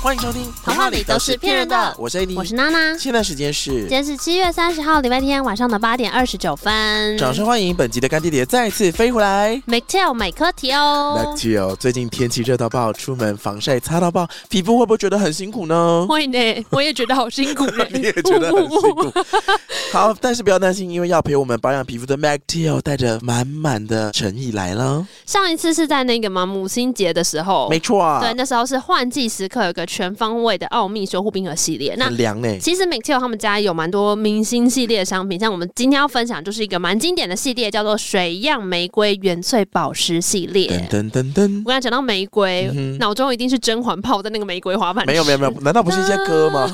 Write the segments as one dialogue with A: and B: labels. A: 欢迎收听《
B: 童话里都是骗人的
A: 我是 AD，
B: 我是娜娜。
A: 现在时间是
B: 今天是七月三十号，礼拜天晚上的八点二十九分。
A: 掌声欢迎本集的干爹爹再次飞回来。
B: m c t e l 美科提哦
A: Lucky 哦，最近天气热到爆，出门防晒擦到爆，皮肤会不会觉得很辛苦呢？
B: 会呢，我也觉得 好辛苦呢
A: 你也觉得很辛苦。好，但是不要担心，因为要陪我们保养皮肤的 Mac Teo 带着满满的诚意来了。
B: 上一次是在那个嘛母亲节的时候，
A: 没错啊，
B: 哦对，那时候是换季时刻有一个全方位的奥秘修护冰河系列。那
A: 很凉呢、
B: 其实 m c t e l 他们家有蛮多明星系列的商品，像我们今天要分享就是一个蛮经典的系列，叫做水漾玫瑰原萃宝石系列。
A: 噔噔噔噔
B: 我，刚才讲到玫瑰
A: 嗯，哼
B: 脑、中一定是甄嬛泡在那个玫瑰花瓣。
A: 没有没有没有，难道不是一些歌吗？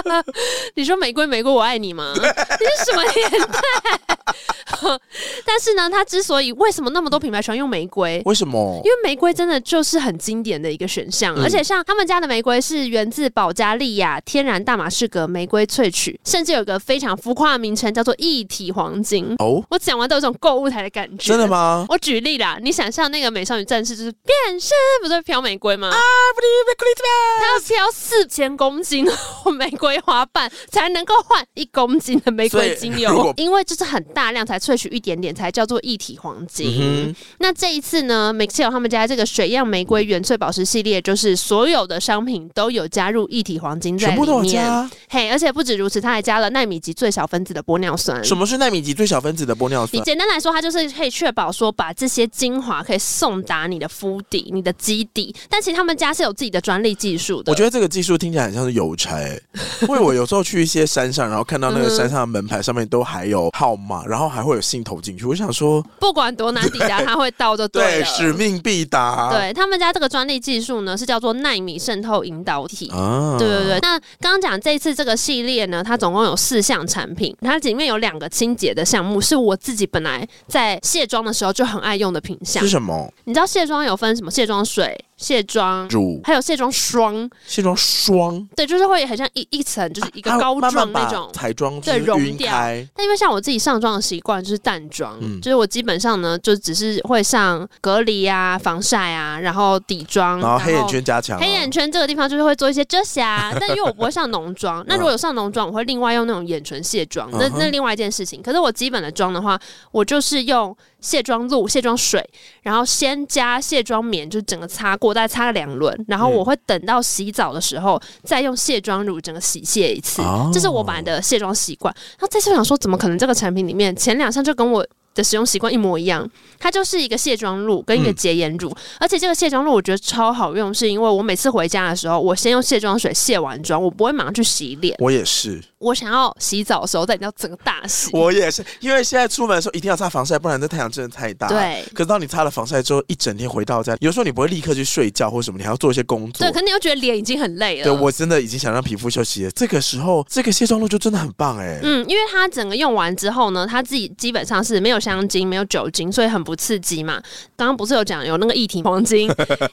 B: 你说玫瑰玫瑰我爱 你吗？你是什么年代？ 但是呢，它之所以为什么那么多品牌喜欢用玫瑰？
A: 为什么
B: 因？为玫瑰真的就是很经典的一个选项，
A: 嗯
B: 而且像他们家的玫瑰是源自保加利亚天然大马士革玫瑰萃取，甚至有一个非常浮夸的名称叫做一体黄金。
A: 哦，
B: 我讲完都有种购物台的感觉，
A: 真的？吗？
B: 我举例啦，你想象那个美少女战士就是变身，不是会飘玫瑰
A: 啊
B: 吗？它要飘四千公斤的玫瑰花瓣才能够换一公斤的玫瑰精
A: 所以如
B: 油
A: 果，
B: 因为就是很大量才萃取一点点，才叫做一体黄金。
A: 嗯哼，
B: 那这一次呢 m i x e l 他们家这个水漾玫瑰原萃宝石系列，就是所有的商品都有加入一体黄金在
A: 全部都
B: 里
A: 有加
B: 面。
A: 啊。
B: 嘿，而且不止如此，它还加了纳米级最小分子的玻尿酸。
A: 什么是纳米级最小分子的玻尿
B: 你
A: 酸？
B: 简单来说，它就是可以确保说把这些精华可以送达你的肤底、你的基底，但其实他们家是有自己的专利技术的。
A: 我觉得这个技术听起来很像是邮 差、欸，因为我有时候去一些山上，然后看到那个
B: 嗯哼
A: 山上的门牌上面都还有号码，然后还会有信投进去。我想说，
B: 不管多难抵达，它会到就
A: 对，啊
B: 了。
A: 使命必达。
B: 啊对他们家这个专利技术呢，是叫做纳米渗透引导体。
A: 啊，
B: 对对对，那刚刚讲这次这个系列呢，它总共有四项产品，它里面有两个清洁的项目，是我自己本来在卸妆的时候就很爱用的品项
A: 是。什么？
B: 你知道卸妆有分什么卸妆水、卸妆，
A: 乳、
B: 还有卸妆霜，
A: 卸妆霜，
B: 对，就是会很像一一层，就是一个
A: 它
B: 膏
A: 啊慢慢
B: 状
A: 把
B: 那种。
A: 彩妆
B: 对
A: 就是
B: 溶
A: 晕
B: 掉
A: 开。
B: 但因为像我自己上妆的习惯就是淡妆，
A: 嗯
B: 就是我基本上呢就只是会上隔离啊、防晒啊，然后底妆，
A: 然后黑眼。圈加强啊，
B: 嗯黑眼圈这个地方就是会做一些遮 瑕，但因为我不会上浓妆，那如果有上浓妆，我会另外用那种眼唇卸妆，那
A: 嗯哼
B: 那另外一件事情。可是我基本的妆的话，我就是用卸妆露、卸妆水，然后先加卸妆棉，就整个擦过，大概擦了两轮，然后
A: 嗯
B: 我会等到洗澡的时候再用卸妆乳整个洗卸一次。
A: 哦
B: 这是我本来的卸妆习惯。然后这次我想说，怎么可能这个产品里面前两项就跟我的使用习惯一模一样？它就是一个卸妆露跟一个
A: 嗯
B: 洁颜乳，而且这个卸妆露我觉得超好用，是因为我每次回家的时候，我先用卸妆水卸完妆，我不会马上去洗脸，
A: 我也是，
B: 我想要洗澡的时候再要整个大洗。
A: 我也是，因为现在出门的时候一定要擦防晒，不然这太阳真的太大。。
B: 对。
A: 可是当你擦了防晒之后，一整天回到家，有时候你不会立刻去睡觉或什么，你还要做一些工作
B: 对，。可能你又觉得脸已经很累了。
A: 对，我真的已经想让皮肤休息了。这个时候，这个卸妆露就真的很棒哎、
B: 嗯，因为它整个用完之后呢，它自己基本上是没有香精、没有酒精，所以很不刺激嘛。刚刚不是有讲有那个一体黄 金，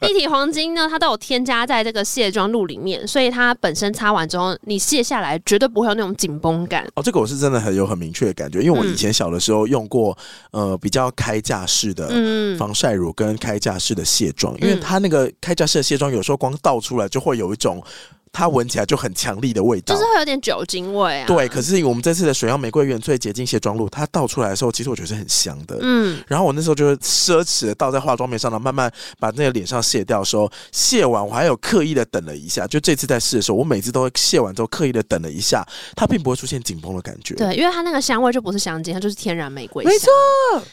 B: 一体黄金呢，它都有添加在这个卸妆露里面，所以它本身擦完之后，你卸下来绝对不会有那种紧绷感。
A: 哦，这个我是真的很有很明确的感觉，因为我以前小的时候用过，呃，比较开架式的
B: 嗯，
A: 防晒乳跟开架式的卸妆，因为
B: 嗯
A: 它那个开架式的卸妆有时候光倒出来就会有一种它闻起来就很强力的味道
B: 就是。会有点酒精味啊。
A: 对，可是我们这次的水漾玫瑰原萃洁净卸妆露，它倒出来的时候，其实我觉得是很香的。
B: 嗯，
A: 然后我那时候就是奢侈的倒在化妆棉上，然后慢慢把那个脸上卸掉的时候，卸完我还有刻意的等了一下，就这次在试的时候，我每次都会卸完之后刻意的等了一下，它并不会出现紧绷的感觉。，
B: 对，因为它那个香味就不是香精，它就是天然玫瑰
A: 没
B: 错。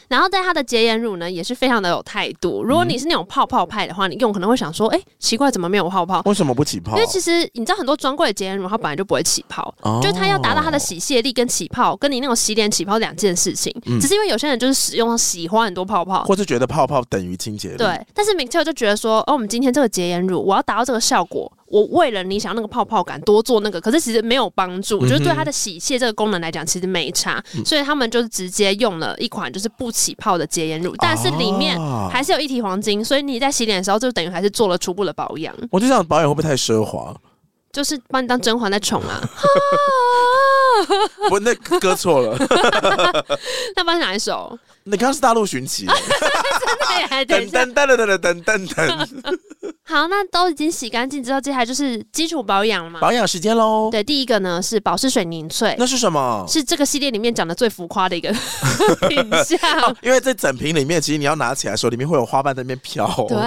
B: 然后在它的洁颜乳呢，也是非常的有态度。如果你是那种泡泡派的话，你用可能会想说，哎、奇怪，怎么没有泡泡？
A: 为什么不起泡？
B: 因为其实你知道很多专柜的洁颜乳，它本来就不会起泡，
A: 哦
B: 就是它要达到它的洗卸力跟起泡，跟你那种洗脸起泡两件事情。
A: 嗯
B: 只是因为有些人就是使用喜欢很多泡泡，
A: 或是觉得泡泡等于清洁力。
B: 对。但是 m i c 就觉得说，哦，我们今天这个洁颜乳，我要达到这个效果，我为了你想要那个泡泡感多做那个，可是其实没有帮助，
A: 嗯哼嗯
B: 就是对它的洗卸这个功能来讲，其实没差。所以他们就是直接用了一款就是不起泡的洁颜乳，但是里面
A: 啊
B: 还是有一体黄金，所以你在洗脸的时候就等于还是做了初步的保养。
A: 我就想保养会不会太奢 华？
B: 就是把你当甄嬛在宠 啊，
A: 我那歌错了，
B: 那帮哪一首？
A: 你刚刚是大陆寻奇。
B: 哎，等一
A: 噔
B: 下，
A: 噔噔噔噔噔噔噔，
B: 好，那都已经洗干净之后，接下来就是基础保养了嘛。
A: 保养时间喽。
B: 对，第一个呢是保湿水凝萃，
A: 那是什么？
B: 是这个系列里面讲的最浮夸的一个 品
A: 哦
B: 相。
A: 因为在整瓶里面，其实你要拿起来的时候，里面会有花瓣在那边飘。，
B: 对，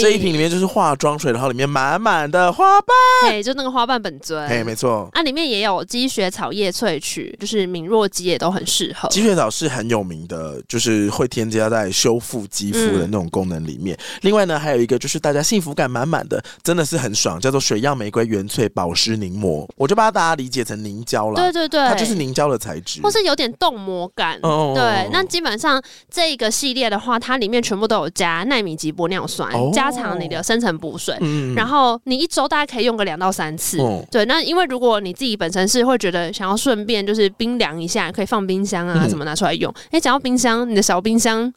A: 这一瓶里面就是化妆水，然后里面满满的花瓣。
B: 对，就那个花瓣本尊。
A: 哎，没错，
B: 啊，里面也有积雪草叶萃取，就是敏弱肌也都很适合。
A: 积雪草是很有名的，就是会添加在修复肌肤
B: 嗯
A: 的那种功能里面。另外呢，还有一个就是大家幸福感满满的，真的是很爽，叫做水漾玫瑰原萃保湿凝膜，我就把大家理解成凝胶了。
B: 对对对，
A: 它就是凝胶的材质。
B: 或是有点冻膜感。
A: 哦
B: 对，那基本上这个系列的话，它里面全部都有加纳米级玻尿酸，
A: 哦
B: 加强你的深层补水。
A: 嗯
B: 然后你一周大概可以用个两到三次。
A: 哦
B: 对，那因为如果你自己本身是会觉得想要顺便就是冰凉一下，可以放冰箱啊
A: 嗯
B: 什么拿出来用。哎、讲到冰箱，你的小 冰箱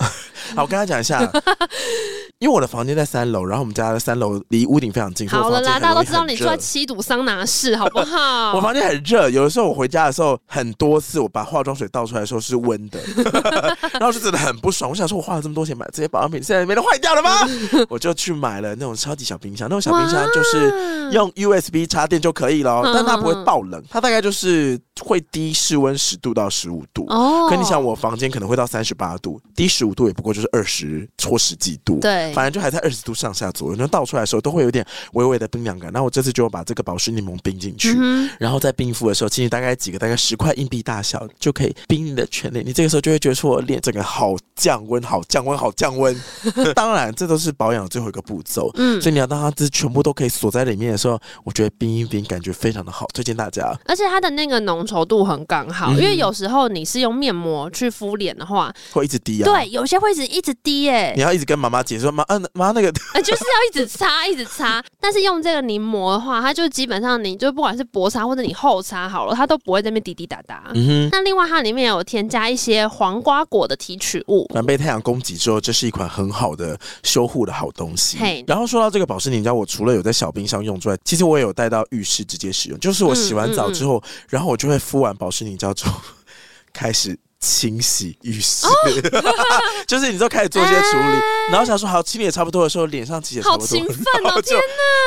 A: 好，我跟他讲一 下，因为我的房间在三楼，然后我们家的三楼离屋顶非常近，所以
B: 好
A: 我
B: 了
A: 房间
B: 啦，
A: 很
B: 大家
A: 容
B: 都
A: 易
B: 知道
A: 很
B: 你住
A: 热
B: 在七堵桑拿室，好 不
A: 我
B: 好？
A: 房间很热，有的时候我回家的时候，很多次我把化妆水倒出来的时候是温的， 然后就真的很不爽。我想说，我花了这么多钱买这些保养品，现在没得坏掉了 吗？我就去买了那种超级小冰箱，那种小冰箱就是
B: 哇
A: 用 USB 插电就可以了，
B: 嗯
A: 但它不
B: 嗯
A: 会
B: 嗯
A: 爆冷，它大概就是会低室温十度到十五度。
B: 哦，
A: 可你想，我房间可能会到三十八度，低十五度也不过就是二十或十几度。
B: 对
A: 反正就还在二十度上下左右，那倒出来的时候都会有点微微的冰凉感。那我这次就把这个保湿柠檬冰进去，
B: 嗯哼
A: 然后在冰敷的时候，其实大概几个大概十块硬币大小就可以冰你的全脸，你这个时候就会觉得说我脸整个好降温，好降温，好降 温。当然，这都是保养的最后一个步骤。
B: 嗯
A: 所以你要当它这全部都可以锁在里面的时候，我觉得冰一冰感觉非常的好，推荐大家。
B: 而且它的那个浓稠度很刚好，
A: 嗯
B: 因为有时候你是用面膜去敷脸的话，
A: 会一直滴啊，，
B: 对，有些会一直一直滴耶、
A: 你要一直跟妈妈解释说妈，嗯、妈那个
B: 呃，就是要一直擦，一直擦。但是用这个凝膜的话，它就基本上你就不管是薄擦或者你厚擦好了，它都不会在那边滴滴答答。
A: 嗯
B: 那另外它里面有添加一些黄瓜果的提取物
A: 哼，，反被太阳攻击之后，这是一款很好的修护的好东西
B: 嘿。
A: 然后说到这个保湿凝胶，我除了有在小冰箱用之外，其实我也有带到浴室直接使用。就是我洗
B: 嗯
A: 完澡之后，然后我就会敷完保湿凝胶之后，开始清洗浴
B: 哦
A: 室， 就是你就开始做一些处理，然后想说好清理也差不多的时候，脸上其实也差
B: 哎好
A: 不多
B: 勤
A: 了。
B: 奋
A: 然
B: 哦！
A: 后就
B: 天，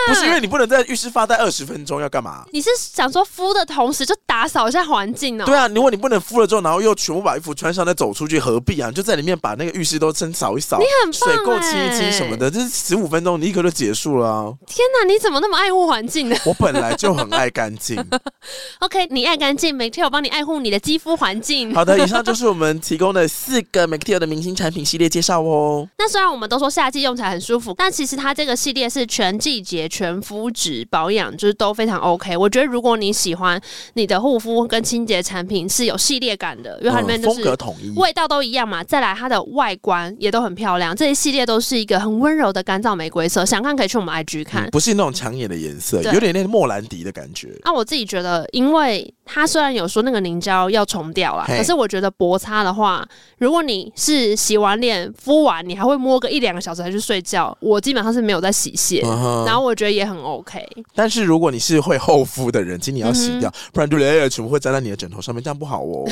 A: 不是因为你不能在浴室发呆二十分钟，要干嘛？
B: 你是想说敷的同时就打扫一下环境哦？
A: 对啊，如果你不能敷了之后，然后又全部把衣服穿上再走出去，何必啊？你就在里面把那个浴室都先扫一扫，啊
B: 很棒
A: 水垢清一
B: 欸
A: 清什么的，这是十五分钟，你一个就结束了啊、
B: 天哪，你怎么那么爱护环境呢
A: 我本来就很爱干净。
B: ？OK，你爱干净，每天我帮你爱护你的肌肤环境。
A: 好的，以上就是我们提供的四个 m a c t e l 的明星产品系列介绍哦。
B: 那虽然我们都说夏季用起来很舒服，但其实它这个系列是全季节、全肤质保养，就是都非常 OK。我觉得如果你喜欢你的护肤跟清洁产品是有系列感的，因为它里面
A: 嗯
B: 就
A: 风格
B: 是。
A: 统一，
B: 味道都一样嘛，再来它的外观也都很漂亮，这一系列都是一个很温柔的干燥玫瑰色，想看可以去我们 IG 看。
A: 嗯不是那种抢眼的颜色，
B: 对
A: 有点那个莫兰迪的感觉。
B: 那、我自己觉得，因为它虽然有说那个凝胶要冲掉啦，
A: 嘿
B: 可是我觉得薄擦的话，如果你是洗完脸、敷完，你还会摸个一两个小时才去睡觉，我基本上是没有在洗卸。
A: 嗯哼
B: 然后我觉得也很 OK，
A: 但是如果你是会厚敷的人，请你要洗
B: 嗯
A: 掉，不然就连全部会粘在你的枕头上面，这样不好 哦。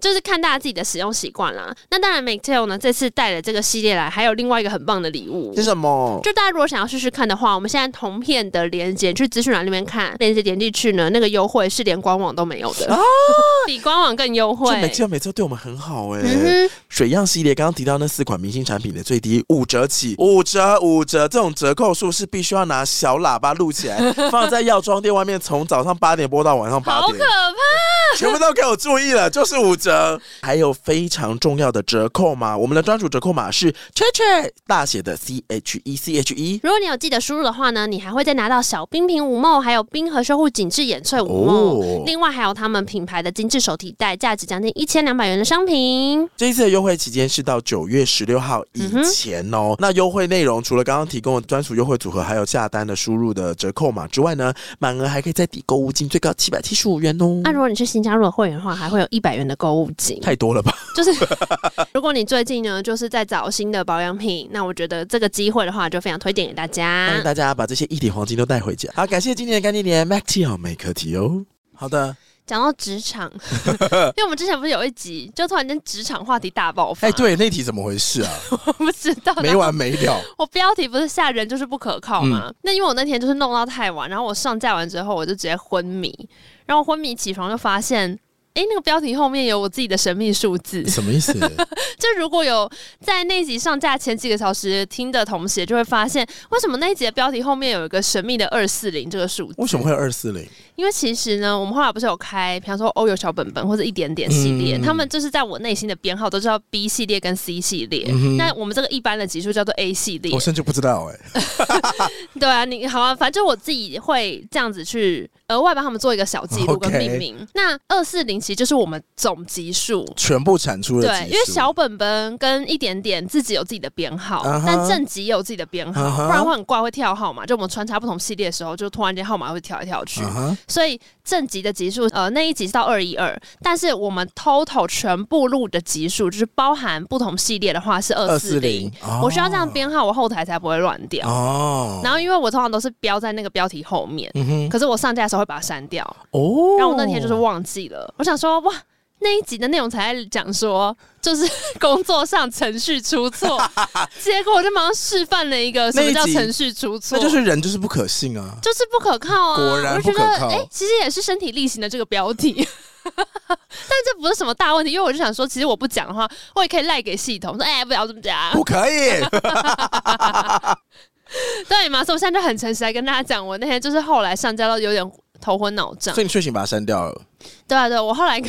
B: 就是看大家自己的使用习惯啦。那当然 m a t e l 呢这次带了这个系列来，还有另外一个很棒的礼物
A: 是。什么？
B: 就大家如果想要试试看的话，我们现在同片的链接去资讯栏那边看，链接点进去呢，那个优惠是连官网都没有的， 比官网更优
A: 啊就
B: 惠。
A: 每次每次对我们很好哎、
B: 嗯哼。
A: 水漾系列刚刚提到那四款明星产品的最低五折起，五折五折，这种折扣数是必须要拿小喇叭录起 来，放在药妆店外面，从早上八点播到晚上八
B: 好
A: 点
B: 可，怕！
A: 全部都给我注意了，就是五折。还有非常重要的折扣码，我们的专属折扣码是 c h e 大写的 C H E C H E。
B: 如果你有记得输入的话呢，你还会再拿到小冰瓶五梦，还有冰河修护紧致眼萃五梦，
A: 哦
B: 另外还有他们品牌的精致手提袋，价值将近一千两百元的商品。
A: 这一次的优惠期间是到九月十六号
B: 嗯
A: 以前哦。那优惠内容除了刚刚提供的专属优惠组合，还有下单的输入的折扣码之外呢，满额还可以再抵购物金，最高七百七十五元哦。
B: 啊那、如果你是新加入的会员的话，还会有一百元的购物金。
A: 太多了吧？
B: 就是 如果你最近呢，就是在找新的保养品，那我觉得这个机会的话，就非常推荐给大
A: 欢
B: 家
A: 迎。大家把这些一体黄金都带回家。好，感谢今天的干爹娘 Mac T 哦，美可体哦。好的，
B: 讲到职场， 因为我们之前不是有一集，就突然间职场话题大爆发。
A: 哎、，对，那题怎么回事 啊？
B: 我不知道。
A: 没完没了。
B: 我哦标题不是吓人就是不可靠吗？
A: 嗯
B: 那因为我那天就是弄到太晚，然后我上架完之后我就直接昏迷，然后昏迷起床就发现，诶，那个标题后面有我自己的神秘 数字。
A: 什么意思？
B: 就如果有在那集上架前几个小时听的同学，就会发现为什么那一集的标题后面有一个神秘的二四零这个数字。
A: 为什么会二四零？
B: 因为其实呢，我们后来不是有开，比方说欧游小本本或者一点点系列，
A: 嗯
B: 他们就是在我内心的编号都知道 B 系列跟 C 系列。
A: 嗯哼
B: 那我们这个一般的集数叫做 A 系列
A: 我。甚至不知道哎、
B: 对啊，你好啊，反正我自己会这样子去额外帮他们做一个小记录跟
A: OK
B: 命名。那二四零其实就是我们总集数。
A: 全部产出了
B: 对，
A: 集
B: 因为
A: 数
B: 小本本跟一点点自己有自己的编号
A: 啊哈
B: 但正集也有自己的编号
A: 啊哈
B: 不然会很怪，会跳号码。就我们穿插不同系列的时候，就突然间号码会跳来跳去。
A: 啊哈
B: 所以正集的集数，呃，那一集是到二一二，但是我们 total 全部录的集数，就是包含不同系列的话是二四零
A: 240。
B: 我需要这样编号，我后台才不会乱掉。
A: 哦，
B: 然后因为我通常都是标在那个标题后面，
A: 嗯哼，
B: 可是我上架的时候会把它删掉。
A: 哦，
B: 然后我那天就是忘记了，我想说哇。那一集的内容才在讲说，就是 工作上程序出错，结果我就马上示范了一个什么叫
A: 那一集
B: 程序出错，
A: 那就是人就是不可信啊。
B: 就是不可靠啊！
A: 果然
B: 我就觉得，
A: 不可靠
B: 哎、其实也是身体力行的这个标题， 但这不是什么大问题，因为我就想说，其实我不讲的话，我也可以赖给系统说，哎、不要这么讲，
A: 不可 以，
B: 对嘛？所以我现在就很诚实来跟大家讲，我那天就是后来上架到有点头昏脑胀
A: 所，以你睡醒把它删掉了。
B: 对啊，对，我后来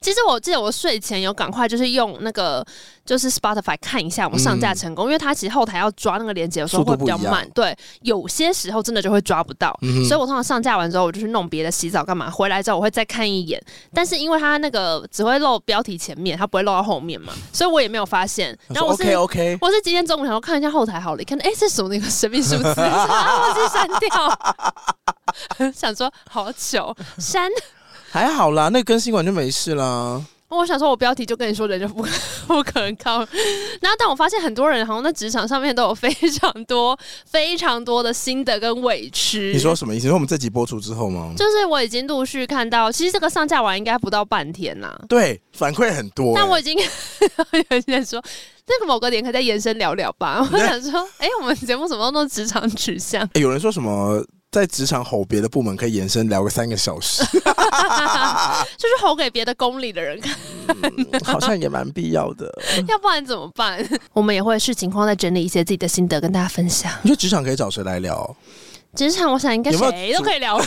B: 其实我记得我睡前有赶快就是用那个就是 Spotify 看一下我们上架成功，因为它其实后台要抓那个链接的时
A: 嗯速
B: 候
A: 度
B: 会比较
A: 不一样
B: 慢，对，有些时候真的就会抓不到，
A: 嗯
B: 所以我通常上架完之后我就去弄别的洗澡干嘛，回来之后我会再看一眼，但是因为它那个只会露标题前面，它不会露到后面嘛，所以我也没有发现。然后我是
A: OK 哦 OK，
B: 我是今天中午想要看一下后台好了，一看哎、诶这是什么那个神秘数字， 啊我是删掉， 想说好糗删
A: 还好啦，那更新完就没事啦。
B: 我想说，我标题就跟你说人就不不可靠。 然后，但我发现很多人好像在职场上面都有非常多、非常多的心得跟委屈。
A: 你说什么意思？因为我们这集播出之后吗？
B: 就是我已经陆续看到，其实这个上架完应该不到半天啦。
A: 对，反馈很多、
B: 但我
A: 欸
B: 已经 有人在说，那个某个点可以再延伸聊聊 吧。我想说，哎、我们节目怎么都弄职场取向？
A: 欸有人说什么在职场吼别的部门可以延伸聊个三个小 时，
B: 就是吼给别的宫里 的人看，
A: 好像也蛮必要 的。
B: 要不然怎么办？我们也会视情况再整理一些自己的心得跟大家分享。
A: 你觉得职场可以找谁来 聊？
B: 职场，我想应该
A: 有没有
B: 谁都可以聊吧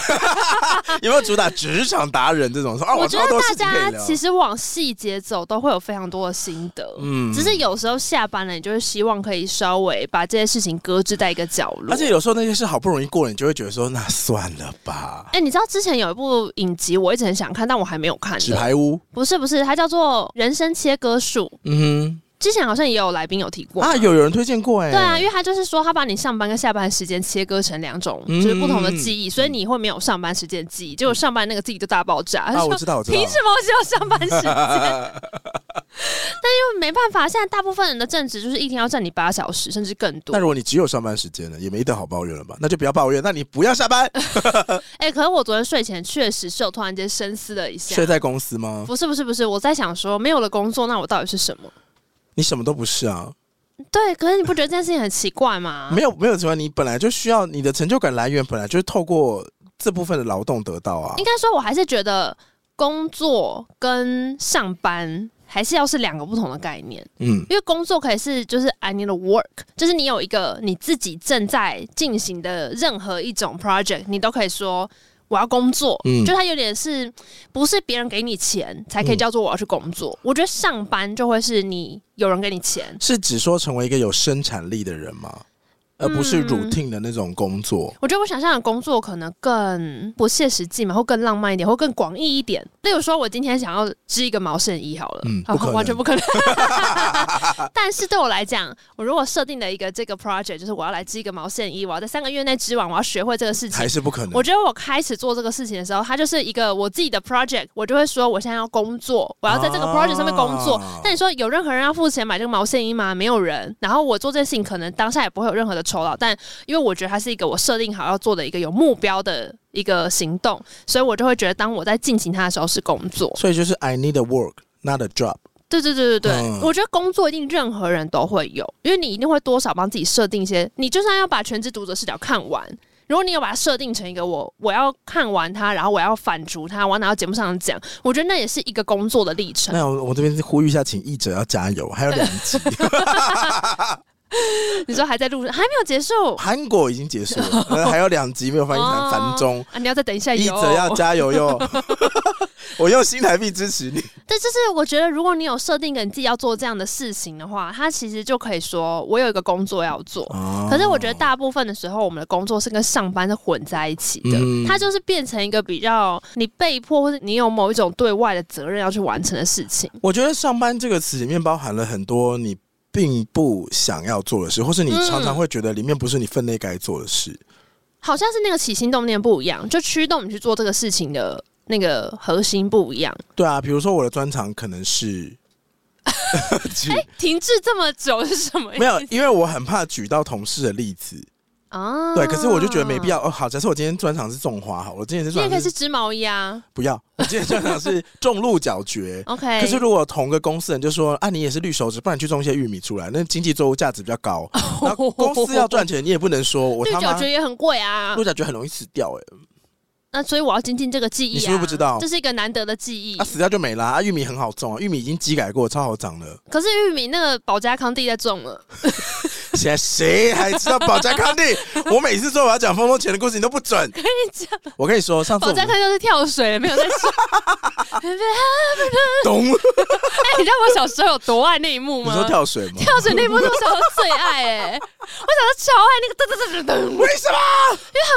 A: 有没有主打职场达人这种？说啊，
B: 我
A: 知
B: 觉
A: 道
B: 得
A: 都
B: 大
A: 是
B: 家其
A: 实
B: 实往细节走，都会有非常多的心得。
A: 嗯
B: 只是有时候下班了，你就是希望可以稍微把这些事情搁置在一个角落。
A: 而且有时候那些事好不容易过了，你就会觉得说那算了吧。
B: 哎、你知道之前有一部影集，我一直很想看，但我还没有看
A: 纸
B: 的。
A: 牌屋，
B: 不是不是，它叫做《人生切割术》，
A: 嗯
B: 之前好像也有来宾有提过
A: 哼，啊，。有有人推荐过哎、
B: 对啊，因为他就是说，他把你上班跟下班时间切割成两种，
A: 嗯
B: 就是不同的记忆，所以你会没有上班时间记忆，结果上班那个记忆就大爆炸。
A: 啊，我 知道，我知道
B: 凭。什么我只有上班时间？ 但又没办法，现在大部分人的正职就是一天要占你八小时，甚至更多
A: 那。如果你只有上班时间了，也没得好抱怨了吧？那就不要抱怨，那你不要下班，
B: 哎、可是我昨天睡前确实是有突然间深思了一 下
A: 睡。在公司吗？
B: 不是不是不是，我在想说，没有了工作，那我到底是什么？
A: 你什么都不是啊，
B: 对，可是你不觉得这件事情很奇怪吗？
A: 没有没有什么，你本来就需要你的成就感来源，本来就是透过这部分的劳动得到啊
B: 应。该说，我还是觉得工作跟上班还是要是两个不同的概念。
A: 嗯，
B: 因为工作可以是就是 I need to work，就是你有一个你自己正在进行的任何一种 project，你都可以说我要工作，
A: 嗯
B: 就它有点是不是别人给你钱才可以叫做我要去工作？我觉得上班就会是你有人给你钱。
A: 是只说成为一个有生产力的人吗？而不是
B: 嗯
A: routine 的那种工作。
B: 我觉得我想象的工作可能更不切实际嘛，或更浪漫一点，或更广义一点。例如说，我今天想要织一个毛线衣好了，
A: 嗯
B: 好
A: 不可能
B: 完全 不可能。但是对我来讲，我如果设定了一个这个 project，就是我要来织一个毛线衣，我要在三个月内织完，我要学会这个事情
A: 还。是不可能。
B: 我觉得我开始做这个事情的时候，它就是一个我自己的 project，我就会说我现在要工作，我要在这个 project 上面工作。
A: 啊
B: 那你说有任何人要付钱买这个毛线衣吗？没有人。然后我做这件事情，可能当下也不会有任何的抽到，但因为我觉得它是一个我设定好要做的一个有目标的一个行动，所以我就会觉得当我在进行它的时候是工作。
A: 所以就是 I need a work, not a job。
B: 对对对对对，
A: 嗯
B: 我觉得工作一定任何人都会有，因为你一定会多少帮自己设定一些，你就算要把《全职读者视角》看完。如果你有把它设定成一个我我要看完它，然后我要反刍它，我要拿到节目上讲，我觉得那也是一个工作的历程。
A: 那我我这边是呼吁一下，请译者要加油，还有两 集，
B: 你说还在路上，还没有 结束
A: 韩国已经结束了，呃还有两集没有翻译成繁中。
B: 啊？你要再等一下
A: 译
B: 有。
A: 者要加油 哟！我用新台币支持你。
B: 但就是我觉得，如果你有设定给你自己要做这样的事情的话，它其实就可以说我有一个工作要做。可是我
A: 哦
B: 觉得大部分的时候，我们的工作是跟上班是混在一起的，
A: 嗯
B: 它就是变成一个比较你被迫或者你有某一种对外的责任要去完成的事情。
A: 我觉得“上班”这个词里面包含了很多你并不想要做的事，或是你常常会觉得里面不是你分内该做的事。
B: 嗯好像是那个起心动念不一样，就驱动你去做这个事情的那个核心不一样。
A: 对啊，比如说我的专长可能 是举，
B: 停滞这么久是什么意思？
A: 没有，因为我很怕举到同事的例子。
B: 啊
A: 对，可是我就觉得没必。要。哦，好，假设我今天专长是种花，好，我今天是
B: 你也
A: 专
B: 可以
A: 长
B: 是
A: 是
B: 织毛衣啊。
A: 不要，我今天专长是种鹿角蕨
B: ，OK。
A: 可是如果同个公司人就说啊，你也是绿手指，不然你去种一些玉米出来，那经济作物价值比较 高。然后公司要赚钱，你也不能说我
B: 绿
A: 他
B: 角
A: 妈
B: 蕨也很贵啊
A: 鹿，角蕨很容易死掉哎、
B: 那所以我要精进这个技艺、啊。
A: 你是不是不知道
B: 这是一个难得的技艺。
A: 啊死掉就没啦、啊。玉米很好种啊，玉米已经机改过，超好长了。
B: 可是玉米那个保加康帝在种了，
A: 现在谁还知道保加康 帝？我每次说我要讲风中前的故事，你都不准。跟你讲，我跟你说，上次
B: 保
A: 我
B: 加
A: 们
B: 康帝是跳水了，没有在种。
A: 懂，你
B: 哎、你知道我小时候有多爱那一幕吗？
A: 说跳水吗？
B: 跳水那一幕是我小时候最爱哎、我小时候超爱那个噔噔噔噔噔，因为
A: 为什么？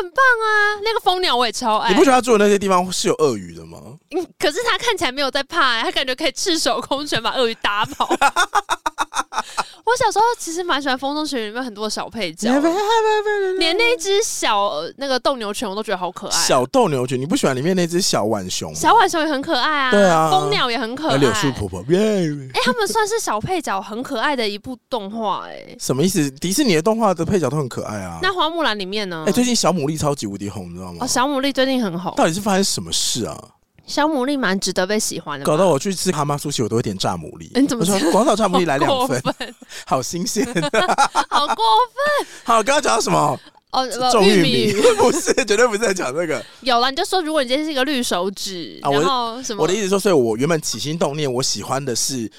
B: 很棒啊，那个蜂鸟我也超爱
A: 你。不觉得他住的那些地方是有鳄鱼的吗？
B: 嗯可是他看起来没有在怕、欸，他感觉可以赤手空拳把鳄鱼打 跑。我小时候其实蛮喜欢《风中学园》里面很多小配角，连那只小呃那个斗牛犬我都觉得好可爱。
A: 小斗牛犬，你不喜欢里面那只小浣熊吗？
B: 小浣熊也很可爱啊，
A: 对啊
B: 蜂鸟也很可
A: 还
B: 爱。
A: 有柳树婆婆，耶！
B: 哎、他们算是小配角，很可爱的一部动画哎、
A: 什么意思？迪士尼的动画的配角都很可爱啊。
B: 那花木兰里面呢？
A: 哎，最近小牡蛎超级无敌红，你知道吗
B: 哦，？小牡蛎最近很红，
A: 到底是发生什么事啊？
B: 小牡蛎蛮值得被喜欢的吧。
A: 搞到我去吃蛤蟆苏西，我都会点炸牡蛎。
B: 哎你怎么
A: 我说广岛炸牡蛎来两份
B: 好过，
A: 好新鲜。
B: 好过
A: 好，刚刚讲到什么？
B: 分哦！
A: 种
B: 不
A: 玉
B: 玉
A: 米 不是，绝对不是在讲这个。
B: 有了，你就说如果你今天是一个绿手指，
A: 啊我
B: 然后什么？嗯
A: 我的意思说，所以我原本起心动念，我喜欢的是，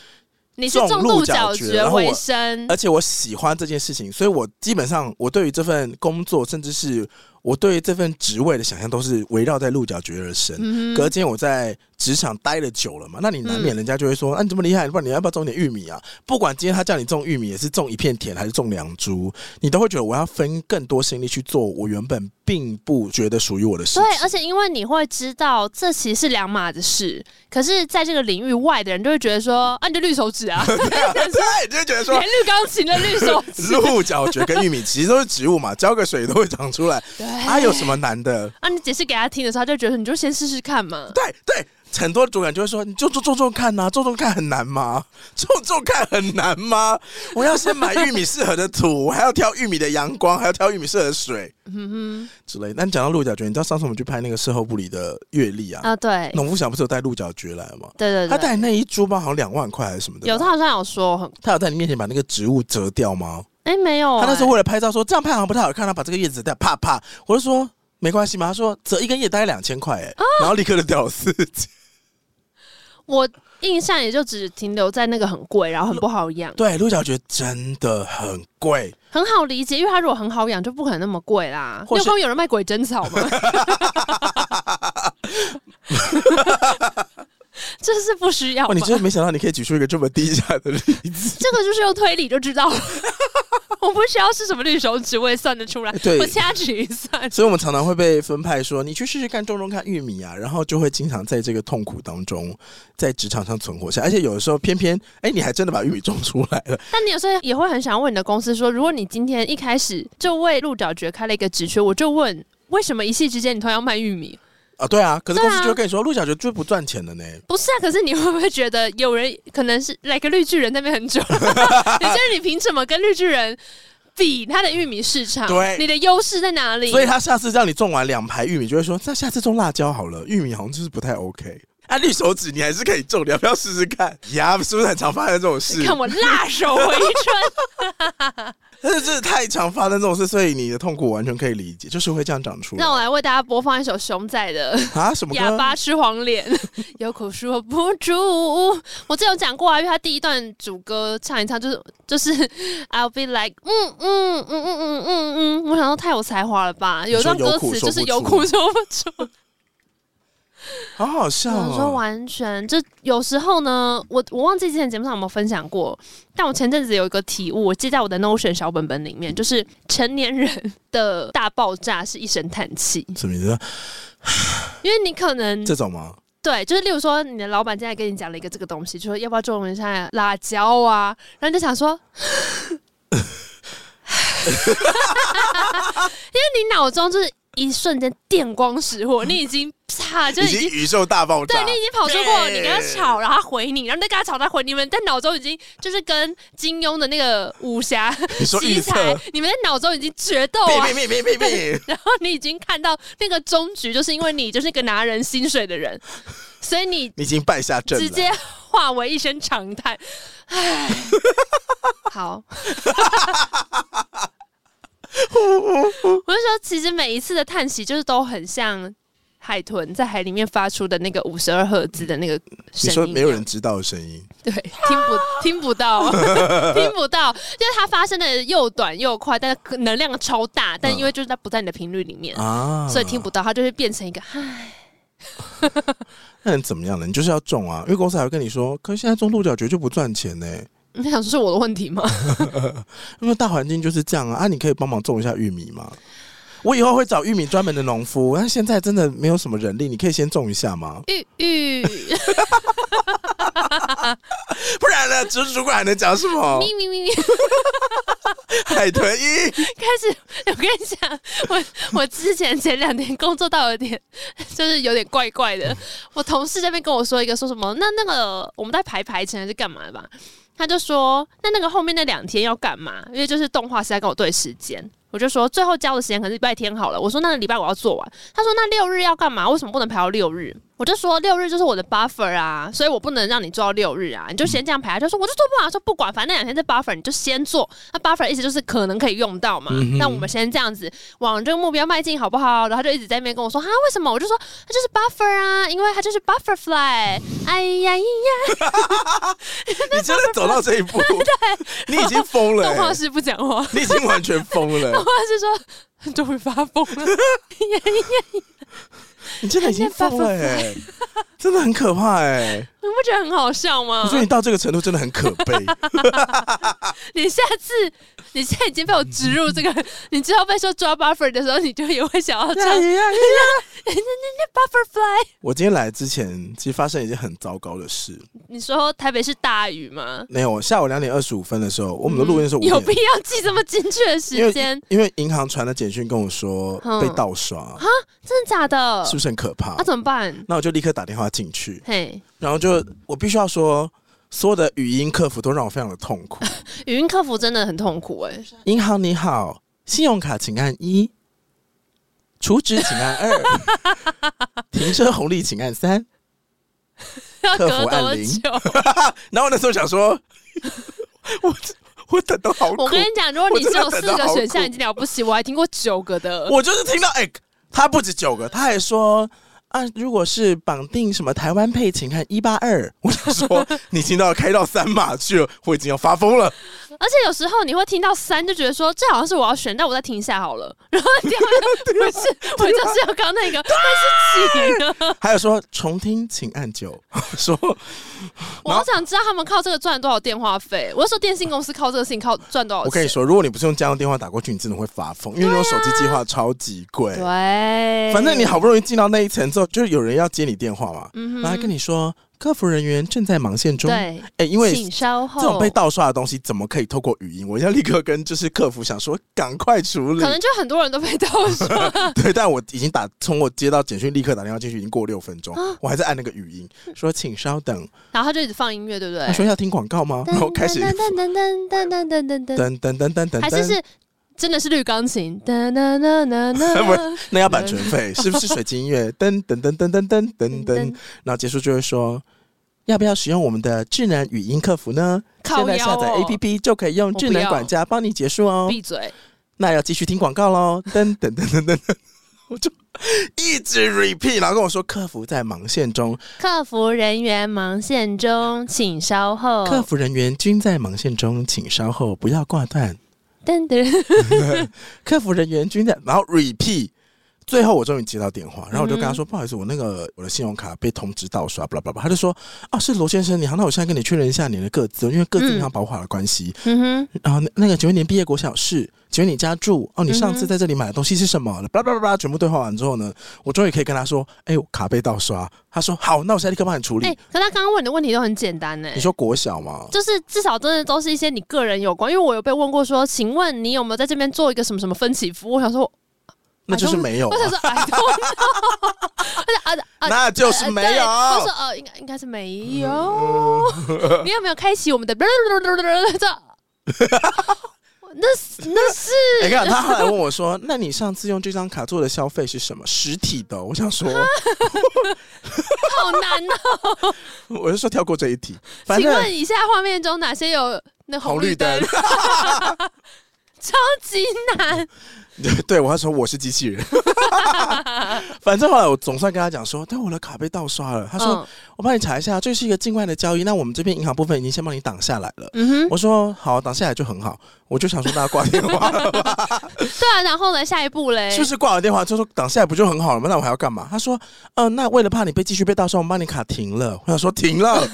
B: 你是种鹿角蕨为生，
A: 而且我喜欢这件事情，所以我基本上我对于这份工作，甚至是我对于这份职位的想象，都是围绕在鹿角蕨而生。
B: 嗯
A: 隔间我在职场待了久了嘛，那你难免人家就会说，啊，你这么厉害，不然你要不要种点玉米啊？不管今天他叫你种玉米，也是种一片田还是种两株，你都会觉得我要分更多心力去做我原本并不觉得属于我的事
B: 对，
A: 情。
B: 而且因为你会知道这其实是两码子事，可是在这个领域外的人就会觉得说，啊，你就绿 手指啊，
A: 对，你就会觉得说
B: 连。绿钢琴的绿手指，
A: 鹿角蕨跟玉米其实都是植物嘛，浇个水都会长出来，
B: 对
A: 它有什么难的？
B: 啊，你解释给他听的时候，他就觉得你就先试试看嘛。
A: 对对，很多主管就会说，你就种种种看呐、种种看很难吗？ 种种看很难吗？我要先买玉米适合的土，我还要挑玉米的阳光，还要挑玉米适合的水，
B: 嗯
A: 之类的。那你讲到鹿角蕨，你知道上次我们去拍那个事后部里的月历啊
B: 哼，，啊，对，
A: 农夫小不是有带鹿角蕨来吗？
B: 对
A: 他
B: 对对，
A: 带那一株包好像两万块还是什么的吧，
B: 有他好像有说很，
A: 他有在你面前把那个植物折掉吗？
B: 哎，没有、
A: 他那时
B: 哎
A: 候为了拍照说这样拍好像不太好看，他把这个叶子掉，啪啪，我就说没关系嘛，他说折一根叶大概两千块
B: 啊
A: 哎，然后立刻就掉了四千。
B: 我印象也就只停留在那个很贵，然后很不好养，
A: 对，鹿角蕨真的很贵，
B: 很好理解，因为它如果很好养，就不可能那么贵啦。
A: 或
B: 你
A: 是
B: 有看过有人卖鬼针草吗？ 这是不需要吧
A: 哇，哦你真的没想到你可以举出一个这么低下的例子。
B: 这个就是用推理就知道了。我不需要是什么绿手指，我也算得出来。
A: 对
B: 我掐指一算，
A: 所以，我们常常会被分派说，你去试试看种种看玉米啊，然后就会经常在这个痛苦当中，在职场上存活下来。而且有的时候，偏偏哎、你还真的把玉米种出来了。
B: 但你有时候也会很想问你的公司说，如果你今天一开始就为鹿角蕨开了一个职缺，我就问为什么一夕之间你突然要卖玉米？
A: 啊，对啊，可是公司
B: 对啊
A: 就会跟你说，鹿角蕨最不赚钱的呢。
B: 不是啊，可是你会不会觉得 有人可能是来个绿巨人在那边很久？你觉得你凭什么跟绿巨人比它的玉米市场，
A: 对
B: 你的优势在哪里？
A: 所以他下次让你种完两排玉米，就会说那下次种辣椒好了，玉米好像就是不太 OK。啊，绿手指你还是可以种，你要不要试试看？呀，是不是很常发生这种事？
B: 看我辣手回 春。
A: 但是这太常发生这种事，所以你的痛苦完全可以理解，就是会这样长出来
B: 让我来为大家播放一首熊仔的《
A: 啊？什么
B: 哑
A: 歌？
B: 巴吃黄连》，有口说不住。我之前有讲过啊，因为他第一段主歌唱一唱，就是就是 I'll be like，嗯嗯嗯嗯嗯嗯嗯，我想说太有才华了吧？有一段
A: 你说
B: 歌
A: 有苦
B: 词
A: 说
B: 就
A: 不
B: 是有
A: 出
B: 苦说不出。
A: 好好笑
B: 我说
A: 哦！
B: 完全，就有时候呢，我我忘记之前节目上有没有分享过，但我前阵子有一个体悟，我记在我的 Notion 小本本里面，就是成年人的大爆炸是一声叹气，
A: 什么意思？
B: 因为你可能
A: 这种吗？
B: 对，就是例如说你的老板现在跟你讲了一个这个东西，就说要不要种一下辣椒啊，然后你就想说。 因为你脑中就是一瞬间电光石火，你已经啪就
A: 已
B: 已经
A: 经宇宙大爆
B: 对
A: 炸
B: 你，已经跑出过，你跟他
A: 对
B: 吵，然后他回你，然后你再跟他吵，他回你们，在脑中已经就是跟金庸的那个武侠
A: 你说
B: 奇
A: 预
B: 才
A: 测？，
B: 你们在脑中已经决斗
A: 别
B: 啊，
A: 别别别别别！
B: 然后你已经看到那个终局，就是因为你就是一个拿人薪水的人，所以你
A: 你已经败下阵
B: 直
A: 了。
B: 接化为一声长叹，唉，好。我就说，其实每一次的叹息，就是都很像海豚在海里面发出的那个五十二赫兹的那个声
A: 你
B: 音一
A: 说
B: 样。
A: 没有人知道的声音，
B: 对，听不听不到， 听不到，就是它发生的又短又快，但是能量超大，但因为就是它不在你的频率里面，
A: 嗯啊，
B: 所以听不到，它就会变成一个唉。
A: 那人怎么样呢？你就是要种啊，因为公司还会跟你说，可是现在种鹿角蕨就不赚钱呢、
B: 你想说是我的问题吗？
A: 因为大环境就是这样啊。啊，你可以帮忙种一下玉米吗？我以后会找玉米专门的农夫，但现在真的没有什么人力，你可以先种一下吗？
B: 玉玉
A: 不然呢，主主管还能讲什么？
B: 咪咪咪咪，
A: 海豚哎 一，
B: 开始，我跟你讲，我 我之前前两天工作到有点，就是有点怪怪的。我同事这边跟我说一个说什么，那那个我们在排排程还是干嘛的吧？他就说，那那个后面那两天要干嘛？因为就是动画是在跟我对时间。我就说最后交的时间可能是礼拜天好了，我说那礼拜我要做完。他说那六日要干嘛？为什么不能排到六日？我就说六日就是我的 buffer 啊，所以我不能让你做到六日啊，你就先这样排。他就说我就做不完，他说不管，反正那两天是 buffer，你就先做。那 buffer 的意思就是可能可以用到嘛，
A: 嗯哼
B: 那我们先这样子往这个目标迈进好不好？然后他就一直在那边跟我说哈啊为什么？我就说他就是 buffer 啊，因为他就是 butterfly。哎呀，
A: 你真的走到这一步，你已经疯了、
B: 动画
A: 欸，
B: 师不讲话。
A: 你已经完全疯
B: 动
A: 了，
B: 画师说终于发疯了，
A: 你真的已经疯了、欸，真的很可怕哎、
B: 你不觉得很好笑
A: 我
B: 吗
A: 觉？得你到这个程度真的很可 悲。
B: 你下次，你现在已经被我植入这
A: 嗯
B: 个， 你知道被说抓 buffer 的时候，你就也会想要
A: 啊
B: 唱 butterfly。
A: 我今天来之前，其实发生一件很糟糕的事。
B: 你说台北是大雨吗？
A: 没有，下午两点二十五分的时候，我们的录音是五点，
B: 嗯有必要记这么精确的时间？
A: 因为银行传的简讯跟我说
B: 嗯啊
A: 被盗刷，
B: 真的假的？
A: 是不啊是很可怕
B: 那、？怎么办？
A: 那我就立刻打电话进去，
B: 嘿，
A: 然后就我必须要说，所有的语音客服都让我非常的痛苦。
B: 语音客服真的很痛苦哎、
A: 银行你好，信用卡请按一，储值请按二， 停车红利请按三。
B: 要
A: 客
B: 隔
A: 服按
B: 多
A: 铃
B: 久？
A: 然后我那时候想说， 我我等的好苦，
B: 我跟你讲，如果你只有四
A: 我真的
B: 个
A: 好
B: 选项
A: 苦
B: 已经了不起，我还听过九个的。
A: 我就是听到，哎、他不止九个，他还说啊，如果是绑定什么台湾配，请看一八二。我想 说，你听到开到三码去了，我已经要发疯了。
B: 而且有时候你会听到三，就觉得说这好像是我要选，但我再听一下好了。然后掉就不 是，
A: 啊
B: 我就是要刚那个，但是几个？
A: 还有说重听请按九，说
B: 我好想知道他们靠这个赚了多少电话费。我就说电信公司靠这个事情靠赚多少
A: 我跟你
B: 钱？
A: 说，如果你不是用家用电话打过去，你真的会发疯，
B: 啊
A: 因为那种手机计划超级贵。
B: 对，
A: 反正你好不容易进到那一层之后，就是有人要接你电话嘛，
B: 嗯哼
A: 然后他跟你说客服人员正在忙线中。哎、
B: 对，
A: 因为
B: 请稍后
A: 这种被盗刷的东西怎么可以透过语音？我要立刻跟就是客服想说，赶快处理。
B: 可能就很多人都被盗刷，
A: 对，但我已经打从我接到简讯立刻打电话进去，已经过六分钟，
B: 啊
A: 我还在按那个语音说请稍等。
B: 然后他就一直放音 乐，对不对
A: 他？说要听广告吗？然后开始
B: 噔噔噔噔噔噔噔噔
A: 噔
B: 噔，
A: 噔噔噔噔，
B: 还是是真的是绿钢琴，哒哒哒哒哒，
A: 不是那要版权费，是不是水晶音乐？噔噔噔噔噔噔 噔噔，然后结束就会说。要不要使用我们的智能语音客服呢？
B: 靠
A: 现在
B: 腰
A: 下载
B: 哦
A: APP 就可以用
B: 我
A: 智
B: 不
A: 能
B: 要
A: 管家帮你结束哦。
B: 闭嘴！
A: 那要继续听广告喽，噔噔噔噔噔 噔，我就一直 repeat，然后跟我说客服在忙线中，
B: 客服人员忙线中，请稍后。
A: 客服人员均在忙线中，请稍后，不要挂断。
B: 噔噔，
A: 客服人员均在，然后 repeat。最后我终于接到电话，然后我就跟他说：“
B: 嗯
A: 不好意思，我那个我的信用卡被通知盗刷，巴拉巴拉。”他就说：“啊，是罗先生你好，那我现在跟你确认一下你的个资，因为个资银行保护好的关系。
B: 嗯
A: 然后那那个，请问您毕业国小是？请问你家住？哦，你上
B: 嗯
A: 次在这里买的东西是什么？巴拉巴拉巴拉，全部对话完之后呢，我终于可以跟他说：“哎、我卡被盗刷。”他说：“好，那我现在立刻帮你处
B: 哼，
A: 理。
B: 哎、可他刚刚问的问题都很简单呢、
A: 你说国小吗？
B: 就是至少真的都是一些你个人有关，因为我有被问过说，请问你有没有在这边做一个什么什么分期服务？我想
A: 哦
B: 说，
A: 那就是没有、
B: 我想
A: 啊，
B: 说，I don't know，而且 啊啊，
A: 那就是没有。嗯
B: 我说呃，应该应该是没有。你有没有开启我们的？这 那是那是
A: 哎你
B: 嗯
A: 看，他后来问我说：“那你上次用这张卡做的消费是什么？实体的哦、我想说，
B: 啊好难哦。
A: 我就说跳过这一题。 反
B: 请
A: 正
B: 问以下画面中哪些有那红绿灯？ 超级难，
A: 对我还说我是机器人。 反正后来我总算跟他讲说，但我的卡被盗刷了。他说：“
B: 嗯
A: 我帮你查一下，这是一个境外的交易，那我们这边银行部分已经先帮你挡下来了。”
B: 嗯哼，
A: 我说好，挡下来就很好。我就想说，那挂电 话了吧，
B: 对啊，然后呢，下一步嘞，
A: 是不是挂完电话就说挡下来不就很好了吗？那我还要干嘛？他说，嗯、那为了怕你被继续被盗刷，我们帮你卡停了。我想说停 了，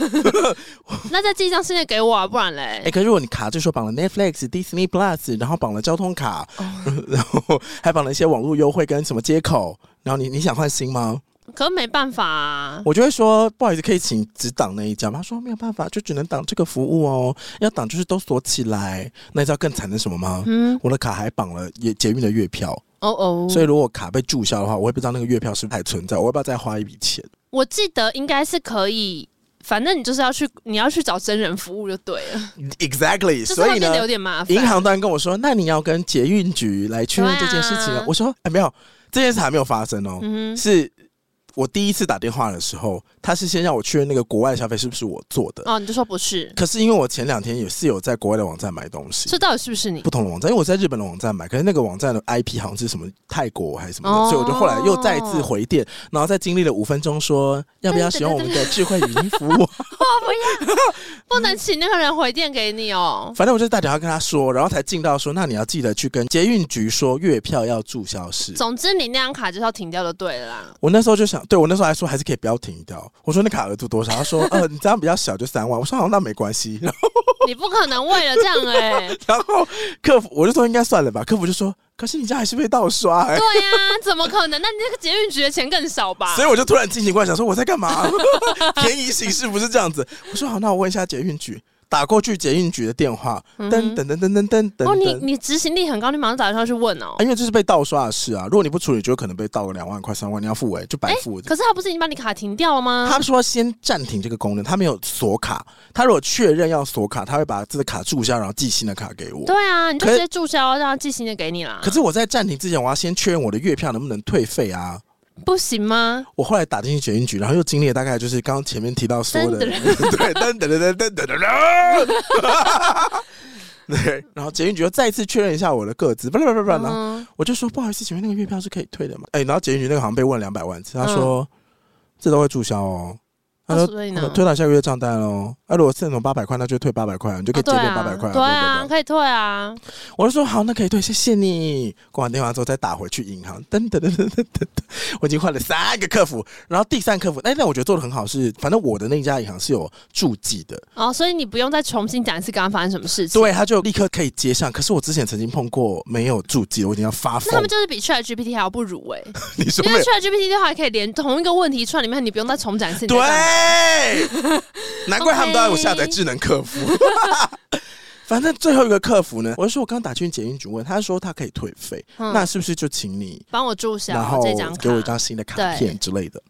B: 那再寄一张新的给我啊，不然
A: 哎、
B: 嘞，
A: 可是如果你卡就说绑了 Netflix、Disney Plus，然后绑了交通卡，
B: 哦
A: 然后还绑了一些网络优惠跟什么接口，然后你你想换新吗？
B: 可没办法 啊，
A: 我就会说不好意思，可以请只挡那一家吗？他说没有办法，就只能挡这个服务哦，要挡就是都锁起来。那你知道更惨的是什么吗？
B: 嗯，
A: 我的卡还绑了也捷运的月票，
B: 哦哦，
A: 所以如果卡被注销的话，我也不知道那个月票是不是还存在，我要不要再花一笔钱？
B: 我记得应该是可以，反正你就是要去，你要去找真人服务就对了，
A: Exactly，
B: 就是
A: 所
B: 会
A: 以
B: 变
A: 呢
B: 得有，点麻烦。
A: 银行端跟我说，那你要跟捷运局来确认这件事情
B: 对
A: 啊
B: 啊。
A: 我说，哎，没有，这件事还没有发生哦，
B: 嗯哼，
A: 是我第一次打电话的时候，他是先让我确认那个国外消费是不是我做的。
B: 哦，你就说不是，
A: 可是因为我前两天也是有在国外的网站买东西
B: 这，到底是不是你
A: 不？同的网站，因为我在日本的网站买，可是那个网站的 IP 好像是什么泰国还是什么的，
B: 哦
A: 所以我就后来又再次回电，然后再经历了五分钟，说要不要使用我们的智慧语音服务？
B: 哦 不能请那个人回电给你哦。
A: 反正我就大电话跟他说，然后才进到说，那你要记得去跟捷运局说月票要注销是。
B: 总之，你那张卡就是要停掉就对了啦。
A: 我那时候就想，对我那时候还说还是可以不要停掉。我说那卡额度多少？他说呃，你这样比较小就三万。我说好，那没关系。然后
B: 你不可能为了这样哎、
A: 然后客服我就说应该算了吧，客服就说可是你这样还是被盗刷、欸，
B: 对呀、怎么可能？那你这个捷运局的钱更少吧
A: 所？以我就突然清醒过来，想说我在干嘛？ 便宜行事不是这样子。我说好，那我问一下捷运局，打过去捷运局的电话，噔噔噔噔噔噔噔
B: 嗯哦，你
A: 噔。
B: 你执行力很高，你马上打电话去问哦
A: 啊，。因为这是被盗刷的事啊！如果你不处理，就有可能被盗个两万块、三万，你要付哎、就白付。
B: 可是他不是已经把你卡停掉了吗？
A: 他说先暂停这个功能，他没有锁卡。他如果确认要锁卡，他会把这个卡注销，然后寄新的卡给我。
B: 对啊，你就
A: 可
B: 直接注销，让他寄新的给你啦。
A: 可是我在暂停之前，我要先确认我的月票能不能退费啊！
B: 不行吗？
A: 我后来打进去捷运局，然后又经历了大概就是刚刚前面提到说的，
B: 噔
A: 对，噔噔噔噔噔噔噔噔，对，然后捷运局又再一次确认一下我的个子，不不不不，然后
B: 嗯，
A: 我就说不好意思，请问那个月票是可以退的吗？哎、然后捷运局那个好像被问两百万次，他说、这都会注销哦。他
B: 那
A: 说：“
B: 所以呢
A: 他说推到下个月账单哦。那、如果剩总八百块，那就退八百块，你就可以
B: 啊
A: 结
B: 对
A: 变
B: 啊，
A: 八百块。
B: 对
A: 对
B: 啊，
A: 对
B: 可以退啊。
A: 对我就说好，那可以退，谢谢你。挂完电话之后再打回去银行，噔噔噔噔噔噔噔，我已经换了三个客服，然后第三客服，哎，那我觉得做的很好是，反正我的那一家银行是有注记的，
B: 哦，所以你不用再重新讲一次刚刚发生什么事情。
A: 对，他就立刻可以接上。可是我之前曾经碰过没有注记的，我已经要发
B: 那他
A: 疯
B: 们。就是比 Chat GPT 还要不如哎、
A: 你说
B: 因
A: 没
B: 为
A: 有？
B: Chat GPT 的话可以连同一个问题串里面，你不用再重讲一次。你在干嘛
A: 对，难怪他们都要我下载智能客服。反正最后一个客服呢，我就说我刚打去捷运局问，他说他可以退费，
B: 嗯
A: 那是不是就请你
B: 帮我注销
A: 然后
B: 这张卡，
A: 给我一张新的卡片之类的。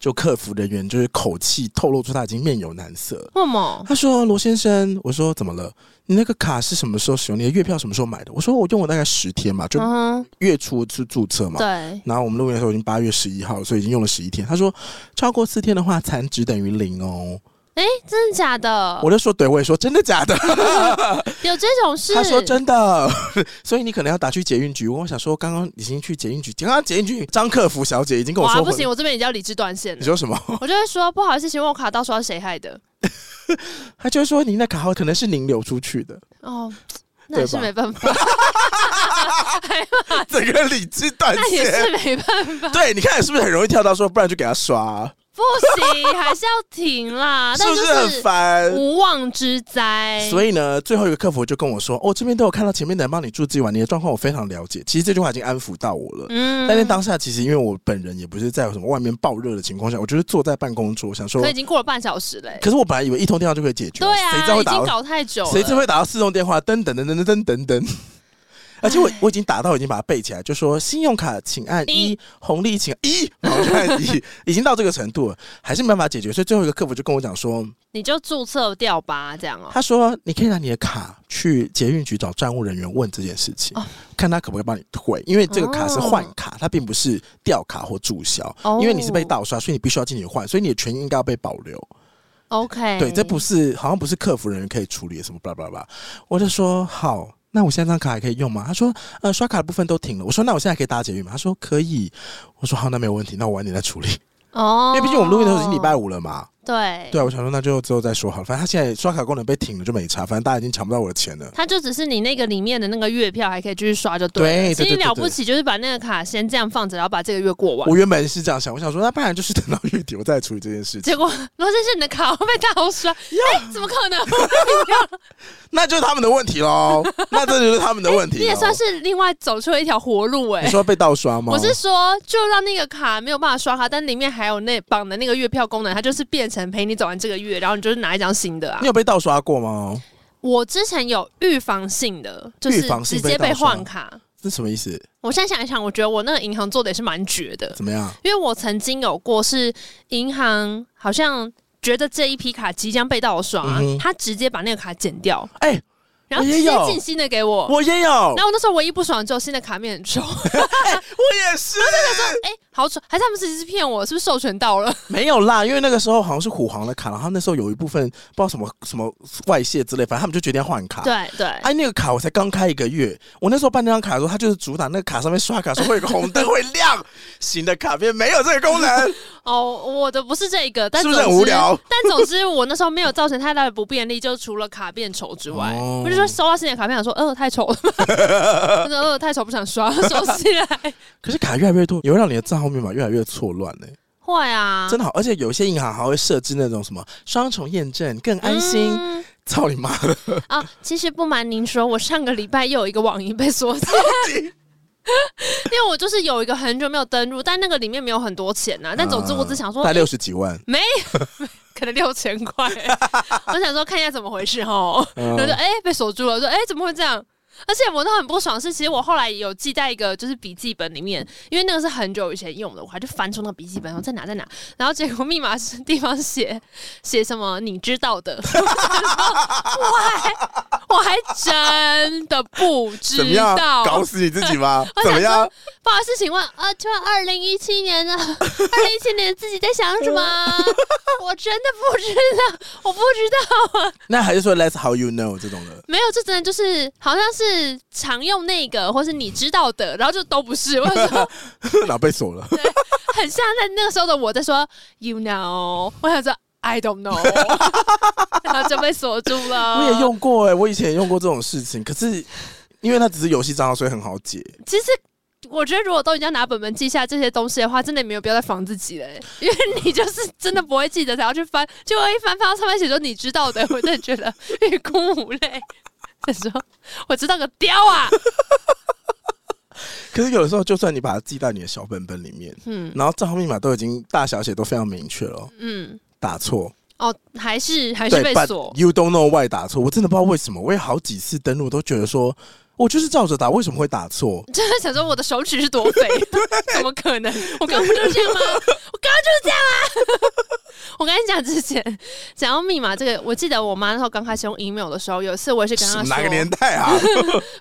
A: 就客服人员就是口气透露出他已经面有难色了。
B: 为什么？
A: 他说：“罗先生，我说怎么了？你那个卡是什么时候使用？你的月票什么时候买的？”我说：“我用了大概十天嘛，就
B: 嗯哼，
A: 月初去注册嘛。
B: 对，
A: 然后我们录音的时候已经八月十一号，所以已经用了十一天。他说超过四天的话，残值等于零哦。
B: 哎，真的假的？
A: 我就说对，我也说真的假的。
B: 有这种事？
A: 他说真的， 所以你可能要打去捷运局。我想说，刚刚已经去捷运局，刚刚捷运局张客服小姐已经跟我
B: 哇，
A: 说
B: 不
A: 回，
B: 行，我这边已经要理智断线
A: 你
B: 了。
A: 说什么？
B: 我就会说不好意思，请问我卡到时候谁害的？
A: 他就会说您的卡号可能是您流出去的，
B: 哦，那也是
A: 对吧
B: 没办法，
A: 整个理智断
B: 啊那也
A: 线。
B: 是没办法，
A: 对，你看是不是很容易跳到说，不然就给他刷啊，
B: 不行，还是要停 啦。
A: 是不是
B: 但就哎
A: 很烦？
B: 无妄之灾？
A: 所以呢，最后一个客服就跟我说：“哦，这边都有看到前面的人帮你注记完，你的状况我非常了解。”其实这句话已经安抚到我了。
B: 嗯
A: 但是当下其实因为我本人也不是在什么外面爆热的情况下，我就是坐在办公桌想说
B: 可，已经过了半小时嘞、
A: 可是我本来以为一通电话就可以解决，
B: 对啊，
A: 谁知道会
B: 已
A: 打
B: 经
A: 到
B: 搞太久了，
A: 谁知会打到四通电话，噔噔噔噔噔噔噔 噔。而且我我已经打到，已经把它背起来，就说信用卡请按
B: 一
A: 一，红利请按一，然后就按 一，已经到这个程度了，还是没办法解决。所以最后一个客服就跟我讲说，
B: 你就注册掉吧，这样哦、
A: 他说：“你可以拿你的卡去捷运局找站务人员问这件事情，
B: 哦
A: 看他可不可以帮你退，因为这个卡是
B: 哦
A: 换卡，它并不是掉卡或注销。
B: 哦
A: 因为你是被盗刷，所以你必须要进行换，所以你的权益应该要被保留。
B: OK，
A: 对，这不是好像不是客服人员可以处理的什么巴拉巴拉巴拉。”我就说：“好。”那我现在这张卡还可以用吗？他说，呃，刷卡的部分都停了。我说，那我现在可以搭捷运吗？他说可以。我说好，那没有问题，那我晚点再处理。
B: 哦
A: 因为毕竟我们录音的时候已经礼拜五了嘛。
B: 对
A: 对啊，我想说那就之后再说好了。反正他现在刷卡功能被停了就没差，反正大家已经抢不到我的钱了。
B: 它就只是你那个里面的那个月票还可以继续刷就了
A: 对对
B: 其实
A: 对对
B: 啊了不起就是把那个卡先这样放着，然后把这个月过完。
A: 我原本是这样想，我想说，那不然就是等到月底我再处理这件 事情。
B: 结果罗先生你的卡会被盗 刷，哎、怎么可能？
A: 那就是他们的问题 喽，那这就是他们的问题、
B: 你也算，是另外走出了一条活路哎、
A: 你说被盗刷吗？
B: 我是说，就让那个卡没有办法刷卡，但里面还有那绑的那个月票功能，它就是变成陪你走完这个月，然后你就是拿一张新的啊
A: 你。有被盗刷过吗？
B: 我之前有预防性的，就是
A: 预防性
B: 直
A: 被
B: 接被
A: 盗刷
B: 换卡。
A: 这什么意思？
B: 我现在想一想，我觉得我那个银行做的也是蛮绝的，
A: 怎么样？
B: 因为我曾经有过是银行好像觉得这一批卡即将被盗刷，
A: 嗯哼
B: 他直接把那个卡剪掉，
A: 哎、
B: 然后
A: 我也
B: 直接
A: 有
B: 进新的给我。
A: 我也有，
B: 然后我那时候唯一不爽的就是新的卡面很丑，
A: 我也是，
B: 哎、好丑！还是他们其实是骗我，是不是授权到了？
A: 没有啦，因为那个时候好像是虎航的卡，然后那时候有一部分不知道什么什么外泄之类，反正他们就决定要换卡。
B: 对对，
A: 哎，那个卡我才刚开一个月，我那时候办那张卡的时候，它就是主打那个卡上面刷卡的时候会有个红灯会亮，新的卡片没有这个功能，
B: 哦，我的不是这个， 但
A: 是不是
B: 总
A: 很
B: 之
A: 无聊？
B: 但总之，我那时候没有造成太大的不便利，就除了卡变丑之外，
A: 哦
B: 我就说收到新的卡片，想说，呃，太丑了， 真的呃太丑，不想刷，收起来。
A: 可是卡越来越多，也会让你的账号密码越来越错乱呢、
B: 会啊，
A: 真的好，而且有些银行还会设置那种什么双重验证，更安心。
B: 嗯
A: 操你妈的！
B: 啊、其实不瞒您说，我上个礼拜又有一个网银 被锁起来，因为我就是有一个很久没有登录，但那个里面没有很多钱啊呐、但总之，我只想说，
A: 才六十几万，
B: 可能六千块、我想说看一下怎么回事哦。
A: 嗯
B: 然后就哎、被锁住了，我说哎、怎么会这样？而且我都很不爽，是其实我后来有记在一个就是笔记本里面，因为那个是很久以前用的，我还就翻出那个笔记本，我在哪在哪，然后结果密码是地方写写什么你知道的， 我还我还真的不
A: 怎么
B: 知
A: 样？
B: 道，
A: 搞死你自己吧！
B: 我
A: 怎么
B: 想
A: 样
B: 说？，不好意思，请问，呃，请问二零一七年呢？二零一七年自己在想 什么？我真的不知道，我不知道，
A: 那还是说 That's how you know 这种 的？
B: 没有，这真的就是好像是常用那个，或是你知道的，然后就都不是。我 想说
A: 哪被锁了？
B: 很像在那个时候的我在说，you know，我想说 I don't know，然后就被锁住了。
A: 我也，用过哎、我以前也用过这种事情，可是因为它只是游戏账号，所以很好解。
B: 其实。我觉得如果都已经要拿本本记下这些东西的话，真的没有必要再防自己了、欸，因为你就是真的不会记得，才要去翻，结果一翻翻到上面写说你知道的，我真的觉得欲哭无泪。他说：“我知道个雕啊
A: 可是有的时候，就算你把它记到你的小本本里面，！”
B: 嗯
A: 然后账号密码都已经大小写都非常明确了，
B: 嗯，
A: 打错，
B: 哦，还是还是
A: 对
B: 被
A: ，but
B: 锁。
A: You don't know why 打错，我真的不知道为什么，我也好几次登录都觉得说。我就是照着打，为什么会打错？
B: 就是想说我的手指是多 肥，怎么可能？我刚刚不就是这样吗？我刚刚就是这样啊！ 我跟你讲，之前讲到密码这个，我记得我妈那时候刚开始用 email 的时候，有一次我也是跟她
A: 什
B: 说，
A: 哪个年代 啊？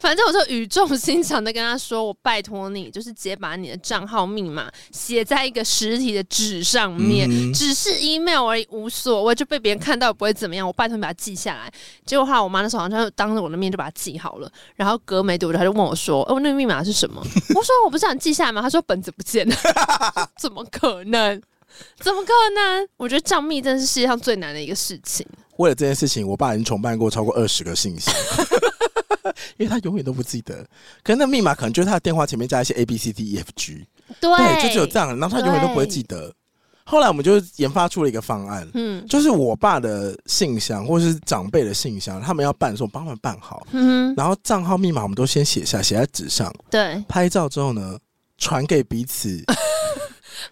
B: 反正我就语重心长的跟她说，我拜托你，就是直接把你的账号密码写在一个实体的纸上面，
A: 嗯
B: 只是 email 而已，无所谓，就被别人看到也不会怎么样。我拜托你把它记下来。结果后来我妈那时候好像就当着我的面就把它记好了，然后隔没多久她就问我说：“哦，那个密码是什么？” 我说：“我不是想记下来吗？”她说：“本子不见了。” 怎么可能？怎么可能？我觉得账密真的是世界上最难的一个事情。
A: 为了这件事情，我爸已经重办过超过二十个信箱， 因为他永远都不记得。可是那密码可能就是他的电话前面加一些 A B C D E F G，
B: 对
A: 对，就只有这。样，然后他永远都不会记得。后来我们就研发出了一个方案，
B: 嗯
A: 就是我爸的信箱或是长辈的信箱，他们要办的时候，我帮他们办好，
B: 嗯哼，
A: 然后账号密码我们都先写下，写在纸上，
B: 对，
A: 拍照之后呢，传给彼 此。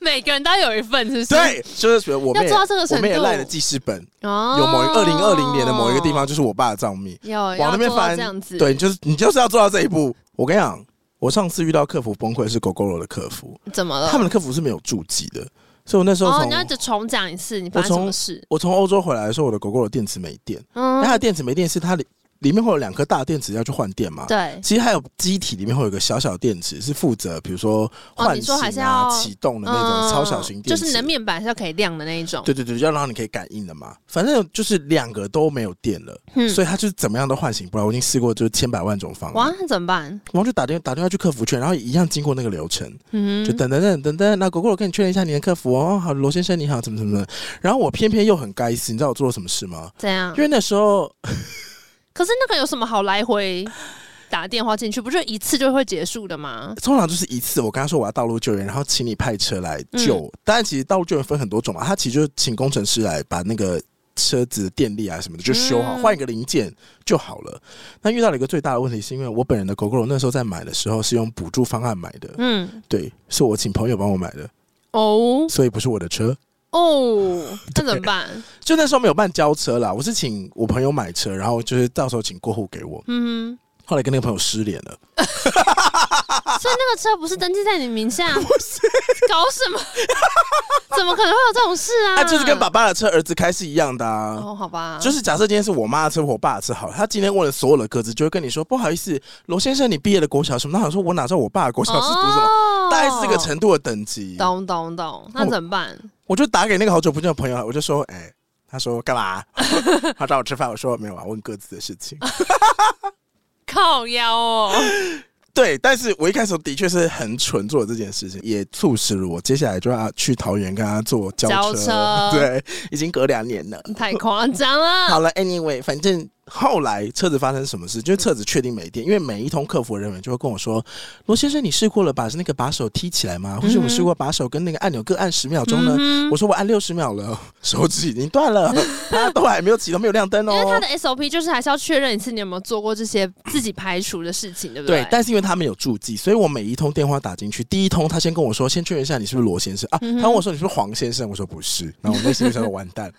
B: 每个人都有一份，是不是？
A: 对，就是觉得我们也
B: 要做到这个程度
A: 我们也赖了记事本，
B: 哦，
A: 有某一二零二零年的某一个地方就是我爸的账密，
B: 有
A: 往
B: 要
A: 那边
B: 做到
A: 翻
B: 这样子，
A: 对，你就是你就是要做到这一步。我跟你讲，我上次遇到客服崩溃是狗狗楼的客服，
B: 怎么了？
A: 他们的客服是没有注记的，所以我那时候
B: 呃哦，
A: 从、
B: 你要就重讲一次，你发生什么事？
A: 我从欧洲回来的时候，我的狗狗楼电池没电，那、
B: 嗯，
A: 它的电池没电是它里里面会有两颗大电池要去换电嘛？
B: 对，
A: 其实还有机体里面会有一个小小电池，是负责比如说
B: 哦
A: 唤
B: 你
A: 醒
B: 说还是
A: 啊、
B: 要
A: 启动的那种
B: 嗯
A: 超小型电池，
B: 就是你的面板是要可以亮的那一种。
A: 对对对，要让你可以感应的嘛。反正就是两个都没有电了，
B: 嗯
A: 所以他就是怎么样都唤醒不来。我已经试过就是千百万种方
B: 哇，
A: 案，
B: 那怎么办？
A: 然后就打电打电话去客服圈，然后一样经过那个流程，
B: 嗯
A: 就
B: 哼，
A: 等等等等等。那狗狗，我跟你确认一下你的客服哦，哦好，罗先生你好，怎么怎么怎么。然后我偏偏又很该死，你知道我做了什么事吗？
B: 怎样
A: 因？为那时候
B: 可是那个有什么好来回打电话进去？不就一次就会结束 的吗？
A: 通常就是一次，我跟他说我要道路救援，然后请你派车来救。
B: 嗯
A: 当然，其实道路救援分很多种嘛，他其实就是请工程师来把那个车子的电力啊什么的就修好，
B: 嗯
A: 换、一个零件就好了。那遇到了一个最大的问题，是因为我本人的狗狗那时候在买的时候是用补助方案买的，
B: 嗯，
A: 对，是我请朋友帮我买的，
B: 哦
A: 所以不是我的车。
B: 哦，那怎么办？
A: 就那时候没有办交车啦，我是请我朋友买车，然后就是到时候请过户给我。
B: 嗯
A: 后来跟那个朋友失联了，
B: 哼，所以那个车不是登记在你 名下？搞什么？怎么可能会有这种事啊？
A: 哎、就是跟爸爸的车儿子开是一样的啊。
B: 哦，好吧，
A: 就是假设今天是我妈的车，我爸的车好了，他今天问了所有的各自，就会跟你说不好意思，罗先生你毕业的国小什么？他想说我哪知道我爸的国小是读什么？
B: 哦
A: 大概是这个程度的等级。
B: 懂懂懂，那怎么办？
A: 我就打给那个好久不见的朋友，我就说，哎、他说干嘛？ 他找我吃饭，我说没有啊，问各自的事情。
B: 靠 腰哦，
A: 对，但是我一开始的确是很蠢做这件事情，也促使了我接下来就要去桃园跟他做交
B: 交车
A: 对，已经隔两年了。
B: 太夸张了。
A: 好了，anyway，反正后来车子发生什么事，就是车子确定没电，因为每一通客服人员就会跟我说：“罗先生，你试过了把那个把手踢起来吗？或是我试过把手跟那个按钮各按十秒钟呢？”
B: 嗯嗯哼
A: 我说：“我按六十秒了，手指已经断 了，它都还没有启动，没有亮灯
B: 因为他
A: 哦
B: 的。SOP 就是还是要确认一次你有没有做过这些自己排除的事情，对”不
A: 对
B: 对？，
A: 但是因为他没有注记，所以我每一通电话打进去，第一通他先跟我说，先确认一下你是不是罗先生啊？
B: 嗯
A: 他问我说你是不是黄先生？我说不是，然后我内心就想说完 蛋，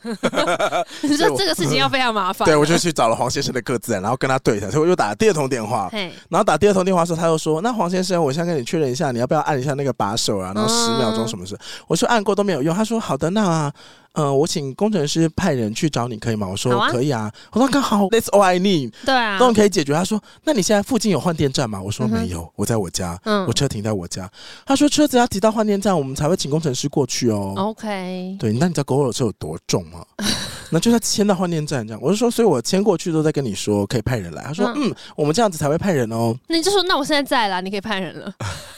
B: 你说这个事情要非常麻烦。
A: 嗯对我就去找了黄先生的各自，然后跟他对谈，所以我又打了第二通电话，
B: 嘿，
A: 然后打第二通电话的时候，他又说：“那黄先生，我先跟你确认一下，你要不要按一下那个把手啊？然后十
B: 嗯
A: 秒钟什么事？”我说：“按过都没有用。”他说：“好的，那、啊、呃，我请工程师派人去找你可以吗？”我说：“
B: 好啊
A: 可以啊。”我说：“刚好，That's all I need，
B: 对啊
A: 当，然可以解决。”他说：“那你现在附近有换电站吗？”我说：“
B: 嗯哼
A: 没有，我在我家，
B: 嗯
A: 我车停在我家。”他说：“车子要提到换电站，我们才会请工程师过去哦。
B: ，OK，
A: 对，那你知道狗狗的车有多重吗？ 那就是要牵到换电站这样。我就说，所以我牵过去都在跟你说可以派人来。他说：“嗯
B: 嗯
A: 我们这样子才会派人哦。”
B: 那你就说那我现在在啦，你可以派人了。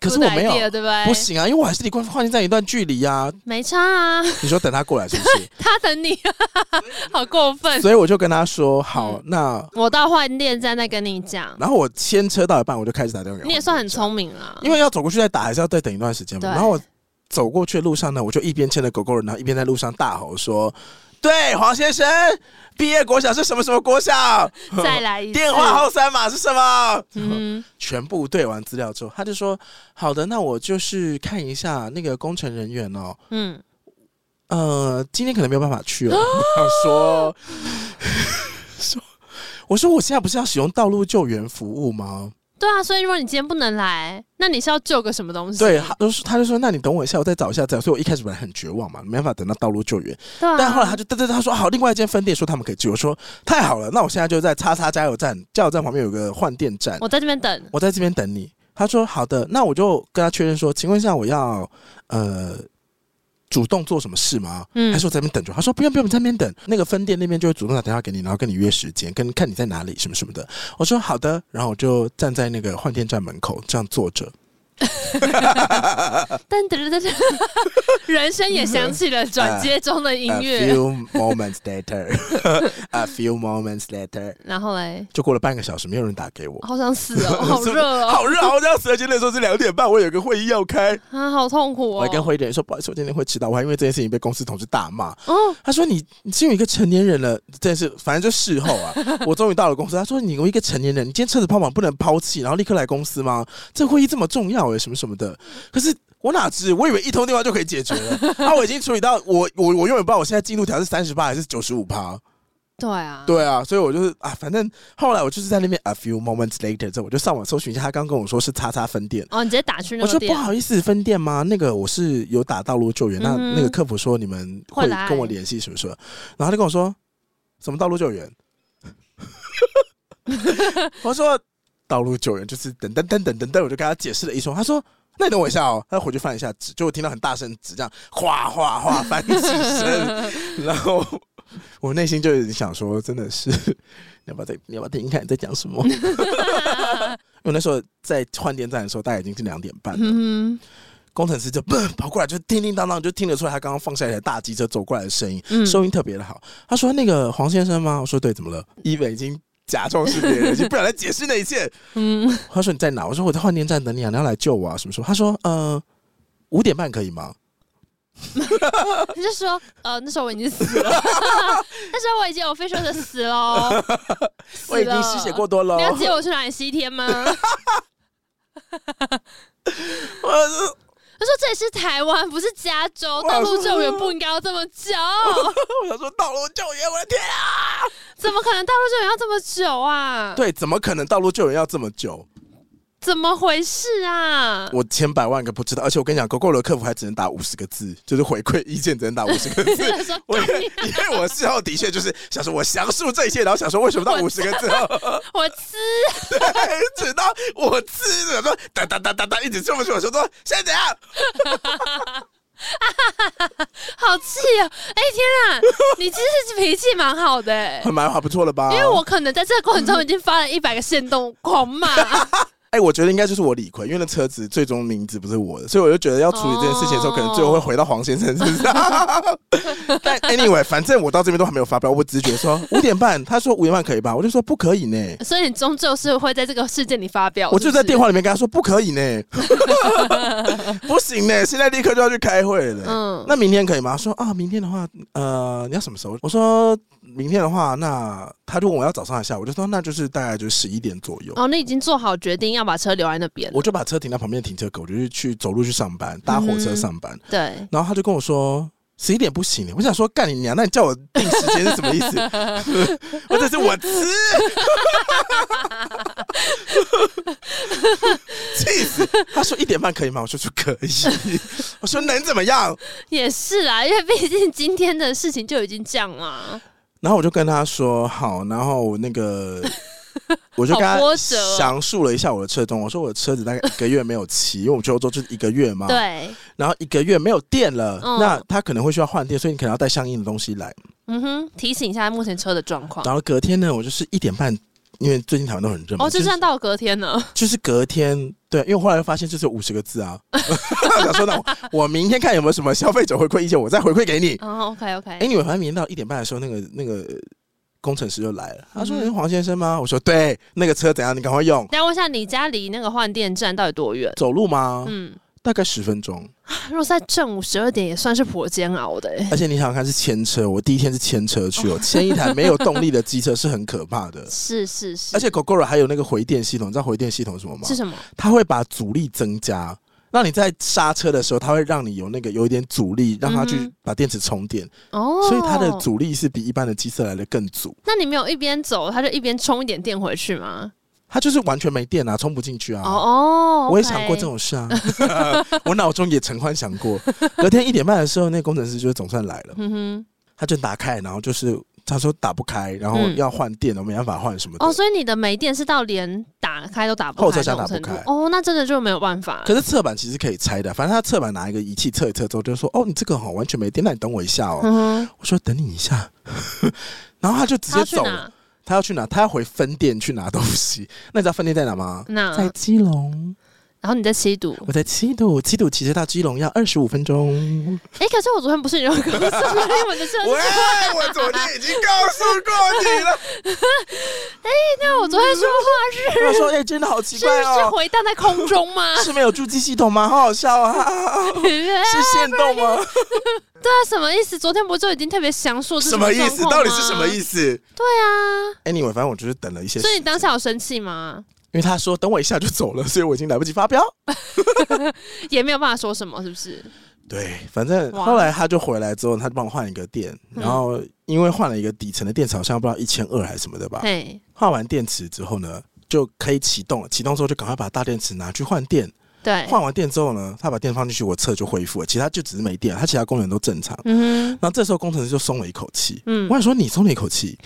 A: 可是我没有
B: Good idea，对不对？
A: 不，行啊，因为我还是离换换电站一段距离 啊。
B: 没差啊，
A: 你说等他过来是不是？
B: 他等你， 好过分。
A: 所以我就跟他说
B: 嗯
A: 好，那
B: 我到换电站再跟你讲，
A: 然后我牵车到一半，我就开始打电话给。
B: 你也算很，聪明啦，
A: 因为要走过去再打，还是要再等一段时间嘛。
B: 啊对
A: 然后我走过去的路上呢，我就一边牵着狗狗人，然后一边在路上大吼说：“对，黄先生，毕业国小是什么什么国小？
B: 再来一次
A: 电话后三码是什么？”
B: 嗯，
A: 全部对完资料之后，他就说：“好的，那我就是看一下那个工程人员哦。”
B: 嗯，
A: 呃，今天可能没有办法去哦。我想说，说，我说我现在不是要使用道路救援服务吗？
B: 对啊，所以如果你今天不能来，那你是要救个什么东西？
A: 对，他就说他就说那你等我一下，我再找一下再找。所以我一开始本来很绝望嘛，没办法等到道路救援。
B: 对啊
A: 但后来他就对对，对他说好，另外一间分店说他们可以救。我说太好了，那我现在就在叉叉加油站，加油站旁边有个换电站，
B: 我在这边等，
A: 我在这边等你。他说好的，那我就跟他确认说，请问一下，我要呃主动做什么事吗？
B: 嗯
A: 还是我在那边等着？他说不用不用，你在那边等，那个分店那边就会主动打电话给你，然后跟你约时间，跟看你在哪里什么什么的。我说好的，然后我就站在那个换电站门口这样坐着。
B: 噔噔噔噔， 人生也响起了转接中的音
A: A
B: 乐。
A: few moments later, a few moments later，
B: 然后嘞，
A: 就过了半个小时，没有人打给我。
B: 好想死 哦，好热哦，
A: 好热，好热！时间那时候是两点半，我有个会议要开，
B: 啊，好痛苦
A: 我还跟
B: 哦。
A: 会议人员说不好意思，我今天会迟到，我还因为这件事情被公司同事大骂。
B: 哦，
A: 他说你你只有一个成年人了，真的是，反正就事后 啊，我终于到了公司。他说你有一个成年人，你今天车子抛锚不能抛弃，然后立刻来公司吗？这会议这么重要诶、欸什么什么的。可是我哪知，我以为一通电话就可以解决了。 啊，我已经处理到我我我永远不知道我现在进度条是三十八还是九十五趴。
B: 对啊，
A: 对啊，所以我就是啊，反正后来我就是在那边 a few moments later 之后，我就上网搜寻一下，他刚跟我说是叉叉分店。
B: 哦，你直接打去那
A: 我
B: 个
A: 说不
B: 店，
A: 好意思，分店吗？那个我是有打道路救援，那
B: 嗯哼
A: 那个客服说你们
B: 会
A: 会
B: 来
A: 跟我联系什么什么，然后他就跟我说什么道路救援， 我说道路救援就是等等等等等等，我就跟他解释了一通，他说。那你等我一下哦，他回去翻一下纸，就我听到很大声纸这样哗哗哗翻几声， 然后我内心就有点想说，真的是 你要不要再你要不要听听看你在讲什么？因为我那时候在换电站的时候，大概已经是两点半了，
B: 嗯
A: 工程师就嘣跑过来，就叮叮当当，就听得出来他刚刚放下一台大机车走过来的声音，
B: 嗯
A: 收音特别的好。他说：“那个黄先生吗？”我说：“对，怎么了？”伊本已经假装是别人，已经不想再解释那一切。
B: 嗯，
A: 他说：“你在哪？”我说：“我在换电站等你啊，你要来救我啊，什么时候？”他说：“呃，五点半可以吗
B: 他就说，呃，那时候我已经死 了，那时候我已经 official 的死了哦，？”死
A: 我已经
B: 了
A: 失血过多了
B: 你
A: 哦。
B: 要接我去哪里西天吗？他
A: 我说
B: 说这里是台湾，不是加州，道路救援不应该要这么 久，
A: 我想说道路救援，我的天啊！
B: 怎么可能道路救援要这么久啊？，
A: 对，怎么可能道路救援要这么久？
B: 怎么回事啊？
A: 我千百万个不知道，而且我跟你讲，GoGo 的客服还只能打五十个字，就是回馈意见只能打五十个字。
B: 真的说
A: 我因
B: 干
A: 为
B: 你
A: 因为我事后的确就是想说，我详述这一切，然后想说为什么到五十个字后，
B: 我吃，
A: 直到我吃了说哒哒哒哒哒，一直这么说，我说说现在怎样？
B: 好气哦！哎、 天啊，你其实脾气蛮好的、欸，
A: 很蛮还不错了吧？
B: 因为我可能在这个过程中已经发了一百个线动 狂骂，
A: 哎、我觉得应该就是我理亏，因为那车子最终名字不是我的，所以我就觉得要处理这件事情的时候，
B: 哦
A: 可能最后会回到黄先生身上。 但 anyway，反正我到这边都还没有发飙，我只是觉得说五点半，他说五点半可以吧，我就说不可以呢。
B: 所以你终究是会在这个事件里发表。
A: 我就是
B: 不
A: 在
B: 哦是
A: 电，话里面跟他说不可以 呢，不行呢，现在立刻就要去开会了。
B: 嗯
A: 那明天可以吗？他说啊，明天的话，呃，你要什么时候？我说明天的话，那他就问我要早上还是下午，我就说那就是大概就十一点左右。
B: 哦，你已经做好决定要把车留在那边了。
A: 我就把车停到旁边的停车格，我就去去走路去上班，搭火
B: 嗯
A: 车上班。
B: 对，
A: 然后他就跟我说十一点不行，欸我想说干你娘，那你叫我定时间是什么意 思？我这是我吃，气死！他说一点半可以吗？我说说可以，我说能怎么样？
B: 也是啊，因为毕竟今天的事情就已经这样
A: 啊
B: 了。
A: 然后我就跟他说好，然后我那 个。我就跟他
B: 好波折哦
A: 详述了一下我的车中，我说我的车子大概一个月没有骑，因为我们去欧洲就是一个月嘛。
B: 对，
A: 然后一个月没有电了，
B: 嗯
A: 那他可能会需要换电，所以你可能要带相应的东西来。
B: 嗯哼，提醒一下目前车的状况。
A: 然后隔天呢，我就是一点半，因为最近台湾都很热嘛，
B: 哦，就
A: 就
B: 这
A: 是
B: 样到隔天了。
A: 就是隔天，对，因为我后来发现就是五十个字啊， 我想说那我我明天看有没有什么消费者回馈意见，我再回馈给你。
B: 哦，OK
A: 哎、
B: OK，
A: 你们反正明天到一点半的时候，那个那个呃工程师就来了，他说：“
B: 嗯
A: 你是黄先生吗？”我说：“对，那个车怎样？你赶快用。
B: 等一下问一下你家离那个换电站到底多远”？
A: 走路吗？
B: 嗯，
A: 大概十分钟，
B: 如果在正午十二点也算是颇煎熬的、欸，
A: 而且你想想看，是牵车，我第一天是牵车去哦，牵一台没有动力的机车 是很可怕的。
B: 是是是，
A: 而且 GoGo 还有那个回电系统，你知道回电系统是什么吗？
B: 是什么？
A: 它会把阻力增加，让你在刹车的时候，它会让你有那个有一点阻力，让它
B: 嗯
A: 去
B: 哼
A: 把电池充电，
B: 哦，
A: 所以它的。阻力是比一般的机车来的更足。
B: 那你没有一边走，它就一边充一点电回去吗？
A: 它就是完全没电啊，充不进去啊。
B: 哦哦，
A: 我也
B: OK
A: 想过这。种事啊， 我脑中也曾幻想过。隔天一点半的时候，那工程师就总算来了，
B: 嗯哼，
A: 他就打开，然后就是他说打不开，然后
B: 嗯
A: 要换电了，没办法换什么的。
B: 哦，所以你的煤电是到连打开都打不开，
A: 后车厢打不开
B: 哦，那真的就没有办法。
A: 可是侧板其实可以拆的，反正他侧板拿一个仪器测一测之后，就说：“哦，你这个好完全没电，那你等我一下哦。
B: 嗯哼，
A: 我说：“等你一下。”然后他就直
B: 他要
A: 接
B: 去
A: 走了。
B: 哪？
A: 他要去哪？他要回分店去拿东西。那你知道分店在哪吗？
B: 那
A: 在基隆，
B: 然后你在吸毒？
A: 我在七度，七度骑车到基隆要二十五分钟。
B: 哎，可是我昨 天不是有告诉你我的车
A: 喂，我昨天已经告诉过你了。
B: 那我昨天说 话
A: 我说：“哎、真的好奇
B: 是
A: 怪
B: 是
A: 哦，
B: 回荡在空中吗？
A: 是没有助记系统吗？好好笑啊！
B: 哎
A: 是限动吗？
B: 对啊，什么意思？昨天不就已经特别详述是
A: 什么意思？
B: 状况吗
A: 到底是什么意思
B: 对啊，
A: ？”Anyway，反正我就是等了一些时间。
B: 所以你当下有生气吗？
A: 因为他说等我一下就走了，所以我已经来不及发飙。
B: 也没有办法说什么，是不是？
A: 对，反正
B: 哇
A: 后来他就回来之后，他就帮我换一个电，
B: 嗯
A: 然后因为换了一个底层的电池，好像不知道一千二还是什么的吧。
B: 嘿，
A: 换完电池之后呢，就可以启动了。启动之后就赶快把大电池拿去换电。
B: 对，
A: 换完电之后呢，他把电放进去，我车就恢复了。其他就只是没电，他其他功能都正常。
B: 嗯哼
A: 然后这时候工程师就松了一口气。
B: 嗯
A: 我，想说你松了一口气，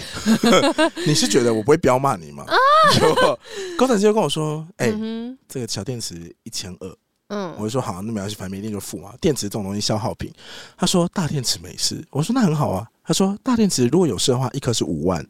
A: 你是觉得我不会彪骂你吗？ 结果工程师就跟我说：“哎、
B: 啊嗯
A: 这个小电池一千二。”
B: 哼，
A: 我
B: 嗯，
A: 就说好，那没关系，反正没电就付嘛。电池这种东西消耗品，他说大电池没事，我说那很好啊。他说大电池如果有事的话，一颗是五万，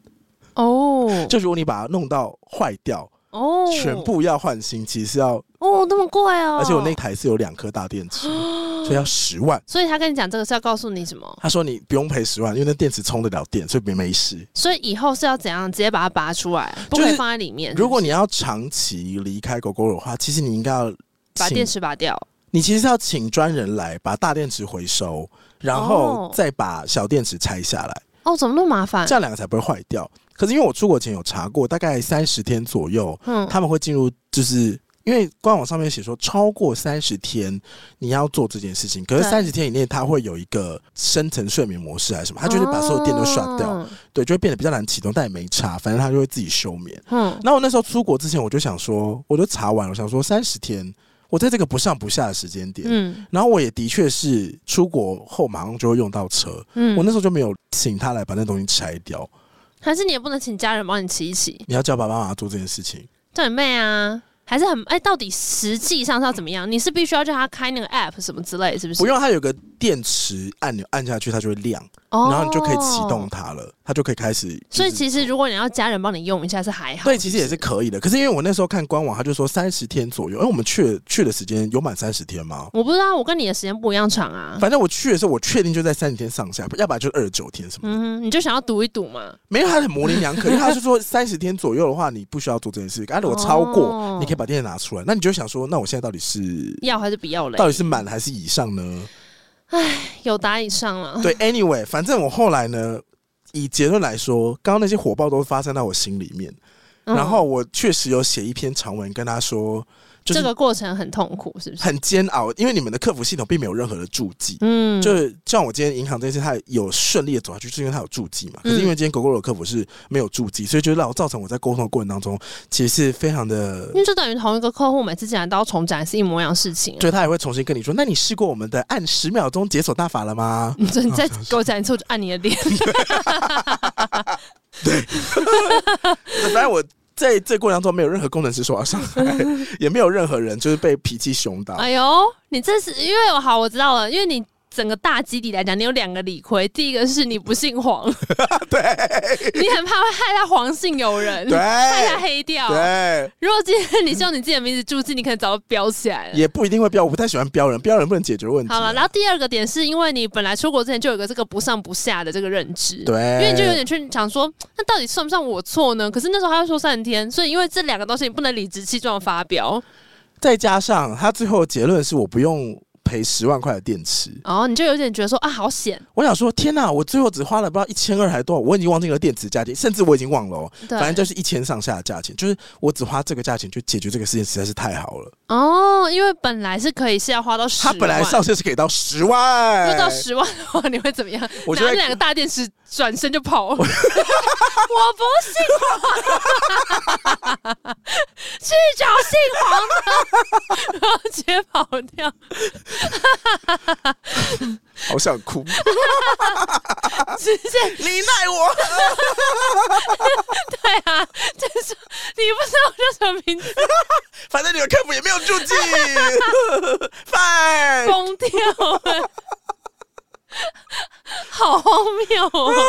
B: 哦，
A: 就如果你把它弄到坏掉，
B: 哦，
A: 全部要换新，其实是要，
B: 哦，那么贵哦，
A: 而且我那台是有两颗大电 池，所以要十万。
B: 所以他跟你讲这个是要告诉你什么？
A: 他说你不用赔十万，因为那电池充得了电，所以没没事。
B: 所以以后是要怎样？直接把它拔出来，不
A: 就
B: 可
A: 是
B: 以放在里面。
A: 如果
B: 是
A: 你要长期离开狗狗的话，其实你应该要
B: 不是把
A: 请
B: 电池拔掉，
A: 你其实要请专人来把大电池回收，然后
B: 哦
A: 再把小电池拆下来。
B: 哦，怎么那么麻烦
A: 这？样两个才不会坏掉。可是因为我出国前有查过，大概三十天左右，
B: 嗯，
A: 他们会进入，就是因为官网上面写说超过三十天你要做这件事情，可是
B: 对
A: 三十天以内它会有一个深层睡眠模式还是什么，它就是把所有电都刷掉，
B: 哦，
A: 对，就会变得比较难启动，但也没差，反正它就会自己休眠。
B: 嗯，
A: 那我那时候出国之前，我就想说，我就查完，我想说三十天，我在这个不上不下的时间点。
B: 嗯
A: 然后我也的确是出国后马上就会用到车，
B: 嗯，
A: 我那时候就没有请他来把那东西拆掉，
B: 还是你也不能请家人帮你骑一骑，
A: 你要叫爸爸妈妈做这件事情。
B: 叫你妹啊，还是很哎，到底实际上是要怎么样？你是必须要叫他开那个 app 什么之类，是不是？
A: 不，用，它有个电池按钮，按下去它就会亮，
B: 哦
A: 然后你就可以启动。它了，它就可以开始就是。
B: 所以其实如果你要家人帮你用一下是还好，
A: 对，其实也是可以的。可是因为我那时候看官网，他就说三十天左右，因为我们去去的时间有满三十天吗？
B: 我不知道，我跟你的时间不一样长啊。
A: 反正我去的时候，我确定就在三十天上下，要不然就是二十九天什么的。
B: 嗯哼，你就想要赌一赌嘛。
A: 没有，它很模棱两可，因为他是说三十天左右的话，你不需要做这件事。啊，如果超过，
B: 哦
A: 你可以把电池拿出来。那你就想说，那我现在到底是
B: 要还是不要嘞？
A: 到底是满还是以上呢？
B: 有答以上 了。
A: 对，anyway，反正我后来呢，以结论来说，刚刚那些火爆都发生在我心里面，
B: 嗯
A: 然后我确实有写一篇长文跟他说，就
B: 这
A: 是
B: 个过程很痛苦，是不是？
A: 很煎熬，因为你们的客服系统并没有任何的注记。
B: 嗯，
A: 就是像我今天银行这件事，它有顺利的走下去，是因为它有注记
B: 嗯
A: 嘛。可是因为今天狗狗的客服是没有注记，所以就让我造成我在沟通的过程当中，其实是非常的
B: 因，为就等于同一个客户每次进来都要重展是一模一样的事情、啊。
A: 对他也会重新跟你说，那你试过我们的按十秒钟解锁大法了吗？
B: 你就你再给我讲一次，我就按你的脸。
A: 反正我在这过程当中没有任何工程师受到伤害，也没有任何人就是被脾气凶到。
B: 哎呦，你这是因为我好，我知道了，因为你整个大基底来讲，你有两个理亏。第一个是你不姓黄， 对， 你很怕会害到黄姓友人，
A: 对
B: 害 他黑掉。
A: 对，
B: 如果今天你是用你自己的名字注记，你可能早就飙起来 了。
A: 也不一定会标，我不太喜欢标人，标人不能解决问题。
B: 好了，然后第二个点是因为你本来出国之前就有一个这个不上不下的这个认知，
A: 对，
B: 因为你就有点去想说，那到底算不算我错呢？可是那时候他又说三天，所以因为这两个东西你不能理直气壮地发表，
A: 再加上他最后的结论是我不用赔十万块的电池。
B: 哦，你就有点觉得说啊，好险，
A: 我想说，天哪！我最后只花了不知道一千二还多少，我已经忘记了电池价钱，甚至我已经忘了、哦，
B: 对，
A: 反正就是一千上下的价钱，就是我只花这个价钱去解决这个事情，实在是太好了。
B: 哦，因为本来是可以是要花到十
A: 它
B: 万，
A: 本来上限是可以到十万，
B: 就到十万的话，你会怎么样？
A: 我觉
B: 拿
A: 得
B: 那两个大电池转身就跑。 我不信皇，啊去找姓黄的，然后直接跑掉，
A: 好想 哭，
B: 直接
A: 你奈我。
B: 对啊，就是你不知道我叫什么名字，
A: 反正你们客服也没有注 记，fine。
B: 疯掉了， 好荒谬哦！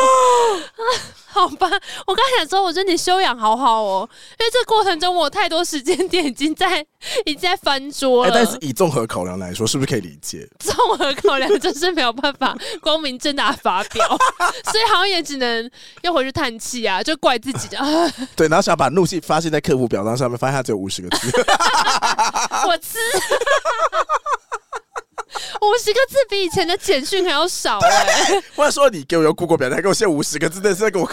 B: 好吧，我刚才想说，我说你修养好好哦，因为这过程中我有太多时间点已经在已经在翻桌
A: 哎、
B: 了。
A: 但是以综合考量来说，是不是可以理解？
B: 综合考量真是没有办法光明正大发 表，所以好像也只能又回去叹气啊，就怪自己的。 啊
A: 对，然后想把怒气发泄在客服表单上面，发现它只有五十个字，
B: 我吃。 五十个字比以前的简讯还要少哎、
A: 或者说你给我用 Google 表单，还给我写五十个字，那是在给我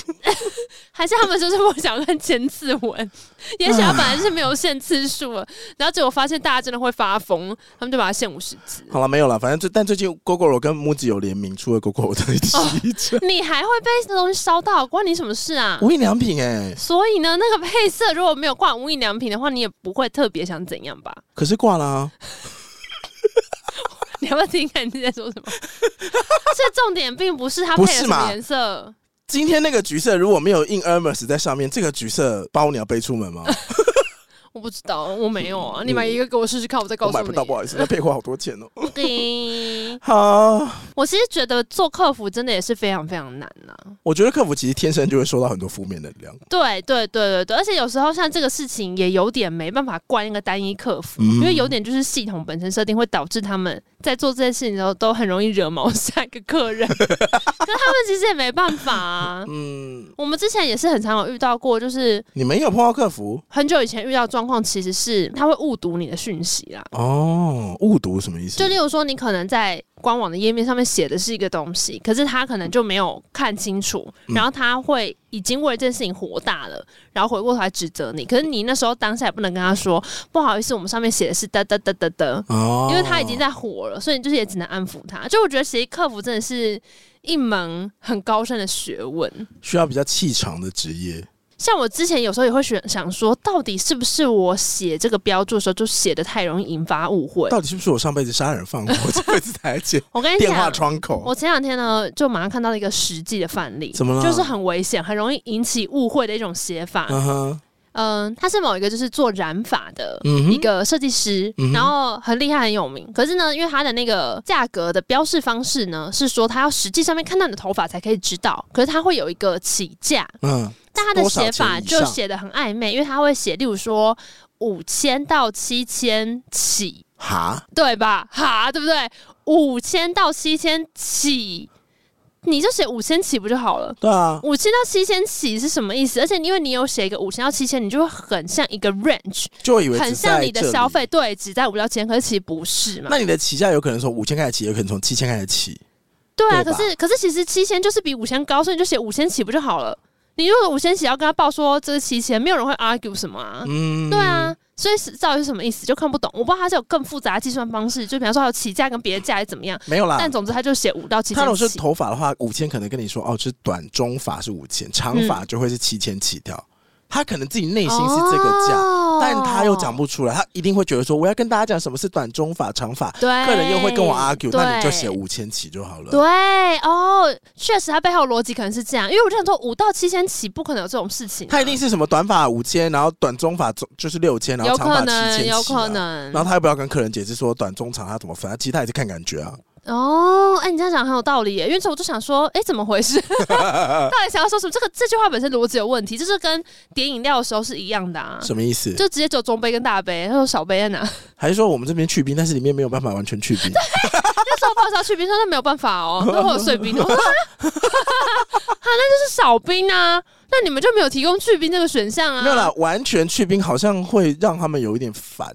B: 还是他们就是不想看千字文， 也许他本来是没有限次数了，然后结果发现大家真的会发疯，他们就把它限五十字
A: 。好了，没有了。反正最但最近 Google 跟 MUJI 有联名出了 Google 的提车，
B: 你还会被这东西烧到，关你什么事啊？
A: 无印良品哎、
B: 所以呢，那个配色如果没有挂无印良品的话，你也不会特别想怎样吧？
A: 可是挂了、啊，
B: 你要不要听看你在说什么？ 这重点并不是它配
A: 不
B: 了
A: 是
B: 什
A: 嘛
B: 么颜色，
A: 今天那个橘色如果没有印 Hermes 在上面，这个橘色包你要背出门 吗？
B: 我不知道，我没有啊。你买一个给我试试看，我再
A: 嗯
B: 告
A: 我
B: 诉你。
A: 买不到，不好意思，那配货好多钱哦、
B: OK
A: 好，
B: 我其实觉得做客服真的也是非常非常难啊呐、
A: 我觉得客服其实天生就会收到很多负面能量。
B: 对对对对对，而且有时候像这个事情也有点没办法怪那个单一客服，
A: 嗯
B: 因为有点就是系统本身设定会导致他们在做这件事情的时候都很容易惹毛 下一个客人，可是他们其实也没办法啊。
A: 嗯，
B: 我们之前也是很常有遇到过，就是
A: 你们也有碰到客服
B: 很久以前遇到的状况，其实是他会误读你的讯息啦。
A: 哦？误读什么意思？
B: 就例如说，你可能在官网的页面上面写的是一个东西，可是他可能就没有看清楚，
A: 嗯
B: 然后他会已经为了这件事情火大了，然后回过头来指责你。可是你那时候当下也不能跟他说，不好意思，我们上面写的是哒哒哒哒哒，
A: 哦，
B: 因为他已经在火了，所以你就是也只能安抚他。就我觉得，其实客服真的是一门很高深的学问。
A: 需要比较气场的职业。
B: 像我之前有时候也会选想说，到底是不是我写这个标注的时候就写的太容易引发误会？
A: 到底是不是我上辈子杀人放火，这辈子才 捡
B: 我跟你
A: 电话
B: 讲，
A: 窗口？
B: 我前两天呢就马上看到一个实际的范例，
A: 怎么了
B: 就是很危险、很容易引起误会的一种写法。
A: 嗯哼，
B: 嗯，他是某一个就是做染发的。
A: 嗯
B: 一
A: 哼，
B: 个设计师
A: 嗯哼，
B: 然后很厉害很有名。可是呢，因为他的那个价格的标示方式呢，是说他要实际上面看到你的头发才可以知道。可是他会有一个起价，
A: 嗯，
B: 但他的
A: 多少钱
B: 写法
A: 以
B: 就
A: 上
B: 写的很暧昧，因为他会写，例如说五千到七千起，
A: 哈，
B: 对吧？哈，对不对？五千到七千起，你就写五千起不就好了？
A: 对啊，
B: 五千到七千起是什么意思？而且因为你有写一个五千到七千，你就会很像一个 range，
A: 就会以为
B: 很
A: 只
B: 像
A: 在
B: 你的
A: 这里
B: 消。费，对，只在五到千，可是其实不是嘛
A: 那？你的起价有可能从五千开始起，有可能从七千开始起。
B: 对啊，
A: 对
B: 可
A: 吧
B: 是可是其实七千就是比五千高，所以你就写五千起不就好了？你如果五千起要跟他报说这是七千，没有人会 argue 什么啊？
A: 嗯，
B: 对啊，所以是到底是什么意思就看不懂。我不知道他是有更复杂的计算方式，就比方说还有起价跟别的价还是怎么样。
A: 没有啦。
B: 但总之他就写五到七
A: 啊他如
B: 千
A: 果是
B: 起。
A: 头发的话，五千可能跟你说哦，是短中发是五千，长
B: 嗯
A: 发就会是七千起跳。他可能自己内心是这个价，
B: 哦
A: 但他又讲不出来，他一定会觉得说我要跟大家讲什么是短中发、长发，
B: 对，
A: 客人又会跟我 argue，
B: 哎对
A: 那你就写。五千起就好了。
B: 对哦，确实，他背后的逻辑可能是这样，因为我就想说，五到七千起不可能有这种事情啊、
A: 他一定是什么短发五千，然后短中发中就是六千，然后
B: 有
A: 长发七
B: 可
A: 千
B: 能，
A: 起啊
B: 有可。能
A: 然后他又不要跟客人解释说短中长他怎么分，其实他也是看感觉啊。
B: 哦。哎、你这样讲很有道理耶，因为这我就想说，哎、怎么 回事？到底想要说什么？这个这句话本身逻辑有问题，这是跟点饮料的时候是一样的啊，
A: 什么意思？
B: 就直接只有中杯跟大杯，他说小杯在哪？
A: 还是说我们这边去冰，但是里面没有办法完全去 冰？
B: 那时候不好意思要去冰，说那没有办法 哦，那会有碎冰。我说啊， 哈那就是少冰啊，那你们就没有提供去冰这个选项啊？
A: 没有啦，完全去冰好像会让他们有一点烦。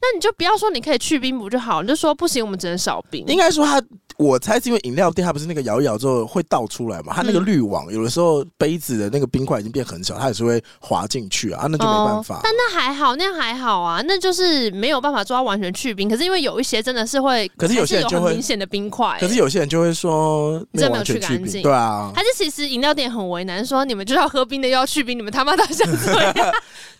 B: 那你就不要说你可以去冰补就好，你就说不行，我们只能少冰。
A: 应该说它，我猜是因为饮料店它不是那个摇一摇之后会倒出来嘛，它那
B: 嗯
A: 个滤网、有的时候杯子的那个冰块已经变很小，它也是会滑进去啊，啊那就没办法。
B: 哦但那还好，那样还好啊，那就是没有办法做到完全去冰。可是因为有一些真的是会，
A: 可是有些人
B: 还
A: 就
B: 有
A: 会
B: 很明显的冰块、
A: 可是有些人就会说，
B: 你真
A: 那
B: 的没
A: 完
B: 有
A: 全
B: 去
A: 去
B: 干
A: 冰，
B: 净
A: 对啊，
B: 还是其实饮料店很为难，说你们就是要喝冰的，又要去冰，你们他妈到底想怎样？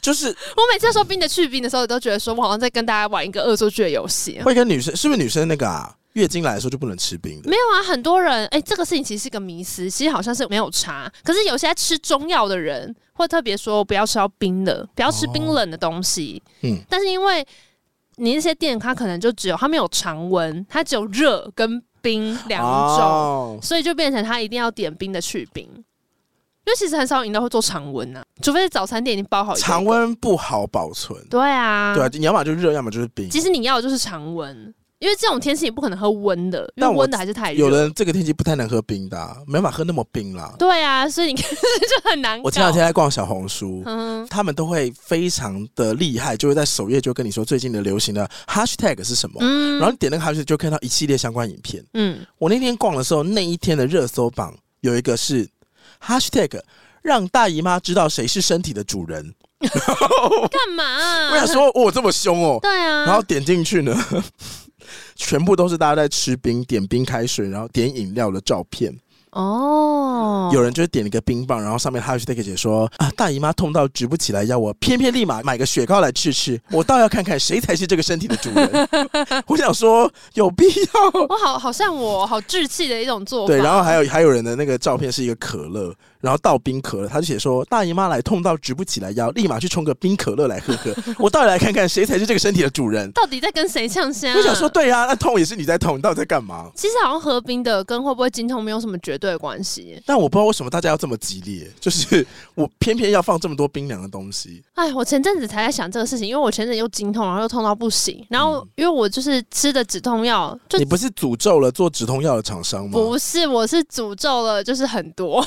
A: 就是
B: 我每次说冰的去冰的时候，我都觉得说我好像在跟大家玩一个恶作剧的游戏。
A: 会跟女生，是不是女生那个啊？月经来的时候就不能吃冰的，
B: 没有啊，很多人哎、这个事情其实是个迷思，其实好像是没有差。可是有些在吃中药的人会特别说不要吃到冰的，不要吃冰冷的东西。
A: 嗯
B: 嗯，但是因为你那些店它可能就只有它没有常温，它只有热跟冰两种，
A: 哦
B: 所以就变成他一定要点冰的去冰。因为其实很少饮料会做常温呐、除非是早餐店已经包好一个
A: 常。温不好保存，
B: 对啊，
A: 对啊，你要么就是热，要么就是冰。
B: 其实你要的就是常温，因为这种天气你不可能喝温的，因为
A: 但我
B: 温的还是太热。
A: 有人这个天气不太能喝冰的、啊，没办法喝那么冰啦。
B: 对啊，所以你看 就很难搞。
A: 我前两天在逛小红书，
B: 嗯，
A: 他们都会非常的厉害，就会在首页就跟你说最近的流行的 hashtag 是什么，
B: 嗯
A: 然后你点那个 hashtag 就看到一系列相关影片。
B: 嗯，
A: 我那天逛的时候，那一天的热搜榜有一个是 hashtag 让大姨妈知道谁是身体的主人，
B: 干嘛啊、
A: 我想说我、哦、这么凶哦，
B: 对啊，
A: 然后点进去呢， 全部都是大家在吃冰、点冰开水，然后点饮料的照片。
B: 哦，
A: 有人就是点了一个冰棒，然后上面 hashtag 姐说啊，大姨妈痛到直不起来，要我偏偏立马买个雪糕来吃吃，我倒要看看谁才是这个身体的主人。我想说有必要。
B: 我哦好好像我好稚气的一种做法。
A: 对，然后还有还有人的那个照片是一个可乐，然后倒冰可乐，他就写说大姨妈来痛到直不起来腰，立马去冲个冰可乐来喝喝，我倒要来看看谁才是这个身体的主人。
B: 到底在跟谁呛声、啊？
A: 我想说，对呀、那痛也是你在痛，你到底在干嘛？
B: 其实好像合冰的跟会不会经痛没有什么绝对的关系。
A: 但我不知道为什么大家要这么激烈，就是我偏偏要放这么多冰凉的东西。
B: 哎，我前阵子才在想这个事情，因为我前阵子又经痛，然后又痛到不行，然后因为我就是吃的止痛药，就
A: 嗯你不是诅咒了做止痛药的厂商吗？
B: 不是我是诅咒了，就是很多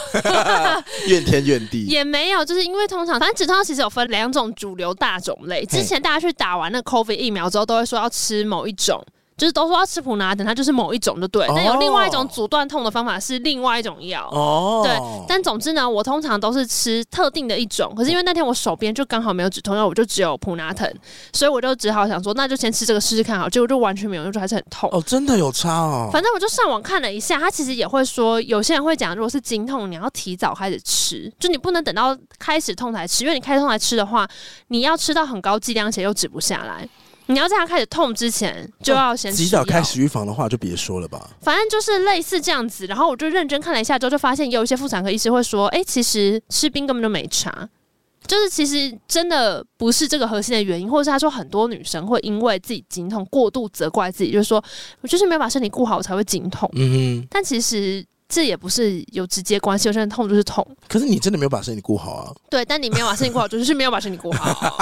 A: 怨天怨地。
B: 也没有，就是因为通常反正止痛药其实有分两种主流大种类，之前大家去打完那 COVID 疫苗之后，都会说要吃某一种。就是都说要吃普拿疼，它就是某一种就对。
A: 哦
B: 但有另外一种阻断痛的方法是另外一种药。
A: 哦，
B: 对，但总之呢，我通常都是吃特定的一种，可是因为那天我手边就刚好没有止痛药，我就只有普拿疼，所以我就只好想说，那就先吃这个试试看好，结果就完全没有用，就还是很痛。
A: 哦，真的有差哦。
B: 反正我就上网看了一下，他其实也会说，有些人会讲，如果是经痛，你要提早开始吃，就你不能等到开始痛才吃，因为你开始痛才吃的话，你要吃到很高剂量且又止不下来，你要在它开始痛之前就要先吃
A: 及早
B: 药
A: 开始预防的话，就别说了吧。
B: 反正就是类似这样子。然后我就认真看了一下之后，就发现有一些妇产科医师会说，哎、其实吃冰根本就没差。就是其实真的不是这个核心的原因，或者是他说很多女生会因为自己经痛过度责怪自己，就是说我就是没有把身体顾好，我才会经痛。
A: 嗯
B: 但其实这也不是有直接关系，有些人痛就是痛，
A: 哼，可是你真的没有把身体顾好啊。
B: 对，但你没有把身 体顾好，就是没有把身体顾好。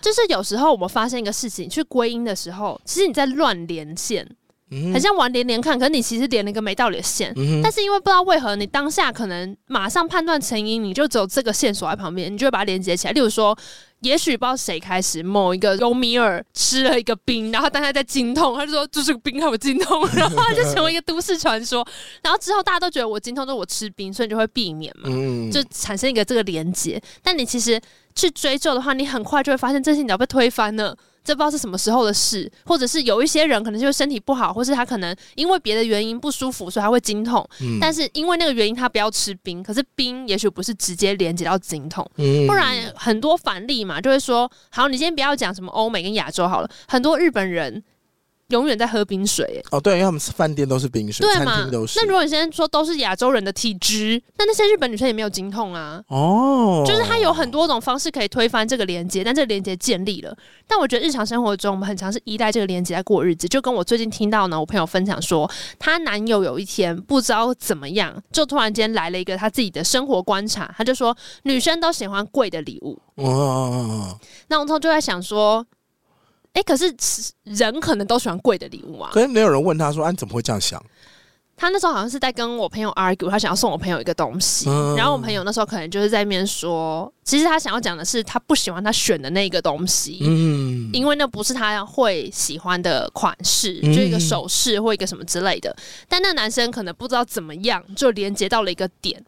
B: 就是有时候我们发现一个事情，去归因的时候，其实你在乱连线，
A: 嗯
B: 很
A: 哼，
B: 像玩连连看，可是你其实连了一个没道理的线。
A: 嗯
B: 但是因为不知道为何，你当下可能马上判断成因，你就只有这个线索在旁边，你就会把它连接起来。例如说，也许不知道谁开始，某一个尤米尔吃了一个冰，然后当他在经痛，他就说这是个冰害我经痛，然后就成为一个都市传说。然后之后大家都觉得我经痛都是我吃冰，所以你就会避免嘛，
A: 嗯
B: 就产生一个这个连接。但你其实去追究的话，你很快就会发现这些你要被推翻了。这不知道是什么时候的事，或者是有一些人可能就是身体不好，或是他可能因为别的原因不舒服，所以他会经痛。
A: 嗯
B: 但是因为那个原因，他不要吃冰，可是冰也许不是直接连接到经痛，
A: 嗯
B: 不然很多反例嘛，就会说，好，你今天不要讲什么欧美跟亚洲好了，很多日本人永远在喝冰水、欸
A: 哦，对，因为他们饭店都是冰水，
B: 对
A: 餐
B: 嘛
A: 厅都？是
B: 那。如果你现在说都是亚洲人的体质，那那些日本女生也没有经痛啊。
A: 哦，
B: 就是它有很多种方式可以推翻这个连接，但这个连接建立了。但我觉得日常生活中，我们很常是依赖这个连接在过日子。就跟我最近听到呢，我朋友分享说，她男友有一天不知道怎么样，就突然间来了一个他自己的生活观察，他就说嗯女生都喜欢贵的礼物。
A: 哦哦，哦
B: 那我那时候就在想说，诶，可是人可能都喜欢贵的礼物啊
A: 哦。可是没有人问他说，啊，你怎么会这样想？
B: 他那时候好像是在跟我朋友 argue，他想要送我朋友一个东西，
A: 嗯
B: 然后我朋友那时候可能就是在面说，其实他想要讲的是他不喜欢他选的那个东西，
A: 嗯，
B: 因为那不是他会喜欢的款式，
A: 嗯
B: 就一个首饰或一个什么之类的。但那男生可能不知道怎么样，就连接到了一个点，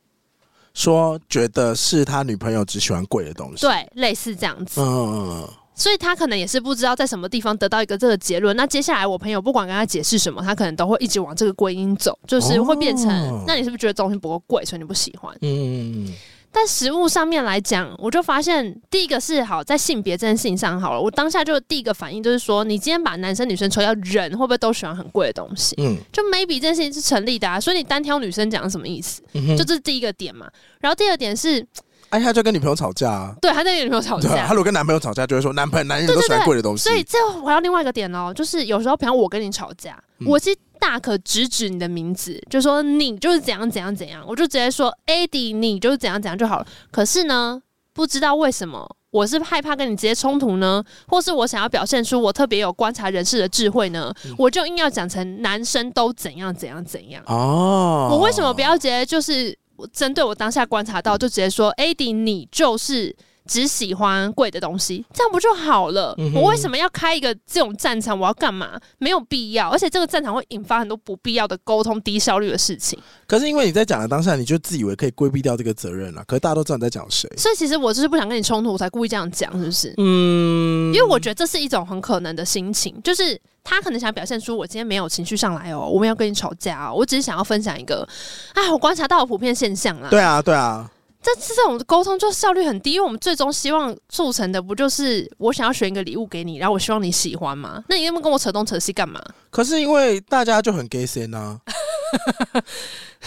A: 说觉得是他女朋友只喜欢贵的东西，，
B: 对，类似这样子。
A: 嗯，
B: 所以他可能也是不知道在什么地方得到一个这个结论。那接下来我朋友不管跟他解释什么，他可能都会一直往这个归因走，就是会变成：
A: 哦
B: 那你是不是觉得东西不够贵，所以你不喜欢？
A: 嗯，
B: 但实物上面来讲，我就发现第一个是好在性别这件事情上好了，我当下就第一个反应就是说，你今天把男生女生抽掉，人会不会都喜欢很贵的东西？
A: 嗯，
B: 就 maybe 这件事情是成立的啊，所以你单挑女生讲什么意思？
A: 嗯哼
B: 就这是第一个点嘛。然后第二点是，
A: 哎，他就跟女朋友吵架啊，
B: 对，他在跟女朋友吵
A: 对啊，他
B: 架
A: 如，果跟男朋友吵架，就会说男朋友男人
B: 对
A: 都
B: 对
A: 喜欢
B: 对
A: 贵的东西，
B: 所以这回到另外一个点哦，就是有时候，比方我跟你吵架，
A: 嗯
B: 我是大可直指你的名字，就说你就是怎样怎样怎样，我就直接说 Adi，你就是怎样怎样就好了。可是呢，不知道为什么。我是害怕跟你直接冲突呢，或是我想要表现出我特别有观察人事的智慧呢，
A: 嗯
B: 我就硬要讲成男生都怎样怎样怎样。
A: 哦，
B: 我为什么不要直接就是我针对我当下观察到，就直接说 AD 你就是只喜欢贵的东西，这样不就好了？
A: 嗯哼
B: 我为什么要开一个这种战场？我要干嘛？没有必要，而且这个战场会引发很多不必要的沟通、低效率的事情。
A: 可是因为你在讲的当下，你就自以为可以规避掉这个责任了。啊可是大家都知道你在讲谁，
B: 所以其实我就是不想跟你冲突，我才故意这样讲，是不是？
A: 嗯
B: 因为我觉得这是一种很可能的心情，就是他可能想表现出我今天没有情绪上来哦，我没有跟你吵架哦，我只是想要分享一个，啊，我观察到的普遍现象啦。
A: 对啊，对啊，
B: 这这种沟通就效率很低，因为我们最终希望促成的不就是我想要选一个礼物给你，然后我希望你喜欢吗？那你那么跟我扯东扯西干嘛？
A: 可是因为大家就很 gay 森 啊，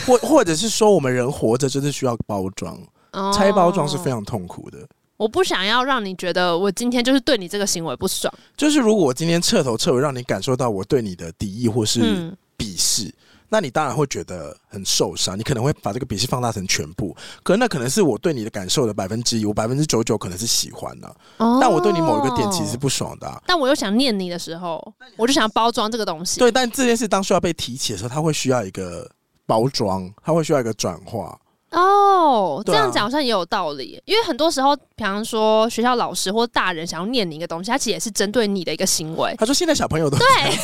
A: 或或者是说我们人活着就是需要包装，
B: 哦
A: 拆包装是非常痛苦的。
B: 我不想要让你觉得我今天就是对你这个行为不爽。
A: 就是如果我今天彻头彻尾让你感受到我对你的敌意或是
B: 嗯，
A: 鄙视。那你当然会觉得很受伤，你可能会把这个鄙视放大成全部，可那可能是我对你的感受的百分之一，我百分之九九可能是喜欢的、啊
B: 哦
A: 但我对你某一个点其实是，不爽的啊、
B: 但我又想念你的时候，我就想要包装这个东西。
A: 对，但这件事当需要被提起的时候，它会需要一个包装，它会需要一个转化。
B: 哦，这
A: 对啊
B: 样讲好像也有道理，因为很多时候，比方说学校老师或大人想要念你一个东西，他其实也是针对你的一个行为。
A: 他说现在小朋 友都对，
B: 现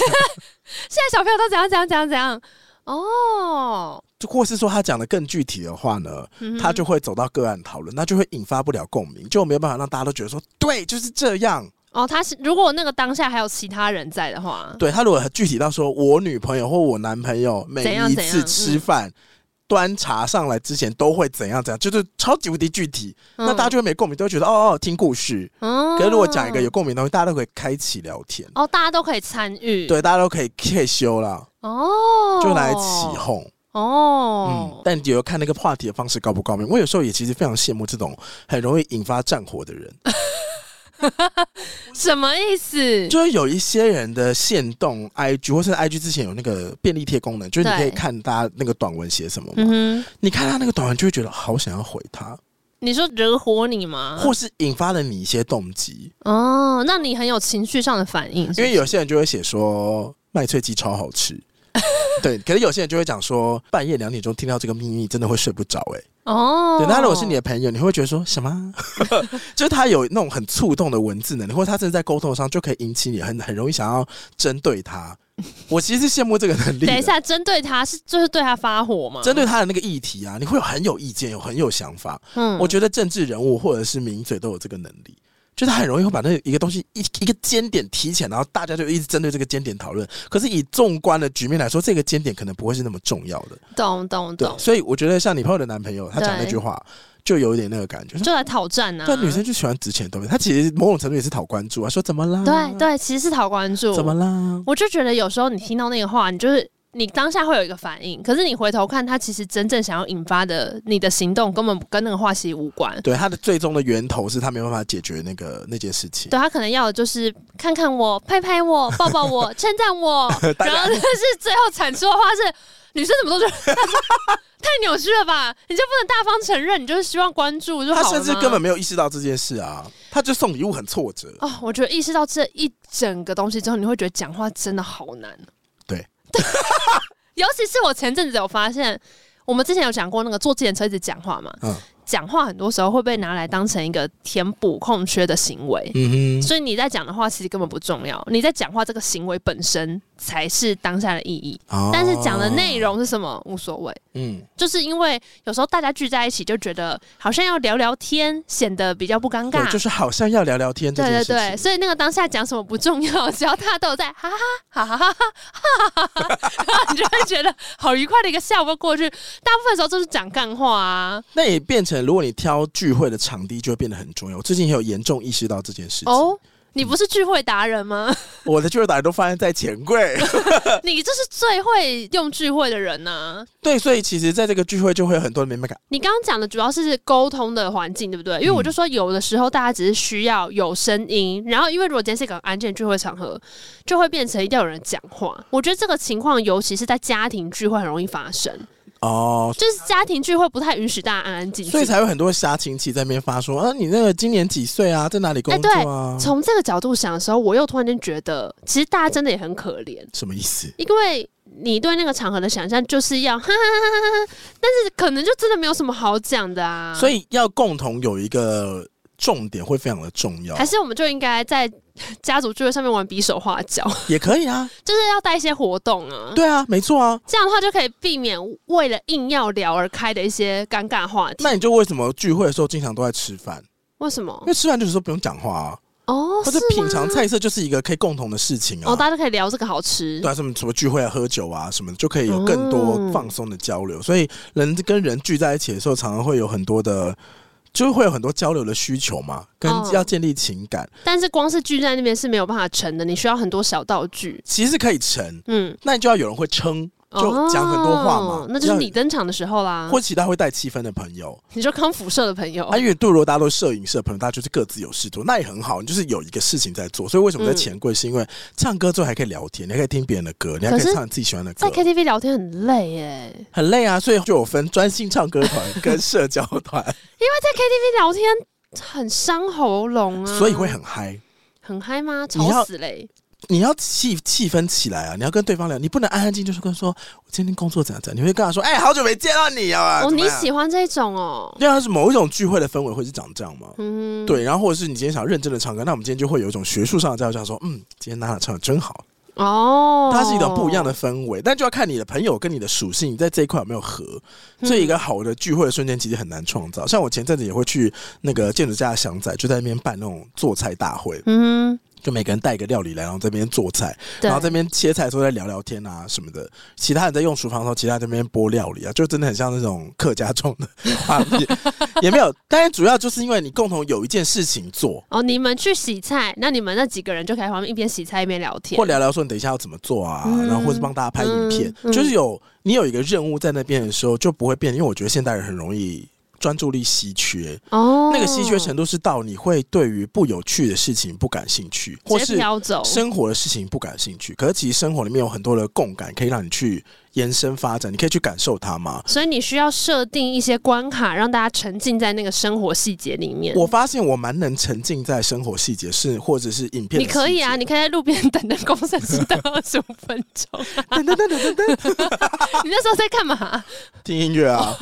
B: 在小朋友都怎样怎样怎样怎样。哦，
A: 就或是说他讲的更具体的话呢，
B: 嗯哼
A: 他就会走到个案讨论，那就会引发不了共鸣，就没有办法让大家都觉得说对，就是这样。
B: 哦，他是如果那个当下还有其他人在的话，
A: 对他如果很具体到说我女朋友或我男朋友每
B: 怎样
A: 一
B: 怎
A: 次
B: 样嗯
A: 吃饭。端茶上来之前都会怎样怎样，就是超级无敌具体，
B: 嗯
A: 那大家就会没共鸣，都会觉得哦哦听故事。
B: 哦
A: 可是如果讲一个有共鸣的东西，大家都可以开启聊天，
B: 哦，大家都可以参与，
A: 对，大家都可以 K 修啦。
B: 哦，
A: 就来起哄。嗯
B: 哦，，
A: 但也有看那个话题的方式高不高明。我有时候也其实非常羡慕这种很容易引发战火的人，
B: 什么意思？
A: 就是有一些人的限动 IG 或是 IG 之前有那个便利贴功能，就是你可以
B: 对
A: 看大家那个短文写什么嘛。
B: 嗯哼，
A: 你看他那个短文就会觉得好想要回他，
B: 你说惹火你吗？
A: 或是引发了你一些动机。
B: 哦，那你很有情绪上的反应，
A: 因为有些人就会写说麦脆鸡超好 吃。对，可是有些人就会讲说，半夜两点钟听到这个秘密，真的会睡不着哎、欸
B: 哦，
A: 对，那如果是你的朋友，你会觉得说什 么？就是他有那种很触动的文字能力，或者他真的在沟通上就可以引起你很很容易想要针对 他。我其实是羡慕这个能力的。
B: 等一下，针对他是就是对他发火吗？
A: 针对他的那个议题啊，你会有很有意见，有很有想法。
B: 嗯
A: 我觉得政治人物或者是名嘴都有这个能力，就是他很容易会把那一个东西一一个尖点提起来，然后大家就一直针对这个尖点讨论。可是以纵观的局面来说，这个尖点可能不会是那么重要的。
B: 懂懂
A: 对，
B: 懂，
A: 所以我觉得像你朋友的男朋友，他讲那
B: 对
A: 句话就有一点那个感觉，
B: 就来讨战啊，
A: 但女生就喜欢值钱的东西，她其实某种程度也是讨关注啊，说怎么啦？
B: 对，对，其实是讨关注，
A: 怎么啦？
B: 我就觉得有时候你听到那个话，你就是你当下会有一个反应，可是你回头看，他其实真正想要引发的你的行动，根本跟那个话其实无关。
A: 对，她的最终的源头是她没有办法解决那个那件事情。
B: 对他可能要的就是看看我、拍拍我、抱抱我、称 赞我，
A: 大
B: 然
A: 家
B: 后但 是最后产出的话是女生怎么都觉得 太扭曲了吧？你就不能大方承认，你就是希望关注就好
A: 她
B: 了吗
A: 甚至根本没有意识到这件事啊，她就送礼物很挫折。
B: 哦，我觉得意识到这一整个东西之后，你会觉得讲话真的好难。
A: 对，
B: 尤其是我前阵子有发现，我们之前有讲过那个坐自行车一直讲话嘛，
A: 嗯
B: 讲话很多时候会被拿来当成一个填补空缺的行为。
A: 嗯哼，
B: 所以你在讲的话其实根本不重要，你在讲话这个行为本身才是当下的意义。
A: 哦
B: 但是讲的内容是什么无所谓，
A: 嗯
B: 就是因为有时候大家聚在一起就觉得好像要聊聊天，显得比较不尴
A: 对，
B: 尬。
A: 就是好像要聊聊天这
B: 对
A: 件
B: 对
A: 事情，
B: 对，所以那个当下讲什么不重要，只要大家都有在哈哈哈哈哈哈哈哈哈，你就会觉得好愉快的一个下午过去。大部分时候就是讲干话啊。
A: 那也变成如果你挑聚会的场地，就会变得很重要。我最近也有严重意识到这件事情，
B: 哦，你不是聚会达人吗？
A: 我的聚会打都发现在钱柜。
B: 你就是最会用聚会的人呐、
A: 对，所以其实在这个聚会就会有很多人没办法。
B: 你刚刚讲的主要是沟通的环境，对不对？因为我就说，有的时候大家只是需要有声音，然后因为如果今天是一个很安静的聚会场合，就会变成一定要有人讲话。我觉得这个情况，尤其是在家庭聚会，很容易发生，
A: 哦。
B: 就是家庭聚会不太允许大家安安静
A: 所以
B: 静。
A: 才有很多瞎亲戚在那边发说啊，你那个今年几岁啊，在哪里工作啊？
B: 从这个角度想的时候，我又突然间觉得，其实大家真的也很可怜，
A: 什么意思？
B: 因为你对那个场合的想象就是要哈哈哈哈哈哈，但是可能就真的没有什么好讲的啊。
A: 所以要共同有一个重点会非常的重要
B: 还，是我们就应该在家族聚会上面玩比手画脚，
A: 也可以啊，
B: 就是要带一些活动啊。
A: 对啊，没错啊。
B: 这样的话就可以避免为了硬要聊而开的一些尴尬话题。
A: 那你就为什么聚会的时候经常都在吃饭？
B: 为什么
A: 因？为吃饭就是说不用讲话啊，
B: 哦，
A: 或
B: 是
A: 者品尝菜色就是一个可以共同的事情啊。
B: 哦，大家都可以聊这个好吃
A: 对。啊，什么什么聚会啊、喝酒啊什么的，就可以有更多
B: 哦
A: 放松的交流。所以人跟人聚在一起的时候，常常会有很多的，就会有很多交流的需求嘛，跟
B: 哦
A: 要建立情感，
B: 但是光是聚在那边是没有办法成的，你需要很多小道具。
A: 其实可以成，
B: 嗯，
A: 那你就要有人会撑，就讲很多话嘛。
B: 哦那就是你
A: 要
B: 登场的时嗯候啦。
A: 或其他会带气氛的朋友，
B: 你说康辐射的朋友，
A: 啊，因为对，如果大家都是摄影社的朋友，大家就是各自有事做，那也很好，你就是有一个事情在做。所以为什么在
B: 嗯
A: 钱柜，是因为唱歌之后还可以聊天，你还可以听别人的歌，你还
B: 可
A: 可以
B: 是
A: 唱你自己喜欢的
B: 在
A: 歌。
B: KTV 聊天很累耶，
A: 很累啊，所以就有分专心唱歌团跟社交 团，
B: 在 KTV 聊天很伤喉咙啊，
A: 所以会很嗨。
B: 很嗨吗？
A: 你要
B: 吵死嘞！
A: 你要气气氛起来啊！你要跟对方聊，你不能安安静静就是跟说，我今天工作怎样怎样。你会跟他说，哎、好久没见到你啊！怎
B: 哦，
A: 么
B: 你
A: 样
B: 喜欢这种哦？
A: 对啊，是某一种聚会的氛围会是长这样吗？
B: 嗯，
A: 对，然后或者是你今天想认真的唱歌，那我们今天就会有一种学术上的交流，这样说，嗯，今天娜娜唱的真好，
B: 哦，
A: 它是一种不一样的氛围，但就要看你的朋友跟你的属性在这一块有没有合。所以一个好的聚会的瞬间其实很难创造。像我前阵子也会去那个建筑家的祥仔，就在那边办那种做菜大会，
B: 嗯
A: 就每个人带一个料理来，然后这边做菜，
B: 哼，对
A: 然后这边切菜的时候在聊聊天啊什么的，其他人在用厨房的时候，其他人在那边剥料理啊，就真的很像那种客家种的画面， 也没有。当然，主要就是因为你共同有一件事情做，
B: 哦，你们去洗菜，那你们那几个人就可以在旁边一边洗菜一边聊天
A: 或。聊聊说你等一下要怎么做啊，
B: 嗯
A: 然后或是帮大家拍影片，
B: 嗯嗯
A: 就是有你有一个任务在那边的时候，就不会变。因为我觉得现代人很容易专注力稀缺，
B: 哦，
A: 那个稀缺程度是到你会对于不有趣的事情不感兴趣，或
B: 直接
A: 是
B: 飘走。
A: 生活的事情不感兴趣，可是其实生活里面有很多的共感可以让你去延伸发展，你可以去感受它嘛。
B: 所以你需要设定一些关卡，让大家沉浸在那个生活细节里面。
A: 我发现我蛮能沉浸在生活细节是或者是影片，
B: 你可以啊，，你可以在路边等那公司十到二十五分钟。
A: 噔噔噔噔 噔噔，
B: 你那时候在干嘛？
A: 听音乐啊。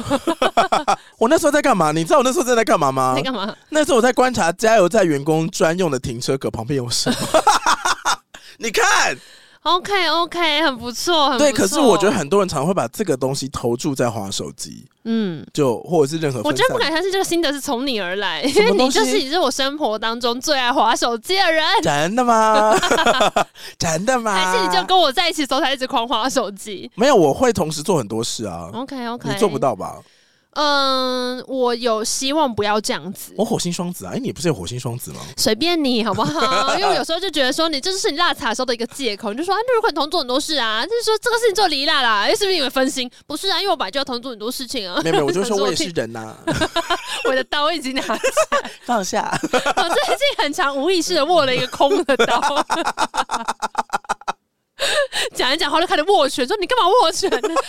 A: 我那时候在干嘛？你知道我那时候在在干嘛吗
B: 在？干嘛？
A: 那时候我在观察加油站员工专用的停车格旁边有什么。 你看，
B: OK OK，很不错，很不错
A: 对，可是我觉得，很多人常常会把这个东西投注在滑手机，
B: 嗯，
A: 就或者是任何
B: 我
A: 分
B: 真
A: 散
B: 的不敢相信这个心得是从你而来，因
A: 什么
B: 为你
A: 东西
B: 就是你是我生活当中最爱划手机的人，
A: 真的吗？ 真的吗？
B: 还是你就跟我在一起的时候才一直狂划手机
A: 没有，我会同时做很多事啊。
B: ？OK 哦 OK，
A: 你做不。到吧？
B: 嗯，我有希望不要这样子。
A: 我火星双子啊，哎、你不是有火星双子吗？
B: 随便你好不好？因为我有时候就觉得说，你这就是你落差的时候的一个借口，你就说啊，那如果你同做很多事啊，就是说这个事情做离啦啦，哎，是不是因为分心？不是啊，因为我本来就要同做很多 事情啊。
A: 没有没有，我就
B: 想
A: 说我也是人 呐、
B: 我的刀已经拿，我
A: 放下。
B: 最近很常无意识的握了一个空的刀。讲一讲，后来就开始握拳，说你干嘛握拳呢？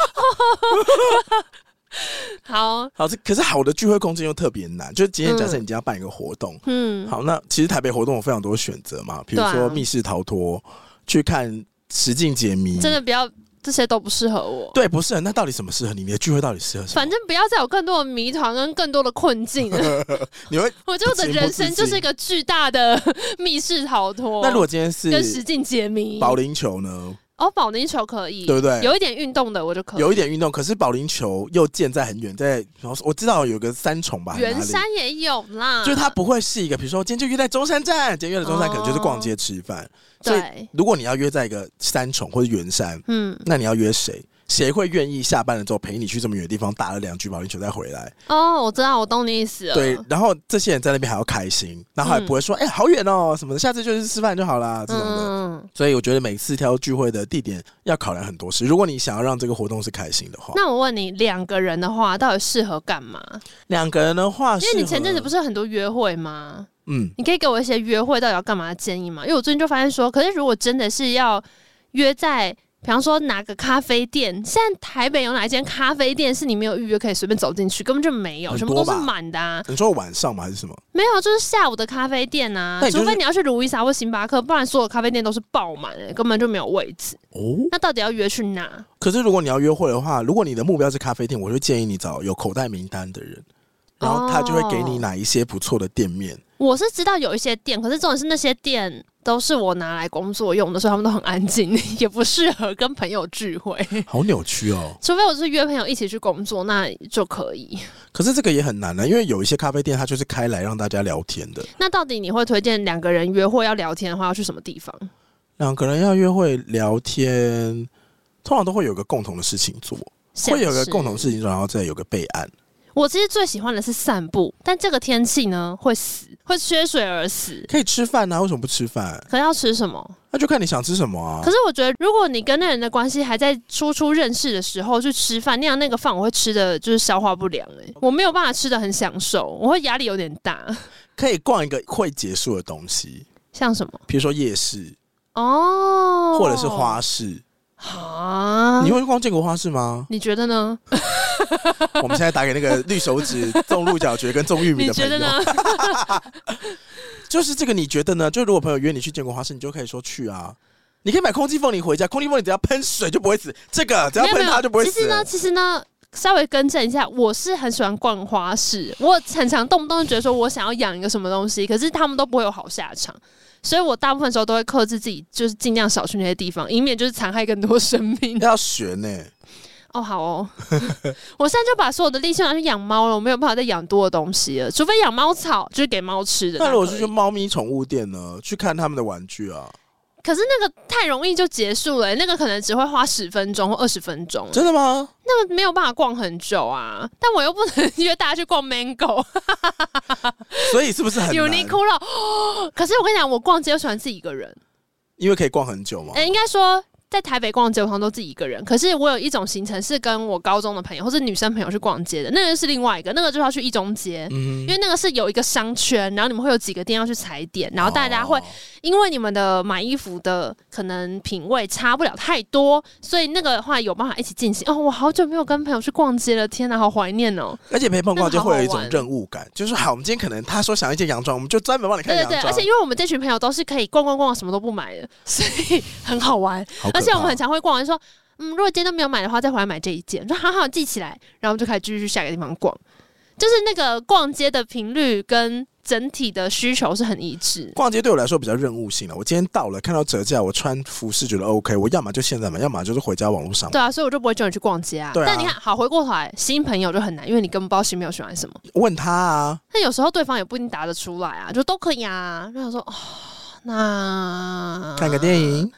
B: 好，
A: 好，这可是好的聚会空间又特别难。就是今天假设你今天要办一个活动，
B: 嗯，
A: 好，那其实台北活动有非常多选择嘛，比如
B: 对
A: 说
B: 啊
A: 密室逃脱，去看实境解谜，
B: 真的不要这些都不适合我。
A: 对，不是，那到底什么适合你？你的聚会到底适合什么？
B: 反正不要再有更多的谜团跟更多的困境了。
A: 你会
B: 我觉得我的人生就是一个巨大的 密室逃脱。
A: 那如果今天
B: 跟
A: 是
B: 实境解谜，
A: 保龄球呢？
B: 哦，保龄球可以，
A: 对不对
B: 有一点运动的我就可以。
A: 有一点运动，可是保龄球又建在很远，在我知道有个三重吧，还是哪
B: 圆
A: 里
B: 山啊也有啦，
A: 啊就是它不会是一个，比如说今天就约在中山站，今天约在中山
B: 哦
A: 可能就是逛街吃饭。所以
B: 对，
A: 如果你要约在一个三重或者圆山，
B: 嗯，
A: 那你要约谁？谁会愿意下班了之后陪你去这么远的地方打了两局保龄球再回来？
B: 哦，我知道，我懂你意思了。
A: 对，然后这些人在那边还要开心，然后还不会说哎、好远哦什么的，下次就是吃饭就好啦这种的。
B: 嗯，
A: 所以我觉得每次挑聚会的地点要考量很多事。如果你想要让这个活动是开心的话，
B: 那我问你，两个人的话到底适合干嘛？
A: 两个人的话，
B: 因为你前阵子不
A: 是
B: 是很多约会吗？
A: 嗯，
B: 你可以给我一些约会到底要干嘛的建议吗？因为我最近就发现说，可是如果真的是要约在，比方说哪个咖啡店，现在台北有哪一间咖啡店是你没有预约可以随便走进去，根本就没有，
A: 很
B: 全
A: 多
B: 部都是
A: 吧
B: 满的啊，
A: 你说晚上吗还是什么？
B: 没有，就是下午的咖啡店啊，
A: 那你就是
B: 除非你要去卢伊莎或星巴克，不然所有咖啡店都是爆满、欸，根本就没有位置。
A: 哦，
B: 那到底要约去哪？
A: 可是如果你要约会的话，如果你的目标是咖啡店，我就建议你找有口袋名单的人，然后他就会给你
B: 哦
A: 哪一些不错的店面。
B: 我是知道有一些店，可是重点是那些店都是我拿来工作用的，所以他们都很安静，也不适合跟朋友聚会。
A: 好扭曲哦！
B: 除非我是约朋友一起去工作，那就可以。
A: 可是这个也很难呢、啊因为有一些咖啡店它就是开来让大家聊天的。
B: 那到底你会推荐两个人约会要聊天的话，要去什么地方？
A: 两个人要约会聊天，通常都会有个共同的事情做，会有个共同
B: 像是。
A: 事情做，然后再有个备案。
B: 我其实最喜欢的是散步，但这个天气呢 会死，会缺水而死。
A: 可以吃饭啊，为什么不吃饭？
B: 可是要吃什么？
A: 那就看你想吃什么啊
B: 可。是我觉得，如果你跟那人的关系还在初初认识的时候去吃饭，那样那个饭我会吃的就是消化不良、欸，
A: 哦
B: 我没有办法吃的很享受，我会压力有点大。
A: 可以逛一个会结束的东西，
B: 像什么？
A: 比如说夜市
B: 哦，
A: 或者是花市。
B: 啊？？
A: 你会去逛建国花市吗
B: 你觉得呢？
A: 我们现在打给那个绿手 指、种鹿角蕨跟种玉米
B: 你
A: 的
B: 觉
A: 朋
B: 得呢
A: 友，？就是这个，你觉得呢？就如果朋友约你去建国花市，你就可以说去啊。你可以买空气凤梨回家，空气凤梨只要喷水就不会死，这个只要
B: 没有没
A: 喷
B: 有，
A: 它就不会
B: 其实
A: 死
B: 呢，
A: 了。
B: 其实呢，稍微更正一下，我是很喜欢逛花市，我很常动不动就觉得说我想要养一个什么东西，可是他们都不会有好下场。所以我大部分时候都会克制自己，就是尽量少去那些地方，以免就是残害更多生命。
A: 要学呢、
B: 哦，好哦， 我现在就把所有的力气拿去养猫了，我没有办法再养多的东西了，除非养猫草，就是给猫吃的。
A: 那如果是
B: 可以
A: 去猫咪宠物店呢？去看他们的玩具啊？
B: 可是那个太容易就结束了、那个可能只会花十分钟或二十分钟，欸
A: 真的吗？
B: 那个没有办法逛很久啊。但我又不能约大家去逛 Mango、
A: 所以是不是很难？
B: Uniqlo，哦 可是我跟你讲，我逛街我喜欢自己一个人，
A: 因为可以逛很久嘛。
B: 哎、应该说。在台北逛街，我通常都自己一个人。可是我有一种行程是跟我高中的朋友或是女生朋友去逛街的，那个是另外一个，那个就是要去一中街。
A: 嗯
B: 因为那个是有一个商圈，然后你们会有几个店要去踩点，然后大家会
A: 哦
B: 因为你们的买衣服的可能品味差不了太多，所以那个的话有办法一起进行。哦，我好久没有跟朋友去逛街了，天哪，好怀念哦！
A: 而且陪朋友逛街会有一
B: 那个好
A: 种
B: 好玩
A: 任务感，就是好，我们今天可能他说想要一件洋装，我们就专门帮你看
B: 对
A: 洋
B: 对
A: 装。
B: 对，而且因为我们这群朋友都是可以逛逛逛，什么都不买的， 所以很好玩。
A: 好可
B: 而且我们
A: 怕
B: 很常会逛完说。嗯，如果今天都没有买的话，再回来买这一件。我说好好记起来，然后我们就开始继续去下一个地方逛。就是那个逛街的频率跟整体的需求是很一致。
A: 逛街对我来说比较任务性了。我今天到了，看到折价，我穿服饰觉得 OK，我要么就现在买，要么就是回家网络上买。
B: 对啊，所以我就不会叫你去逛街啊。
A: 对啊
B: 但你看，好回过头来，新朋友就很难，因为你根本不知道新朋友喜欢什么。
A: 问他啊，
B: 但有时候对方也不一定答得出来啊，就都可以啊。然后说哦，那
A: 看个电
B: 啊
A: 影，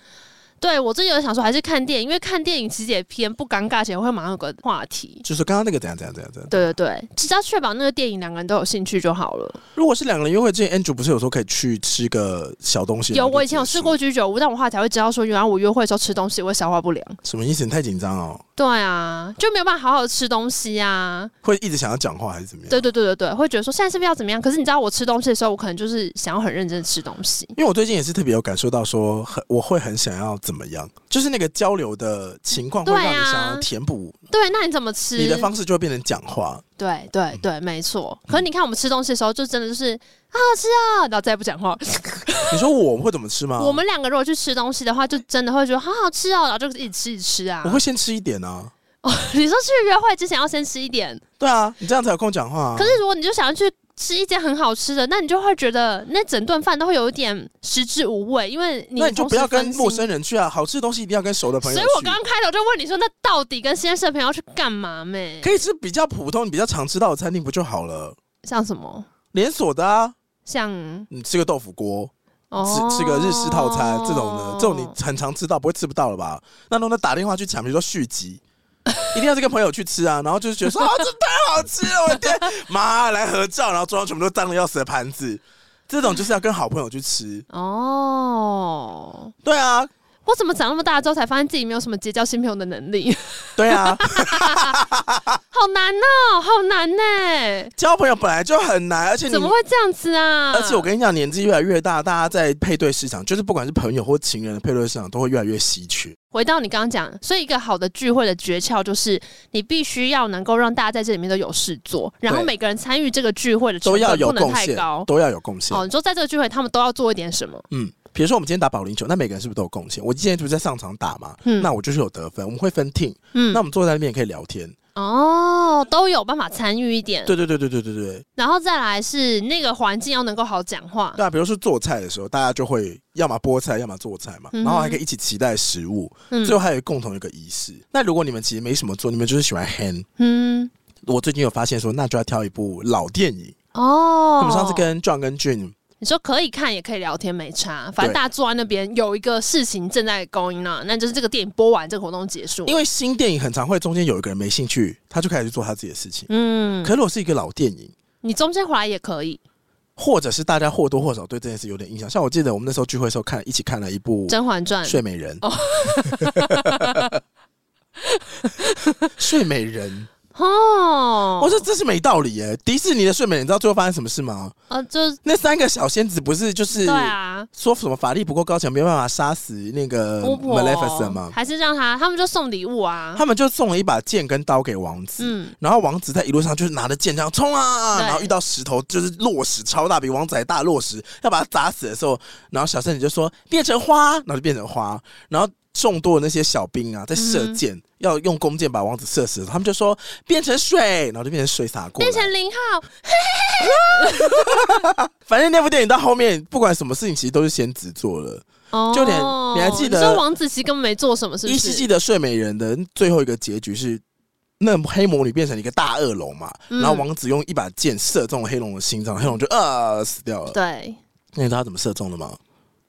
B: 对我最近有想说，还是看电影，因为看电影其实也偏不尴尬，且会马上有个话题。
A: 就是刚刚那个怎样怎样怎样怎样。
B: 对对对，只要确保那个电影两个人都有兴趣就好了。
A: 如果是两个人约会，之前 Andrew 不是有时候可以去吃个小东西？然
B: 有，
A: 后就
B: 我以前有
A: 结束
B: 试过，居酒屋，但我后来才会知道说，原来我约会的时候吃东西我会消化不良。
A: 什么意思？你太紧张哦，
B: 对啊，就没有办法好好吃东西啊。
A: 会一直想要讲话还是怎么样？
B: 对对对对对，会觉得说现在是不是要怎么样？可是你知道我吃东西的时候，我可能就是想要很认真地吃东西。
A: 因为我最近也是特别有感受到说，很我会很想要怎么样，就是那个交流的情况会
B: 对
A: 让
B: 啊
A: 你想要填补、
B: 对，那你怎么吃？
A: 你的方式，就会变成讲话。
B: 对
A: 嗯
B: 啊对对，没错。可是你看我们吃东西的时候，就真的就是好好吃哦，然后再也不讲话。
A: 你说我们会怎么吃吗？
B: 我们两个如果去吃东西的话，就真的会觉得好好吃哦，然后就一直吃一直吃啊
A: 我。会先吃一点啊。
B: 哦，你说去约会之前要先吃一点，
A: 对啊，你这样才有空讲话、啊。
B: 可是如果你就想要去吃一间很好吃的，那你就会觉得那整顿饭都会有一点食之无味，因为你
A: 那你就
B: 同
A: 不要
B: 时分
A: 跟陌
B: 心
A: 生人去啊，好吃的东西一定要跟熟的朋友
B: 所以
A: 去。
B: 我刚刚开头就问你说，那到底跟先生朋友去干嘛没？
A: 可以吃比较普通、你比较常吃到的餐厅不就好了？
B: 像什么？
A: 连锁的啊，
B: 像
A: 你吃个豆腐锅，
B: 哦，
A: 吃吃个日式套餐这种的，这种你很常吃到，不会吃不到了吧？那种的打电话去抢，比如说续集。一定要是跟朋友去吃啊，然后就是觉得说啊，这太好吃了，我的天，妈来合照，然后桌上全部都脏的要死的盘子，这种就是要跟好朋友去吃。
B: 哦。
A: 对啊，
B: 我怎么长那么大之后才发现自己没有什么结交新朋友的能力，
A: 对啊，
B: 好难哦，好难呢、
A: 交朋友本来就很难，而且你
B: 怎么会这样子啊？
A: 而且我跟你讲，年纪越来越大，大家在配对市场，就是不管是朋友或情人的配对市场，都会越来越稀缺。
B: 回到你刚刚讲，所以一个好的聚会的诀窍就是，你必须要能够让大家在这里面都有事做，然后
A: 对
B: 每个人参与这个聚会的成
A: 都要
B: 本
A: 有
B: 不能
A: 贡
B: 太
A: 献
B: 高，。
A: 都要有贡献。
B: 哦，你说在这个聚会他们都要做一点什么？
A: 嗯，比如说我们今天打保龄球，那每个人是不是都有贡献？我今天不是在上场打嘛，
B: 嗯
A: 那我就是有得分，我们会分 team，、
B: 嗯
A: 那我们坐在那边也可以聊天。
B: 哦，都有办法参与一点，
A: 对对对对对对对，
B: 然后再来是那个环境要能够好讲话，
A: 对啊，比如说做菜的时候，大家就会要么剥菜，要么做菜嘛，
B: 嗯哼
A: 然后还可以一起期待食物，
B: 嗯
A: 最后还有共同一个仪式。那如果你们其实没什么做，你们就是喜欢 hand，
B: 嗯，
A: 我最近有发现说，那就要挑一部老电影。
B: 哦，嗯
A: 我们上次跟 John 跟 Jun
B: 你说可以看也可以聊天，没差，反正
A: 对
B: 大家坐在那边有一个事情正在 going on，那就是这个电影播完，这个活动结束，
A: 因
B: 为
A: 为新电影很常会中间有一个人没兴趣，他就开始去做他自己的事情。
B: 嗯
A: 可，如果是一个老电影，
B: 你中间回来也可
A: 嗯
B: 以，
A: 或者是大家或多或少对这件事有点印象，像我记得我们那时候聚会的时候看一起看了一部
B: 《
A: 《
B: 甄嬛传》
A: 睡美人》
B: 哦
A: 睡美人，
B: 哦，
A: 我说这是没道理耶、迪士尼的睡美人，你知道最后发生什么事吗？
B: 呃，就是
A: 那三个小仙子不是就是
B: 对啊，
A: 说什么法力不够高强，没办法杀死那个
B: 巫婆
A: 呃 Maleficent 吗？
B: 还是让他，他们就送礼物啊，
A: 他们就送了一把剑跟刀给王子，
B: 嗯，
A: 然后王子在一路上就是拿着剑这样冲啊，
B: 对
A: 然后遇到石头就是落石超大，比王子还大落石，要把他砸死的时候，然后小圣女就说变成花，然后就变成花，然后众多的那些小兵啊在射箭，
B: 嗯
A: 要用弓箭把王子射死的时候，他们就说变成水，然后就变成水洒过来
B: 变。成零号，
A: 反正那部电影到后面不管什么事情，其实都是仙子做了。
B: 哦
A: 就连你还记得
B: 你说王子琪根本没做什么，是不
A: 依稀
B: 是？
A: 记得睡美人的最后一个结局是。那黑魔女变成一个大恶龙嘛，
B: 嗯
A: 然后王子用一把剑射中了黑龙的心脏，黑龙就呃死掉了。
B: 对，
A: 那你知道他怎么射中的吗？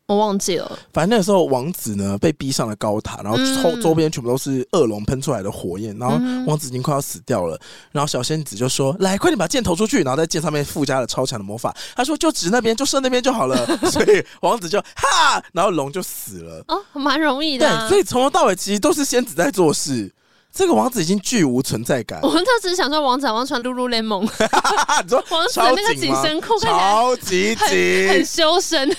B: 我忘记了，
A: 反正那时候王子呢被逼上了高塔，然后
B: 嗯
A: 周周边全部都是恶龙喷出来的火焰，然后
B: 嗯
A: 王子已经快要死掉了，然后小仙子就说：“来，快点把箭投出去！”然后在箭上面附加了超强的魔法，他说：“就指那边，就射那边就好 了。” 所以王子就哈，然后龙就死了。
B: 哦，蛮容易的啊、
A: 对，所以从头到尾其实都是仙子在做事。这个王子已经巨无存在感
B: 我，们当时想说，王子好像 穿 Lululemon，
A: 哈哈，你说
B: 王子
A: 超
B: 那个
A: 紧
B: 紧
A: 吗？
B: 身裤看起来
A: 超级
B: 很
A: 紧，
B: 修身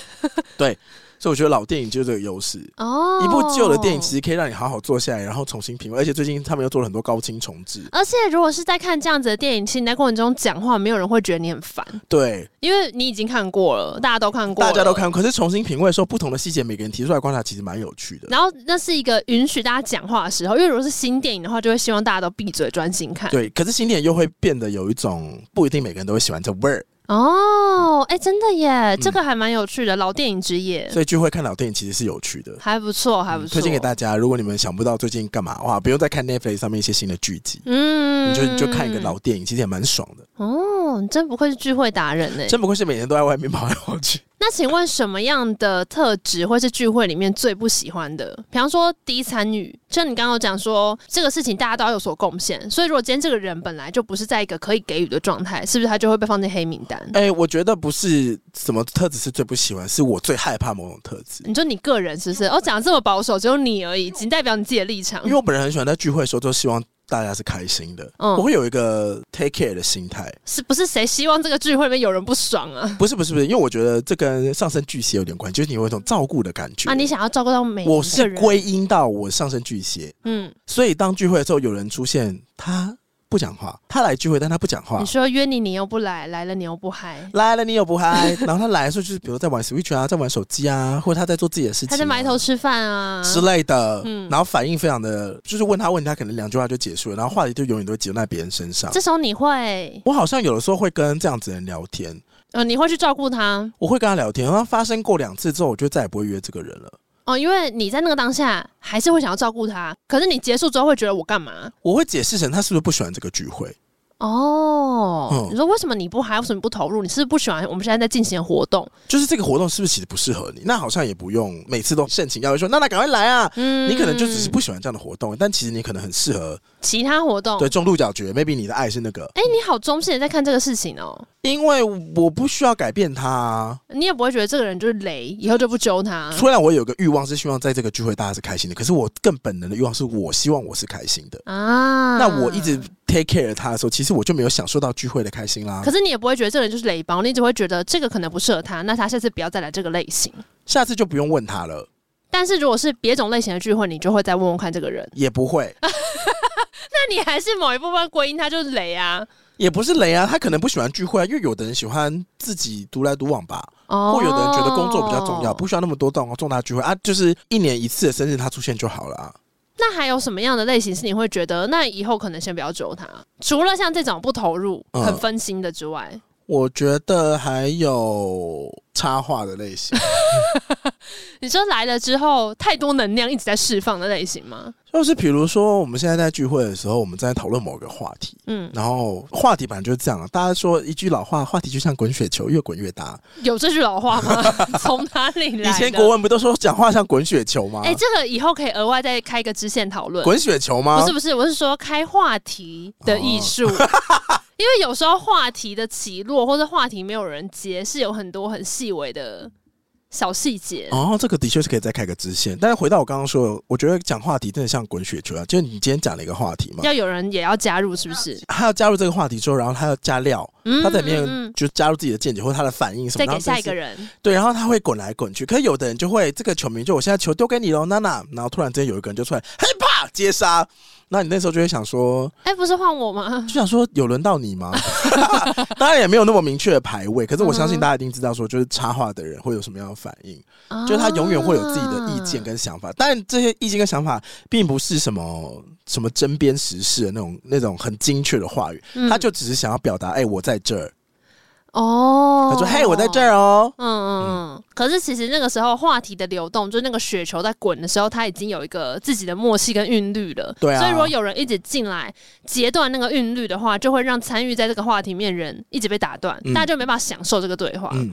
A: 对，所以我觉得老电影就是这个优势。
B: 哦
A: 一部旧的电影其实可以让你好好坐下来，然后重新品味。而且最近他们又做了很多高清重置，
B: 而且如果是在看这样子的电影，其实你在过程中讲话，没有人会觉得你很烦，
A: 对，
B: 因为你已经看过了，大家都看过，
A: 大家都。看过。可是重新品味的时候，不同的细节，每个人提出来观察，其实蛮有趣的。
B: 然后那是一个允许大家讲话的时候，因为如果是新电影的话，就会希望大家都闭嘴专心看。
A: 对，可是新点又会变得有一种不一定每个人都会喜欢这味儿，
B: 哦，哎、真的耶，
A: 嗯
B: 这个还蛮有趣的，老电影之夜
A: 所以聚会看老电影其实是有趣的，
B: 还不错，还不错、
A: 嗯推荐给大家。如果你们想不到最近干嘛的话，不用再看 Netflix 上面一些新的剧集，
B: 嗯
A: 你就你就看一个老电影，其实也蛮爽的。
B: 哦，你真不愧是聚会达人呢。欸
A: 真不愧是每天都在外面跑来跑 去。
B: 那请问什么样的特质会是聚会里面最不喜欢的？比方说低参与，就你刚刚有讲说这个事情大家都要有所贡献，所以如果今天这个人本来就不是在一个可以给予的状态，是不是他就会被放进黑名单？
A: 哎、我觉得不是什么特质是最不喜欢，是我最害怕某种特质。
B: 你说你个人是不是？哦，讲的这么保守，只有你而已，仅代表你自己的立场
A: 因。为我本人很喜欢在聚会的时候，都希望大家是开心的，
B: 嗯
A: 我会有一个 take care 的心态。
B: 是不是谁希望这个聚会里面有人不爽啊？
A: 不是不是不是，因为我觉得这跟上升巨蟹有点关系，就是你有一种照顾的感觉。
B: 啊，你想要照顾到每一个人，
A: 我是归因到我上升巨蟹，
B: 嗯
A: 所以当聚会的时候有人出现，他不讲话，他来聚会但他不讲话
B: 你。说约你，你又不来，来了你又不嗨，
A: 来了，你有不嗨？然后他来的时候，就是比如在玩 Switch 啊，在玩手机啊，或者他在做自己的事情、啊，
B: 他在埋头吃饭啊，
A: 之类的，
B: 嗯
A: 然后反应非常的，就是问他问题，他可能两句话就结束了，然后话题就永远都会集中在别人身上
B: 这。时候你会，
A: 我好像有的时候会跟这样子的人聊天，
B: 呃，你会去照顾他
A: 我会跟他聊天，然后发生过两次之后，我就再也不会约这个人了。
B: 哦，因为你在那个当下还是会想要照顾他，可是你结束之后会觉得我干嘛？
A: 我会解释成他是不是不喜欢这个聚会，
B: 哦，
A: 嗯
B: 你说为什么你不嗨？为什么你不投入？你是不是不喜欢我们现在在进行的活动？
A: 就是这个活动是不是其实不适合你？那好像也不用每次都盛情邀约说，那那赶快来啊！
B: 嗯
A: 你可能就只是不喜欢这样的活动，但其实你可能很适合
B: 其他活动。
A: 对中鹿角蕨，maybe 你的爱是那个，
B: 哎、你好中性的在看这个事情哦，
A: 因为我不需要改变他、啊。
B: 你也不会觉得这个人就是雷，以后就不揪他。
A: 虽然我有个欲望是希望在这个聚会大家是开心的，可是我更本能的欲望是我希望我是开心的。
B: 啊，
A: 那我一直 take care 他的时候，其实我就没有享受到聚会的开心啦
B: 可。是你也不会觉得这个人就是雷包，你只会觉得这个可能不适合他，那他下次不要再来这个类型。
A: 下次就不用问他了，
B: 但是如果是别种类型的聚会，你就会再问问看这个人。
A: 也不 会，
B: 那你还是某一部分归因他就是雷啊，
A: 也不是雷啊。他可能不喜欢聚会啊，因为有的人喜欢自己独来独往吧，
B: 哦
A: 或有的人觉得工作比较重要，不需要那么多重重大聚会啊。就是一年一次的生日，他出现就好了啊。
B: 那还有什么样的类型是你会觉得那以后可能先不要揪他？除了像这种不投入、
A: 嗯
B: 很分心的之外，
A: 我觉得还有插画的类 型，
B: 你说来了之后太多能量一直在释放的类型吗？
A: 就是比如说我们现在在聚会的时候，我们在讨论某个话题，
B: 嗯，
A: 然后话题本来就是这样啊。大家说一句老话，话题就像滚雪球，越滚越大。
B: 有这句老话 吗？从哪里来的？
A: 以前国啊文不都说讲话像滚雪球吗？
B: 啊哎、这个以后可以额外再开一个支线讨论。
A: 滚雪球吗？
B: 不是不是，我是说开话题的艺术。
A: 哦
B: 因为有时候话题的起落或者话题没有人接，是有很多很细微的小细节。
A: 哦，这个的确是可以再开个支线。但是回到我刚刚说的，我觉得讲话题真的像滚雪球啊，就是你今天讲了一个话题嘛，
B: 要有人也要加入，是不是？
A: 他要加入这个话题之后，然后他要加料，
B: 嗯
A: 他在里
B: 嗯嗯
A: 面就加入自己的见解或他的反应什么，
B: 再
A: 然
B: 给
A: 后
B: 下一
A: 就
B: 个
A: 是
B: 人，
A: 对，然后他会滚来滚去。可是有的人就会这个球迷就我现在球丢给你喽，娜娜，然后突然之间有一个人就出来，嘿啪接杀。那你那时候就会想说，
B: 哎、不是换我吗？
A: 就想说有轮到你 吗？当然也没有那么明确的排位，可是我相信
B: 嗯哼
A: 大家一定知道说，就是插画的人会有什么样的反应。 就是他永远会有自己的意见
B: 啊
A: 跟想法，但这些意见跟想法并不是什么什么针砭时事的那种那种很精确的话语，
B: 嗯
A: 他就只是想要表达，哎、我在这儿，
B: 哦，
A: 他说，嘿，我在这。儿哦，
B: 嗯嗯嗯，可是其实那个时候话题的流动，就是那个雪球在滚的时候，它已经有一个自己的默契跟韵律了。
A: 对啊
B: 所以如果有人一直进来截断那个韵律的话，就会让参与在这个话题面人一直被打断，
A: 嗯
B: 大家就没办法享受这个对话。
A: 嗯，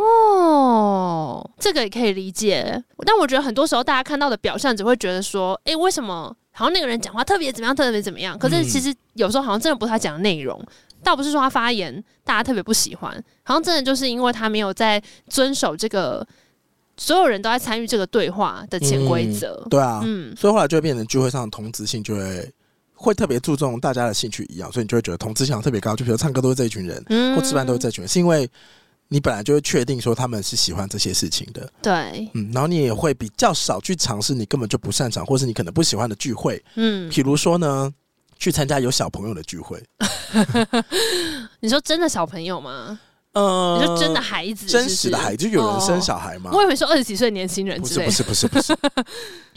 B: 哦，这个也可以理解。但我觉得很多时候大家看到的表象，只会觉得说，诶，为什么好像那个人讲话特别怎么样，特别怎么样？可是
A: 嗯
B: 其实有时候好像真的不是他讲的内容，倒不是说他发言大家特别不喜欢，好像真的就是因为他没有在遵守这个所有人都在参与这个对话的潜规则。
A: 对啊，
B: 嗯，
A: 所以后来就会变成聚会上的同质性就会会特别注重大家的兴趣一样，所以你就会觉得同质性好像特别高，就比如唱歌都是这一群人，
B: 嗯
A: 或吃饭都是这一群人，是因为你本来就会确定说他们是喜欢这些事情的，
B: 对，
A: 嗯，然后你也会比较少去尝试你根本就不擅长或是你可能不喜欢的聚会。
B: 嗯，
A: 比如说呢，去参加有小朋友的聚会，
B: 你说真的小朋友吗？
A: 呃
B: 你说真的孩子
A: 真实的孩
B: 子？
A: 子，就有人生小孩吗？
B: 我以为说二十几岁年轻人
A: 不
B: 之
A: 是
B: 类
A: 不
B: 的。
A: 是不是不 是，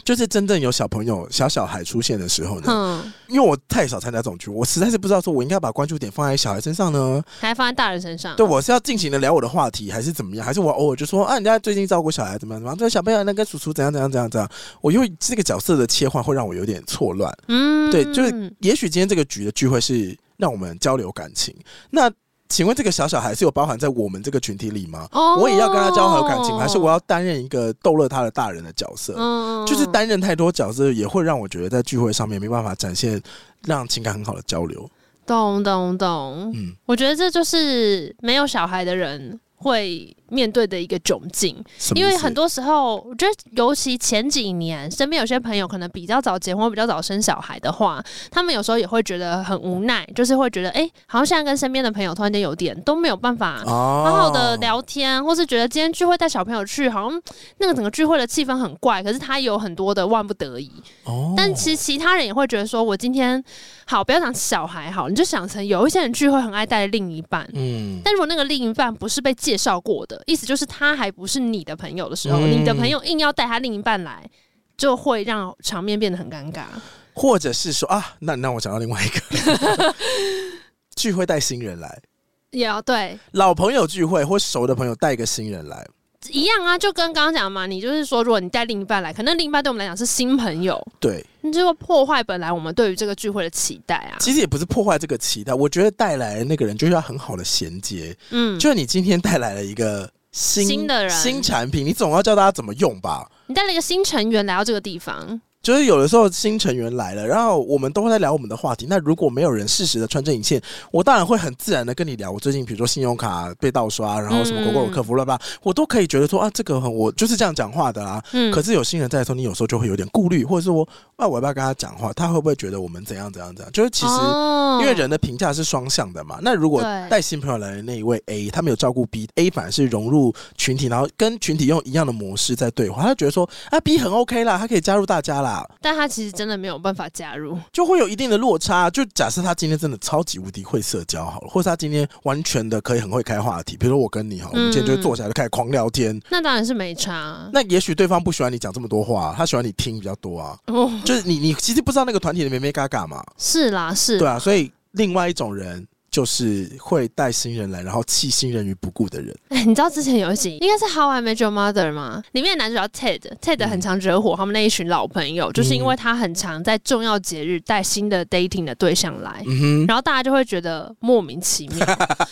A: 就是真正有小朋友小小孩出现的时候呢，
B: 嗯，
A: 因为我太少参加这种聚会，我实在是不知道说我应该把关注点放在小孩身上呢，
B: 还放在大人身上。
A: 对我是要尽情的聊我的话题，还是怎么样？还是我偶尔就说啊，人家最近照顾小孩怎么样怎么样，这个小朋友那个叔叔怎样怎样怎样怎样，我因为这个角色的切换会让我有点错乱。
B: 嗯
A: 对就是也许今天这个局的聚会是让我们交流感情。那请问这个小小孩是有包含在我们这个群体里吗？
B: 哦
A: 我也要跟他交好感情吗，还是我要担任一个逗乐他的大人的角色？
B: 嗯
A: 就是担任太多角色，也会让我觉得在聚会上面没办法展现让情感很好的交流。
B: 懂懂懂，
A: 嗯，
B: 我觉得这就是没有小孩的人会面对的一个窘境。
A: 什么意
B: 因
A: 思
B: 为很多时候，我觉得尤其前几年，身边有些朋友可能比较早结婚、比较早生小孩的话，他们有时候也会觉得很无奈，就是会觉得，哎、好像现在跟身边的朋友突然间有点都没有办法
A: 哦，
B: 好好的聊天，或是觉得今天聚会带小朋友去，好像那个整个聚会的气氛很怪，可是他也有很多的万不得已。
A: 哦，
B: 但其实其他人也会觉得说，我今天好，不要讲小孩好，你就想成有一些人聚会很爱带另一半。
A: 嗯，
B: 但如果那个另一半不是被介绍过的，意思就是他还不是你的朋友的时候，
A: 嗯
B: 你的朋友硬要带他另一半来，就会让场面变得很尴尬。
A: 或者是说啊，那那我讲到另外一个 聚会带新人来，
B: 也要对，
A: 老朋友聚会或熟的朋友带一个新人来，
B: 一样啊，就跟刚刚讲嘛，你就是说，如果你带另一半来，可能另一半对我们来讲是新朋友，
A: 对，
B: 你就会破坏本来我们对于这个聚会的期待啊。
A: 其实也不是破坏这个期待，我觉得带来的那个人就是要很好的衔接，
B: 嗯，
A: 就是你今天带来了一个。新
B: 新的人
A: 新产品，你总要教大家怎么用吧？
B: 你带了一个新成员来到这个地方，
A: 就是有的时候新成员来了，然后我们都会在聊我们的话题。那如果没有人适时的穿针引线，我当然会很自然的跟你聊。我最近比如说信用卡被盗刷，然后什么
B: 嗯
A: 狗狗有客服乱吧，我都可以觉得说啊，这个很我就是啊这样讲话的啦。
B: 嗯，
A: 可是有新人在的时候，你有时候就会有点顾虑，或者是我啊，我要不要跟他讲话？他会不会觉得我们怎样怎样怎样？就是其实、
B: 哦
A: 因为人的评价是双向的嘛。那如果
B: 对
A: 带新朋友来的那一位 A，他没有照顾 B，A 反而是融入群体，然后跟群体用一样的模式在对话，他就觉得说啊 B 很 OK 啦，他可以加入大家啦，
B: 但他其实真的没有办法加入，
A: 就会有一定的落差。就假设他今天真的超级无敌会社交好了，或是他今天完全的可以很会开话题，比如说我跟你好，我们今天就坐下来就开始狂聊天。
B: 那当然是没差。
A: 那也许对方不喜欢你讲这么多话，他喜欢你听比较多啊。
B: 哦，
A: 就是你，你其实不知道那个团体的妹妹嘎嘎嘛，
B: 是啦，是
A: 对
B: 啦
A: 啊，所以另外一种人就是会带新人来，然后弃新人于不顾的人。
B: 哎，你知道之前有一集应该是《How I Met Your Mother》吗？里面的男主角 Ted，Ted
A: 嗯
B: 很常惹火他们那一群老朋友，就是因为他很常在重要节日带新的 dating 的对象来。
A: 嗯哼，
B: 然后大家就会觉得莫名其 妙，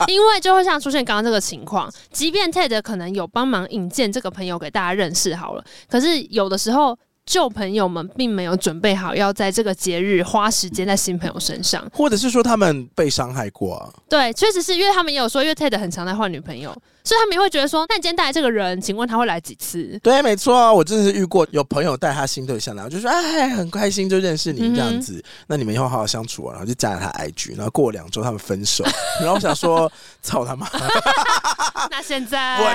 B: 因为就会像出现刚刚这个情况，即便 Ted 可能有帮忙引荐这个朋友给大家认识好了，可是有的时候旧朋友们并没有准备好要在这个节日花时间在新朋友身上。
A: 或者是说他们被伤害过、啊，
B: 对，确实是因为他们也有说，因为 Ted 很常在换女朋友，所以他们也会觉得说，那你今天带来这个人，请问他会来几次？
A: 对，没错，我真的是遇过有朋友带他新对象来，我就说哎，很开心就认识你
B: 嗯哼
A: 这样子，那你们以后好好相处啊，然后就加了他 IG，然后过两周他们分手， 然后我想说，操他妈，
B: 那现在
A: 啊 我
B: 又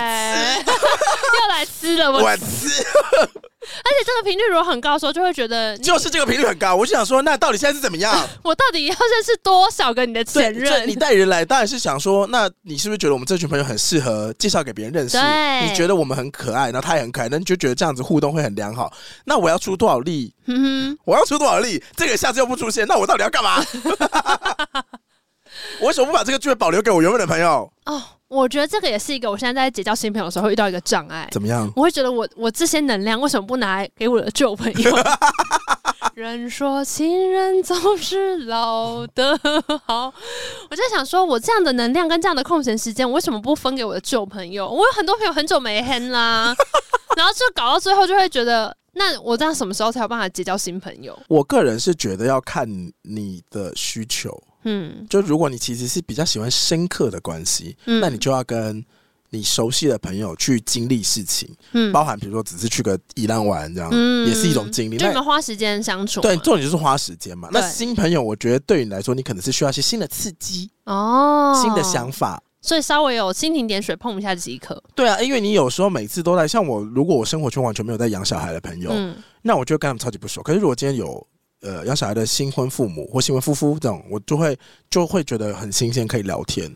B: 来吃哎了我，而
A: 我操，
B: 且这个频率如果很高的时候，就会觉得
A: 就是这个频率很高，我就想说，那到底现在是怎么样？
B: 我到底要认识多少个你的
A: 对，
B: 前
A: 这
B: 任
A: 你？带人来，当然是想说，那你是不是觉得我们这群朋友很适合介绍给别人认识？
B: 对
A: 你觉得我们很可爱，然后他也很可爱，那你就觉得这样子互动会很良好。那我要出多少力？
B: 嗯哼，
A: 我要出多少力？这个下次又不出现，那我到底要干嘛？ 我为什么不把这个机会保留给我原本的朋友？
B: 哦，我觉得这个也是一个我现在在结交新朋友的时候会遇到一个障碍，
A: 怎么样？
B: 我会觉得我我这些能量为什么不拿来给我的旧朋 友？人说情人总是老的好，我在想说，我这样的能量跟这样的空闲时间，我为什么不分给我的旧朋友？我有很多朋友很久没 hang 啦，然后就搞到最后就会觉得，那我这样什么时候才有办法结交新朋友？
A: 我个人是觉得要看你的需求。
B: 嗯
A: 就如果你其实是比较喜欢深刻的关系，
B: 嗯
A: 那你就要跟你熟悉的朋友去经历事情。
B: 嗯
A: 包含比如说只是去个宜兰玩这样，
B: 嗯
A: 也是一种经历。
B: 就你
A: 那
B: 们花时间相处嘛，
A: 对，重点就是花时间嘛。那
B: 对
A: 新朋友，我觉得对你来说，你可能是需要一些新的刺激、
B: 哦，
A: 新的想法。
B: 所以稍微有蜻蜓点水碰一下即可。
A: 对啊，因为你有时候每次都在，像我，如果我生活圈完全没有在养小孩的朋友，
B: 嗯，
A: 那我就跟他们超级不熟。可是如果今天有呃养小孩的新婚父母或新婚夫妇这种，我就会就会觉得很新鲜，可以聊天。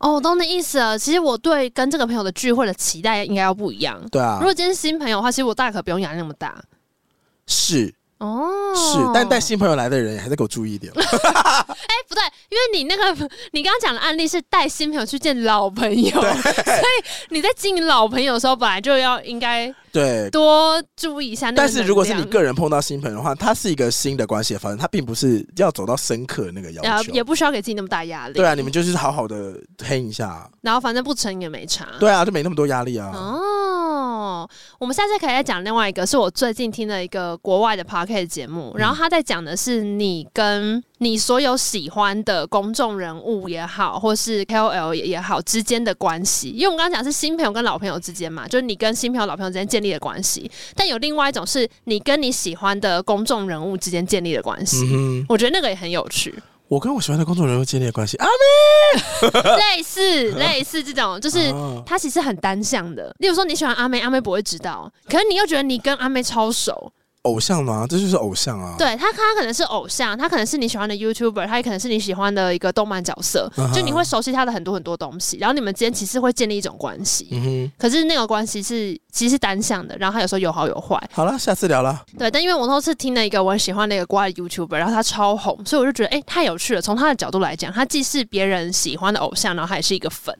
B: 哦，我懂你意思了。其实我对跟这个朋友的聚会的期待应该要不一样。
A: 对啊
B: 如，果今天是新朋友的话，其实我大可不用压力那么大。
A: 是
B: 哦，
A: 是，但带新朋友来的人也还是给我注意一 点。
B: 哎、不对，因为你那个 你刚刚讲的案例是带新朋友去见老朋友， 所以你在经营老朋友的时候，本来就要应该
A: 对，
B: 多注意一下那个
A: 但是如果是你
B: 能量
A: 个人碰到新朋友的话，它是一个新的关系的发生，它并不是要走到深刻的那个要
B: 呃
A: 求。
B: 也不需要给自己那么大压力。
A: 对啊，你们就是好好的黑一下，
B: 啊然后反正不成也没差。
A: 嗯对啊，就没那么多压力啊。
B: 哦，我们下次可以再讲另外一个，是我最近听的一个国外的 p o c k e t 节目，然后他在讲的是你跟你所有喜欢的公众人物也好，或是 KOL 也也好之间的关系。因为我们刚刚讲是新朋友跟老朋友之间嘛，就是你跟新朋友、老朋友之间建立的关系。但有另外一种是你跟你喜欢的公众人物之间建立的关系。
A: 嗯哼，
B: 我觉得那个也很有趣，
A: 我跟我喜欢的公众人物建立的关系啊，
B: 类似类似这种，就是
A: 啊
B: 它其实很单向的。例如说你喜欢阿妹，阿妹不会知道，可是你又觉得你跟阿妹超熟，
A: 偶像嘛，这就是偶像啊。
B: 对他，他可能是偶像，他可能是你喜欢的 YouTuber，他也可能是你喜欢的一个动漫角色
A: 嗯哼
B: 就你会熟悉他的很多很多东西，然后你们之间其实会建立一种关系。
A: 嗯哼，
B: 可是那个关系是其实是单向的，然后他有时候有好有坏，
A: 好了，下次聊了。
B: 对。但因为我那次听了一个我很喜欢的一个国外的 YouTuber，然后他超红，所以我就觉得哎、诶太有趣了。从他的角度来讲，他既是别人喜欢的偶像，然后他也是一个粉，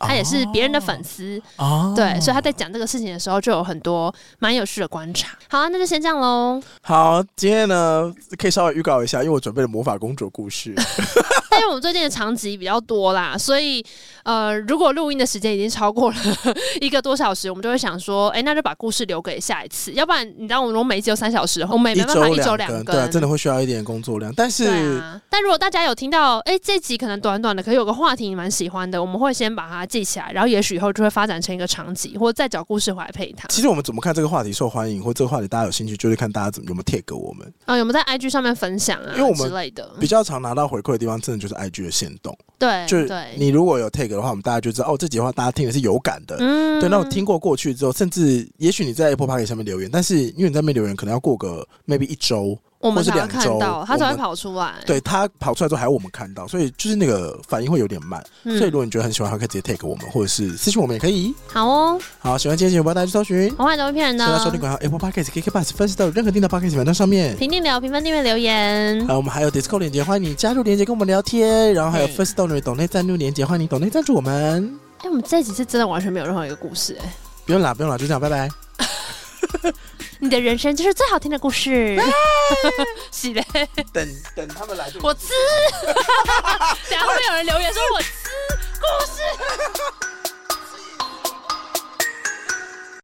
A: 哦
B: 他也是别人的粉丝，
A: 啊，哦
B: 对。所以他在讲这个事情的时候，就有很多蛮有趣的观察。好、啊，那就先这样喽。
A: 好，今天呢可以稍微预告一下，因为我准备了魔法公主故事。
B: 但是我们最近的长集比较多啦，所以呃，如果录音的时间已经超过了 一个多小时，我们就会想说，哎、那就把故事留给下一次，要不然你知道，我们如果每一集有三小时的话，我们哎也没办法一周两
A: 更，
B: 更，
A: 对啊，真的会需要一点工作量。但
B: 对
A: 是，
B: 啊。但如果大家有听到，哎、这集可能短短的，可是有个话题你蛮喜欢的，我们会先把它记起来，然后也许以后就会发展成一个长集，或者再找故事回来配它。
A: 其实我们怎么看这个话题受欢迎，或这个话题大家有兴趣，就是看大家怎么有没有 take 我们。
B: 啊、有没有在 IG 上面分享啊
A: 因为我们
B: 之类的？
A: 比较常拿到回馈的地方，真的就是 IG 的限动。
B: 对，
A: 就是
B: 哎对，
A: 你如果有 take 的话，我们大家就知道哦，这几句话大家听的是有感的。
B: 嗯
A: 对，那我听过过去之后，甚至也许你在 Apple Park 上面留言，但是因为你在那边留言，可能要过个 maybe 一周，
B: 我们
A: 或是
B: 才会
A: 两
B: 看
A: 周
B: 到，它才
A: 我
B: 会
A: 们
B: 跑出来。
A: 对它跑出来之后还要我们看到，所以就是那个反应会有点慢。
B: 嗯
A: 所以如果你觉得很喜欢，的话，可以直接 take 我们，或者是私信我们也可以。
B: 好哦，
A: 好，喜欢今天节目，帮大家去搜寻。
B: 红海都会骗人
A: 现在
B: 的
A: 收。听管道 Apple Podcast、KK Bus、First 到任何订到 Podcast 文章上面。
B: 评定聊、评分、订阅、留言
A: 还。有我们还有 Discord 连接，欢迎你加入连接跟我们聊天。然后还有
B: 嗯
A: First Story 抖内赞助连接，欢迎你抖内赞助我们。
B: 哎、我们这一集是真的完全没有任何一个故事、哎，
A: 不用啦，不用啦，就这样，拜拜。
B: 你的人生就是最好听的故事。
A: 哎
B: 是嘞，
A: 等等他们来就
B: 我吃。等一下会不会有人留言说我吃？